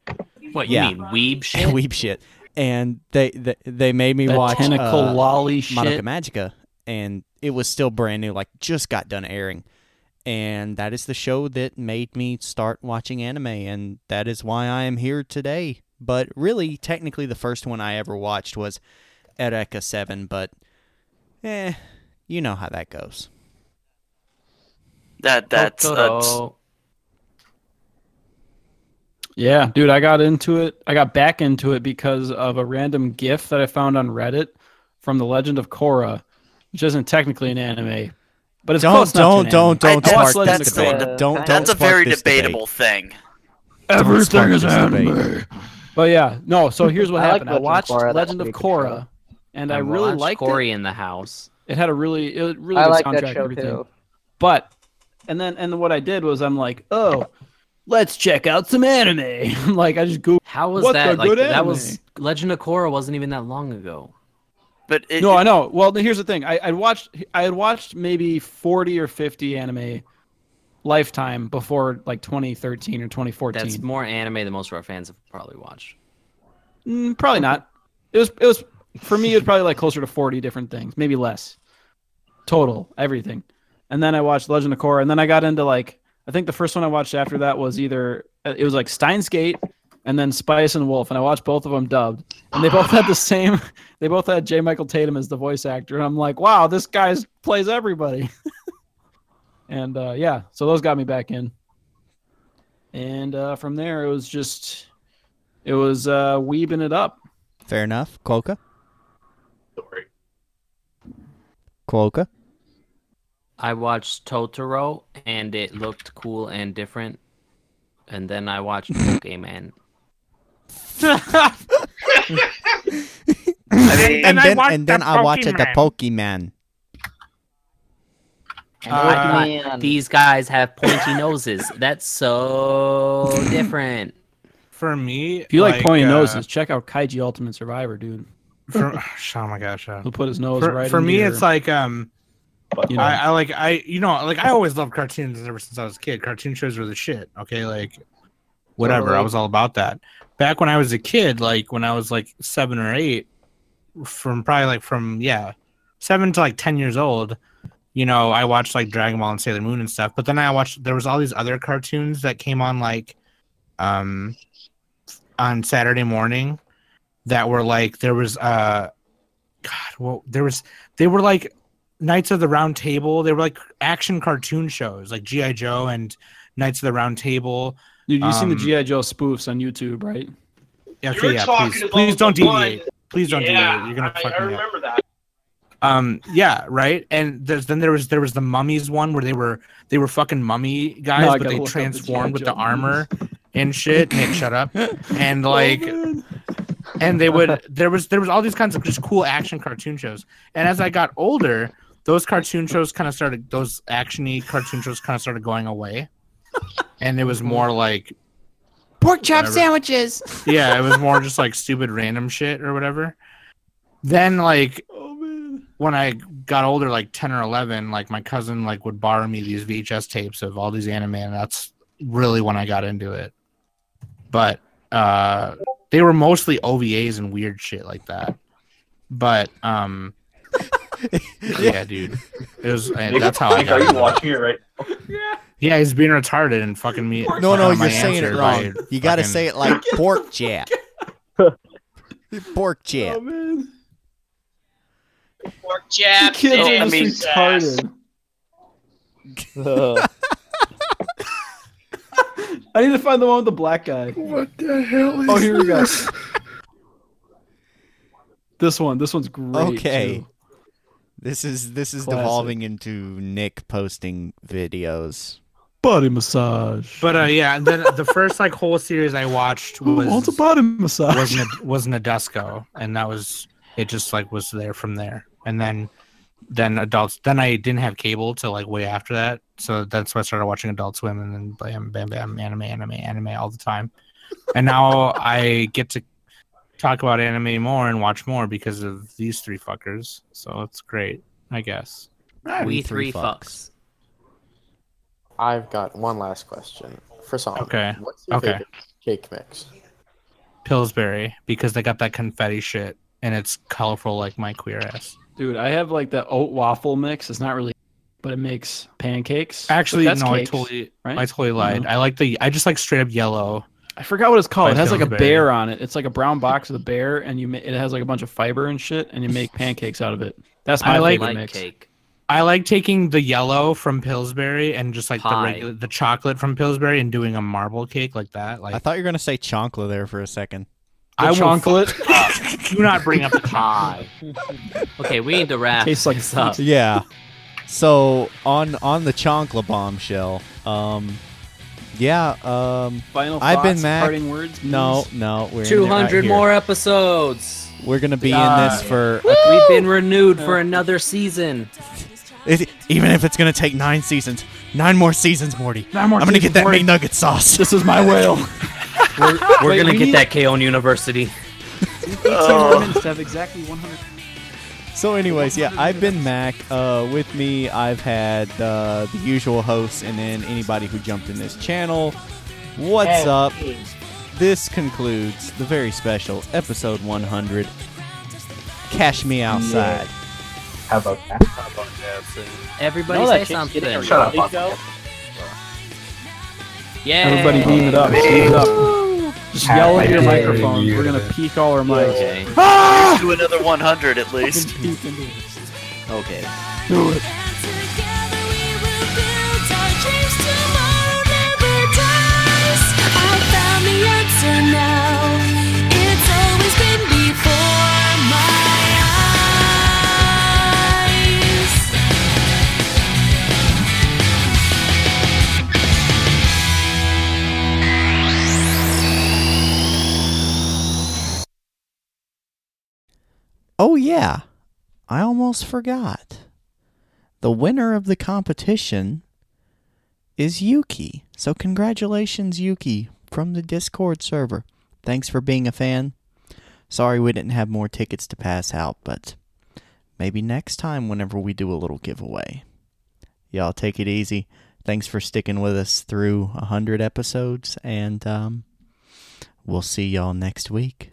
Speaker 4: What you
Speaker 1: Yeah.
Speaker 4: mean, weeb shit?
Speaker 1: Weeb shit. And they they, they made me
Speaker 3: The
Speaker 1: watch
Speaker 3: tentacle
Speaker 1: uh,
Speaker 3: lolly
Speaker 1: Madoka
Speaker 3: shit.
Speaker 1: Magica, and it was still brand new, like just got done airing. And that is the show that made me start watching anime, and that is why I am here today. But really, technically, the first one I ever watched was Ereka Seven, but Eh, you know how that goes.
Speaker 9: That that's that's
Speaker 3: Yeah, dude, I got into it. I got back into it because of a random GIF that I found on Reddit from The Legend of Korra, which isn't technically an anime, but it's
Speaker 1: Don't-
Speaker 3: close enough to
Speaker 1: don't-
Speaker 3: an anime.
Speaker 1: don't- don't
Speaker 3: I watched
Speaker 1: spark
Speaker 3: Legend
Speaker 1: this
Speaker 3: of Korra.
Speaker 1: debate. Don't-
Speaker 9: that's a
Speaker 1: don't spark
Speaker 9: very
Speaker 1: this
Speaker 9: debatable thing.
Speaker 3: Everything is anime.
Speaker 1: debate.
Speaker 3: But yeah, no. So here's what
Speaker 4: I like
Speaker 3: happened. I
Speaker 4: Legend of
Speaker 3: watched
Speaker 4: Korra, that's
Speaker 3: Legend of
Speaker 4: pretty good
Speaker 3: Korra, and I really liked
Speaker 4: Corey
Speaker 3: it.
Speaker 4: in the house.
Speaker 3: It had a really, it really
Speaker 4: I
Speaker 3: good
Speaker 4: like
Speaker 3: soundtrack
Speaker 4: that
Speaker 3: and
Speaker 4: show,
Speaker 3: everything.
Speaker 4: too.
Speaker 3: But, and then and what I did was I'm like, oh, let's check out some anime. like I just googled
Speaker 4: how was
Speaker 3: what
Speaker 4: that?
Speaker 3: The
Speaker 4: Like
Speaker 3: good
Speaker 4: that
Speaker 3: anime?
Speaker 4: was Legend of Korra wasn't even that long ago.
Speaker 9: But it,
Speaker 3: no, I know. Well, here's the thing. I I watched I had watched maybe 40 or 50 anime lifetime before like 2013 or 2014.
Speaker 4: That's more anime than most of our fans have probably watched.
Speaker 3: Mm, probably not. It was it was for me. It was probably like closer to forty different things, maybe less total everything. And then I watched Legend of Korra, and then I got into like I think the first one I watched after that was either uh, it was like Steins Gate and then Spice and Wolf, and I watched both of them dubbed, and they both had the same. They both had J. Michael Tatum as the voice actor, and I'm like, wow, this guy's plays everybody. and uh, yeah, so those got me back in. And uh, from there, it was just it was uh, weaving it up.
Speaker 1: Fair enough. Quoka? Quoka?
Speaker 4: I watched Totoro and it looked cool and different. And then I watched Pokemon.
Speaker 1: and,
Speaker 4: then I
Speaker 1: then,
Speaker 4: watched
Speaker 1: and then
Speaker 4: the
Speaker 1: I watched the Pokemon.
Speaker 6: Ah,
Speaker 4: Oh
Speaker 6: Uh,
Speaker 4: my God, these guys have pointy noses. That's so different.
Speaker 6: For me,
Speaker 3: If you like, pointy
Speaker 6: uh,
Speaker 3: noses, check out Kaiji Ultimate Survivor, dude.
Speaker 6: For, oh my gosh, uh,
Speaker 3: He'll put his nose
Speaker 6: for,
Speaker 3: right
Speaker 6: for
Speaker 3: into
Speaker 6: me
Speaker 3: your-
Speaker 6: it's like um
Speaker 3: You know.
Speaker 6: I, I like i you know like i always loved cartoons ever since i was a kid cartoon shows were the shit okay like whatever i
Speaker 13: Totally.
Speaker 6: was all about that back when i was a kid like when i was like seven or eight from probably like from yeah seven to like 10 years old you know i watched like dragon ball and sailor moon and stuff but then i watched there was all these other cartoons that came on like um on saturday morning that were like there was uh god well there was they were like knights of the round table they were like action cartoon shows like gi joe and knights of the round table
Speaker 3: Dude, you've seen the
Speaker 6: Um,
Speaker 3: gi joe spoofs on youtube right
Speaker 6: okay,
Speaker 3: You're
Speaker 6: yeah,
Speaker 3: talking
Speaker 6: please,
Speaker 3: about
Speaker 6: please don't
Speaker 3: the one-
Speaker 6: deviate please don't deviate you're gonna fuck
Speaker 2: I
Speaker 6: me up
Speaker 2: remember that.
Speaker 6: um yeah right and there's then there was there was the mummies one where they were they were fucking mummy guys
Speaker 13: I
Speaker 6: but
Speaker 13: gotta
Speaker 6: they
Speaker 13: look up the
Speaker 6: transformed
Speaker 13: G.I.
Speaker 6: with
Speaker 13: Joe Oh,
Speaker 6: the armor and shit nick shut up and like and they would there was there was all these kinds of just cool action cartoon shows and as i got older those cartoon shows kind of started those actiony cartoon shows kind of started going away and it was more like
Speaker 7: Pork chop
Speaker 6: Whatever.
Speaker 7: sandwiches.
Speaker 6: yeah, it was more just like stupid random shit or whatever. Then like when I got older, like ten or eleven, like my cousin like would borrow me these VHS tapes of all these anime, and that's really when I got into it. But uh they were mostly OVAs and weird shit like that. But um yeah, dude, it was. and that's how I
Speaker 14: Nick, are
Speaker 6: got.
Speaker 14: you
Speaker 6: into it.
Speaker 14: watching it right
Speaker 6: Yeah, he's being retarded and fucking me.
Speaker 1: No, no,
Speaker 6: fucking my
Speaker 1: you're saying it
Speaker 6: answer
Speaker 1: wrong.
Speaker 6: by
Speaker 1: You gotta
Speaker 6: fucking-
Speaker 1: say it like pork Um, chap. pork chap.
Speaker 6: Oh,
Speaker 2: Pork jab.
Speaker 3: Kid's
Speaker 2: bitch.
Speaker 3: almost retarded. i need to find the one with the black guy
Speaker 5: What the hell
Speaker 3: oh here we go this one this one's great
Speaker 1: Okay.
Speaker 3: too.
Speaker 1: This is this is
Speaker 3: Classic.
Speaker 1: devolving into Nick posting videos.
Speaker 3: body massage
Speaker 6: But uh, yeah, and then the first like whole series I watched was
Speaker 3: wants a body massage?
Speaker 6: was Nad- was Nadesco, and that was it. Just like was there from there, and then then adults. Then I didn't have cable till like way after that, so that's when I started watching Adult Swim, and then bam, bam, bam, anime, anime, anime all the time. And now I get to talk about anime more and watch more because of these three fuckers. So it's great, I guess.
Speaker 4: Ah, we three fucks.
Speaker 10: I've got one last question for Song.
Speaker 6: Okay.
Speaker 10: What's your
Speaker 6: Okay.
Speaker 10: favorite cake mix?
Speaker 6: Pillsbury because they got that confetti shit and it's colorful like my queer ass.
Speaker 3: dude i have like the oat waffle mix it's not really but it makes pancakes But
Speaker 6: Actually, no,
Speaker 3: that's
Speaker 6: I
Speaker 3: cakes,
Speaker 6: totally,
Speaker 3: right? Mm-hmm.
Speaker 6: I totally lied. I like the, I just like straight up yellow.
Speaker 3: I forgot what it's called.
Speaker 6: By
Speaker 3: it has like a
Speaker 6: Pillsbury.
Speaker 3: bear on it. It's like a brown box with a bear, and you ma- it has like a bunch of fiber and shit, and you make pancakes out of it.
Speaker 6: That's
Speaker 3: my
Speaker 6: my like,
Speaker 3: favorite mix. Cake.
Speaker 6: I like taking the yellow from Pillsbury and just like
Speaker 4: Pie.
Speaker 6: the regular, the chocolate from Pillsbury and doing a marble cake like that. Like
Speaker 1: I thought you were gonna say chonkla there for a second.
Speaker 6: I will
Speaker 1: chocolate.
Speaker 6: Do not bring up pie.
Speaker 4: Okay, we need to wrap
Speaker 1: Tastes like
Speaker 4: this up.
Speaker 1: Yeah. So on on the chonkla bombshell, um, yeah, um,
Speaker 3: Final
Speaker 1: I've been
Speaker 3: thoughts,
Speaker 1: Mac.
Speaker 3: parting words, please?
Speaker 1: no, no, we're in it right
Speaker 4: 200
Speaker 1: here.
Speaker 4: more episodes.
Speaker 1: We're gonna be in
Speaker 4: Ah.
Speaker 1: this for
Speaker 4: We've been renewed for another season.
Speaker 1: It- even if it's gonna take nine seasons, nine more seasons, Morty.
Speaker 4: Nine more
Speaker 1: I'm gonna get
Speaker 4: seasons,
Speaker 1: that
Speaker 4: Morty.
Speaker 1: McNugget sauce. This
Speaker 3: is my whale.
Speaker 4: We're, we're
Speaker 3: Wait,
Speaker 4: gonna
Speaker 3: we
Speaker 4: get
Speaker 3: need-
Speaker 4: that K-On! University.
Speaker 3: Eighteen minutes to have exactly 100.
Speaker 1: So, anyways, yeah, I've been Mac. Uh, with me, I've had uh, the usual hosts, and then anybody who jumped in this channel. What's
Speaker 15: Hey.
Speaker 1: up? This concludes the very special episode 100. Cash me outside.
Speaker 10: How about that? How about that?
Speaker 4: Everybody
Speaker 10: No,
Speaker 4: say
Speaker 10: that can't get
Speaker 4: something.
Speaker 10: it. Shut up, Oscar.
Speaker 4: Yeah.
Speaker 3: Everybody beam it up. Beam it up. Just yell into your
Speaker 9: Yeah.
Speaker 3: microphones. We're gonna peak all our mics.
Speaker 4: Okay.
Speaker 9: Do another 100 at least.
Speaker 4: Okay.
Speaker 9: Do it.
Speaker 1: Oh, yeah. I almost forgot. The winner of the competition is Yuki. So, congratulations, Yuki, from the Discord server. Thanks for being a fan. Sorry we didn't have more tickets to pass out, but maybe next time whenever we do a little giveaway. Y'all take it easy. Thanks for sticking with us through 100 episodes, and um, we'll see y'all next week.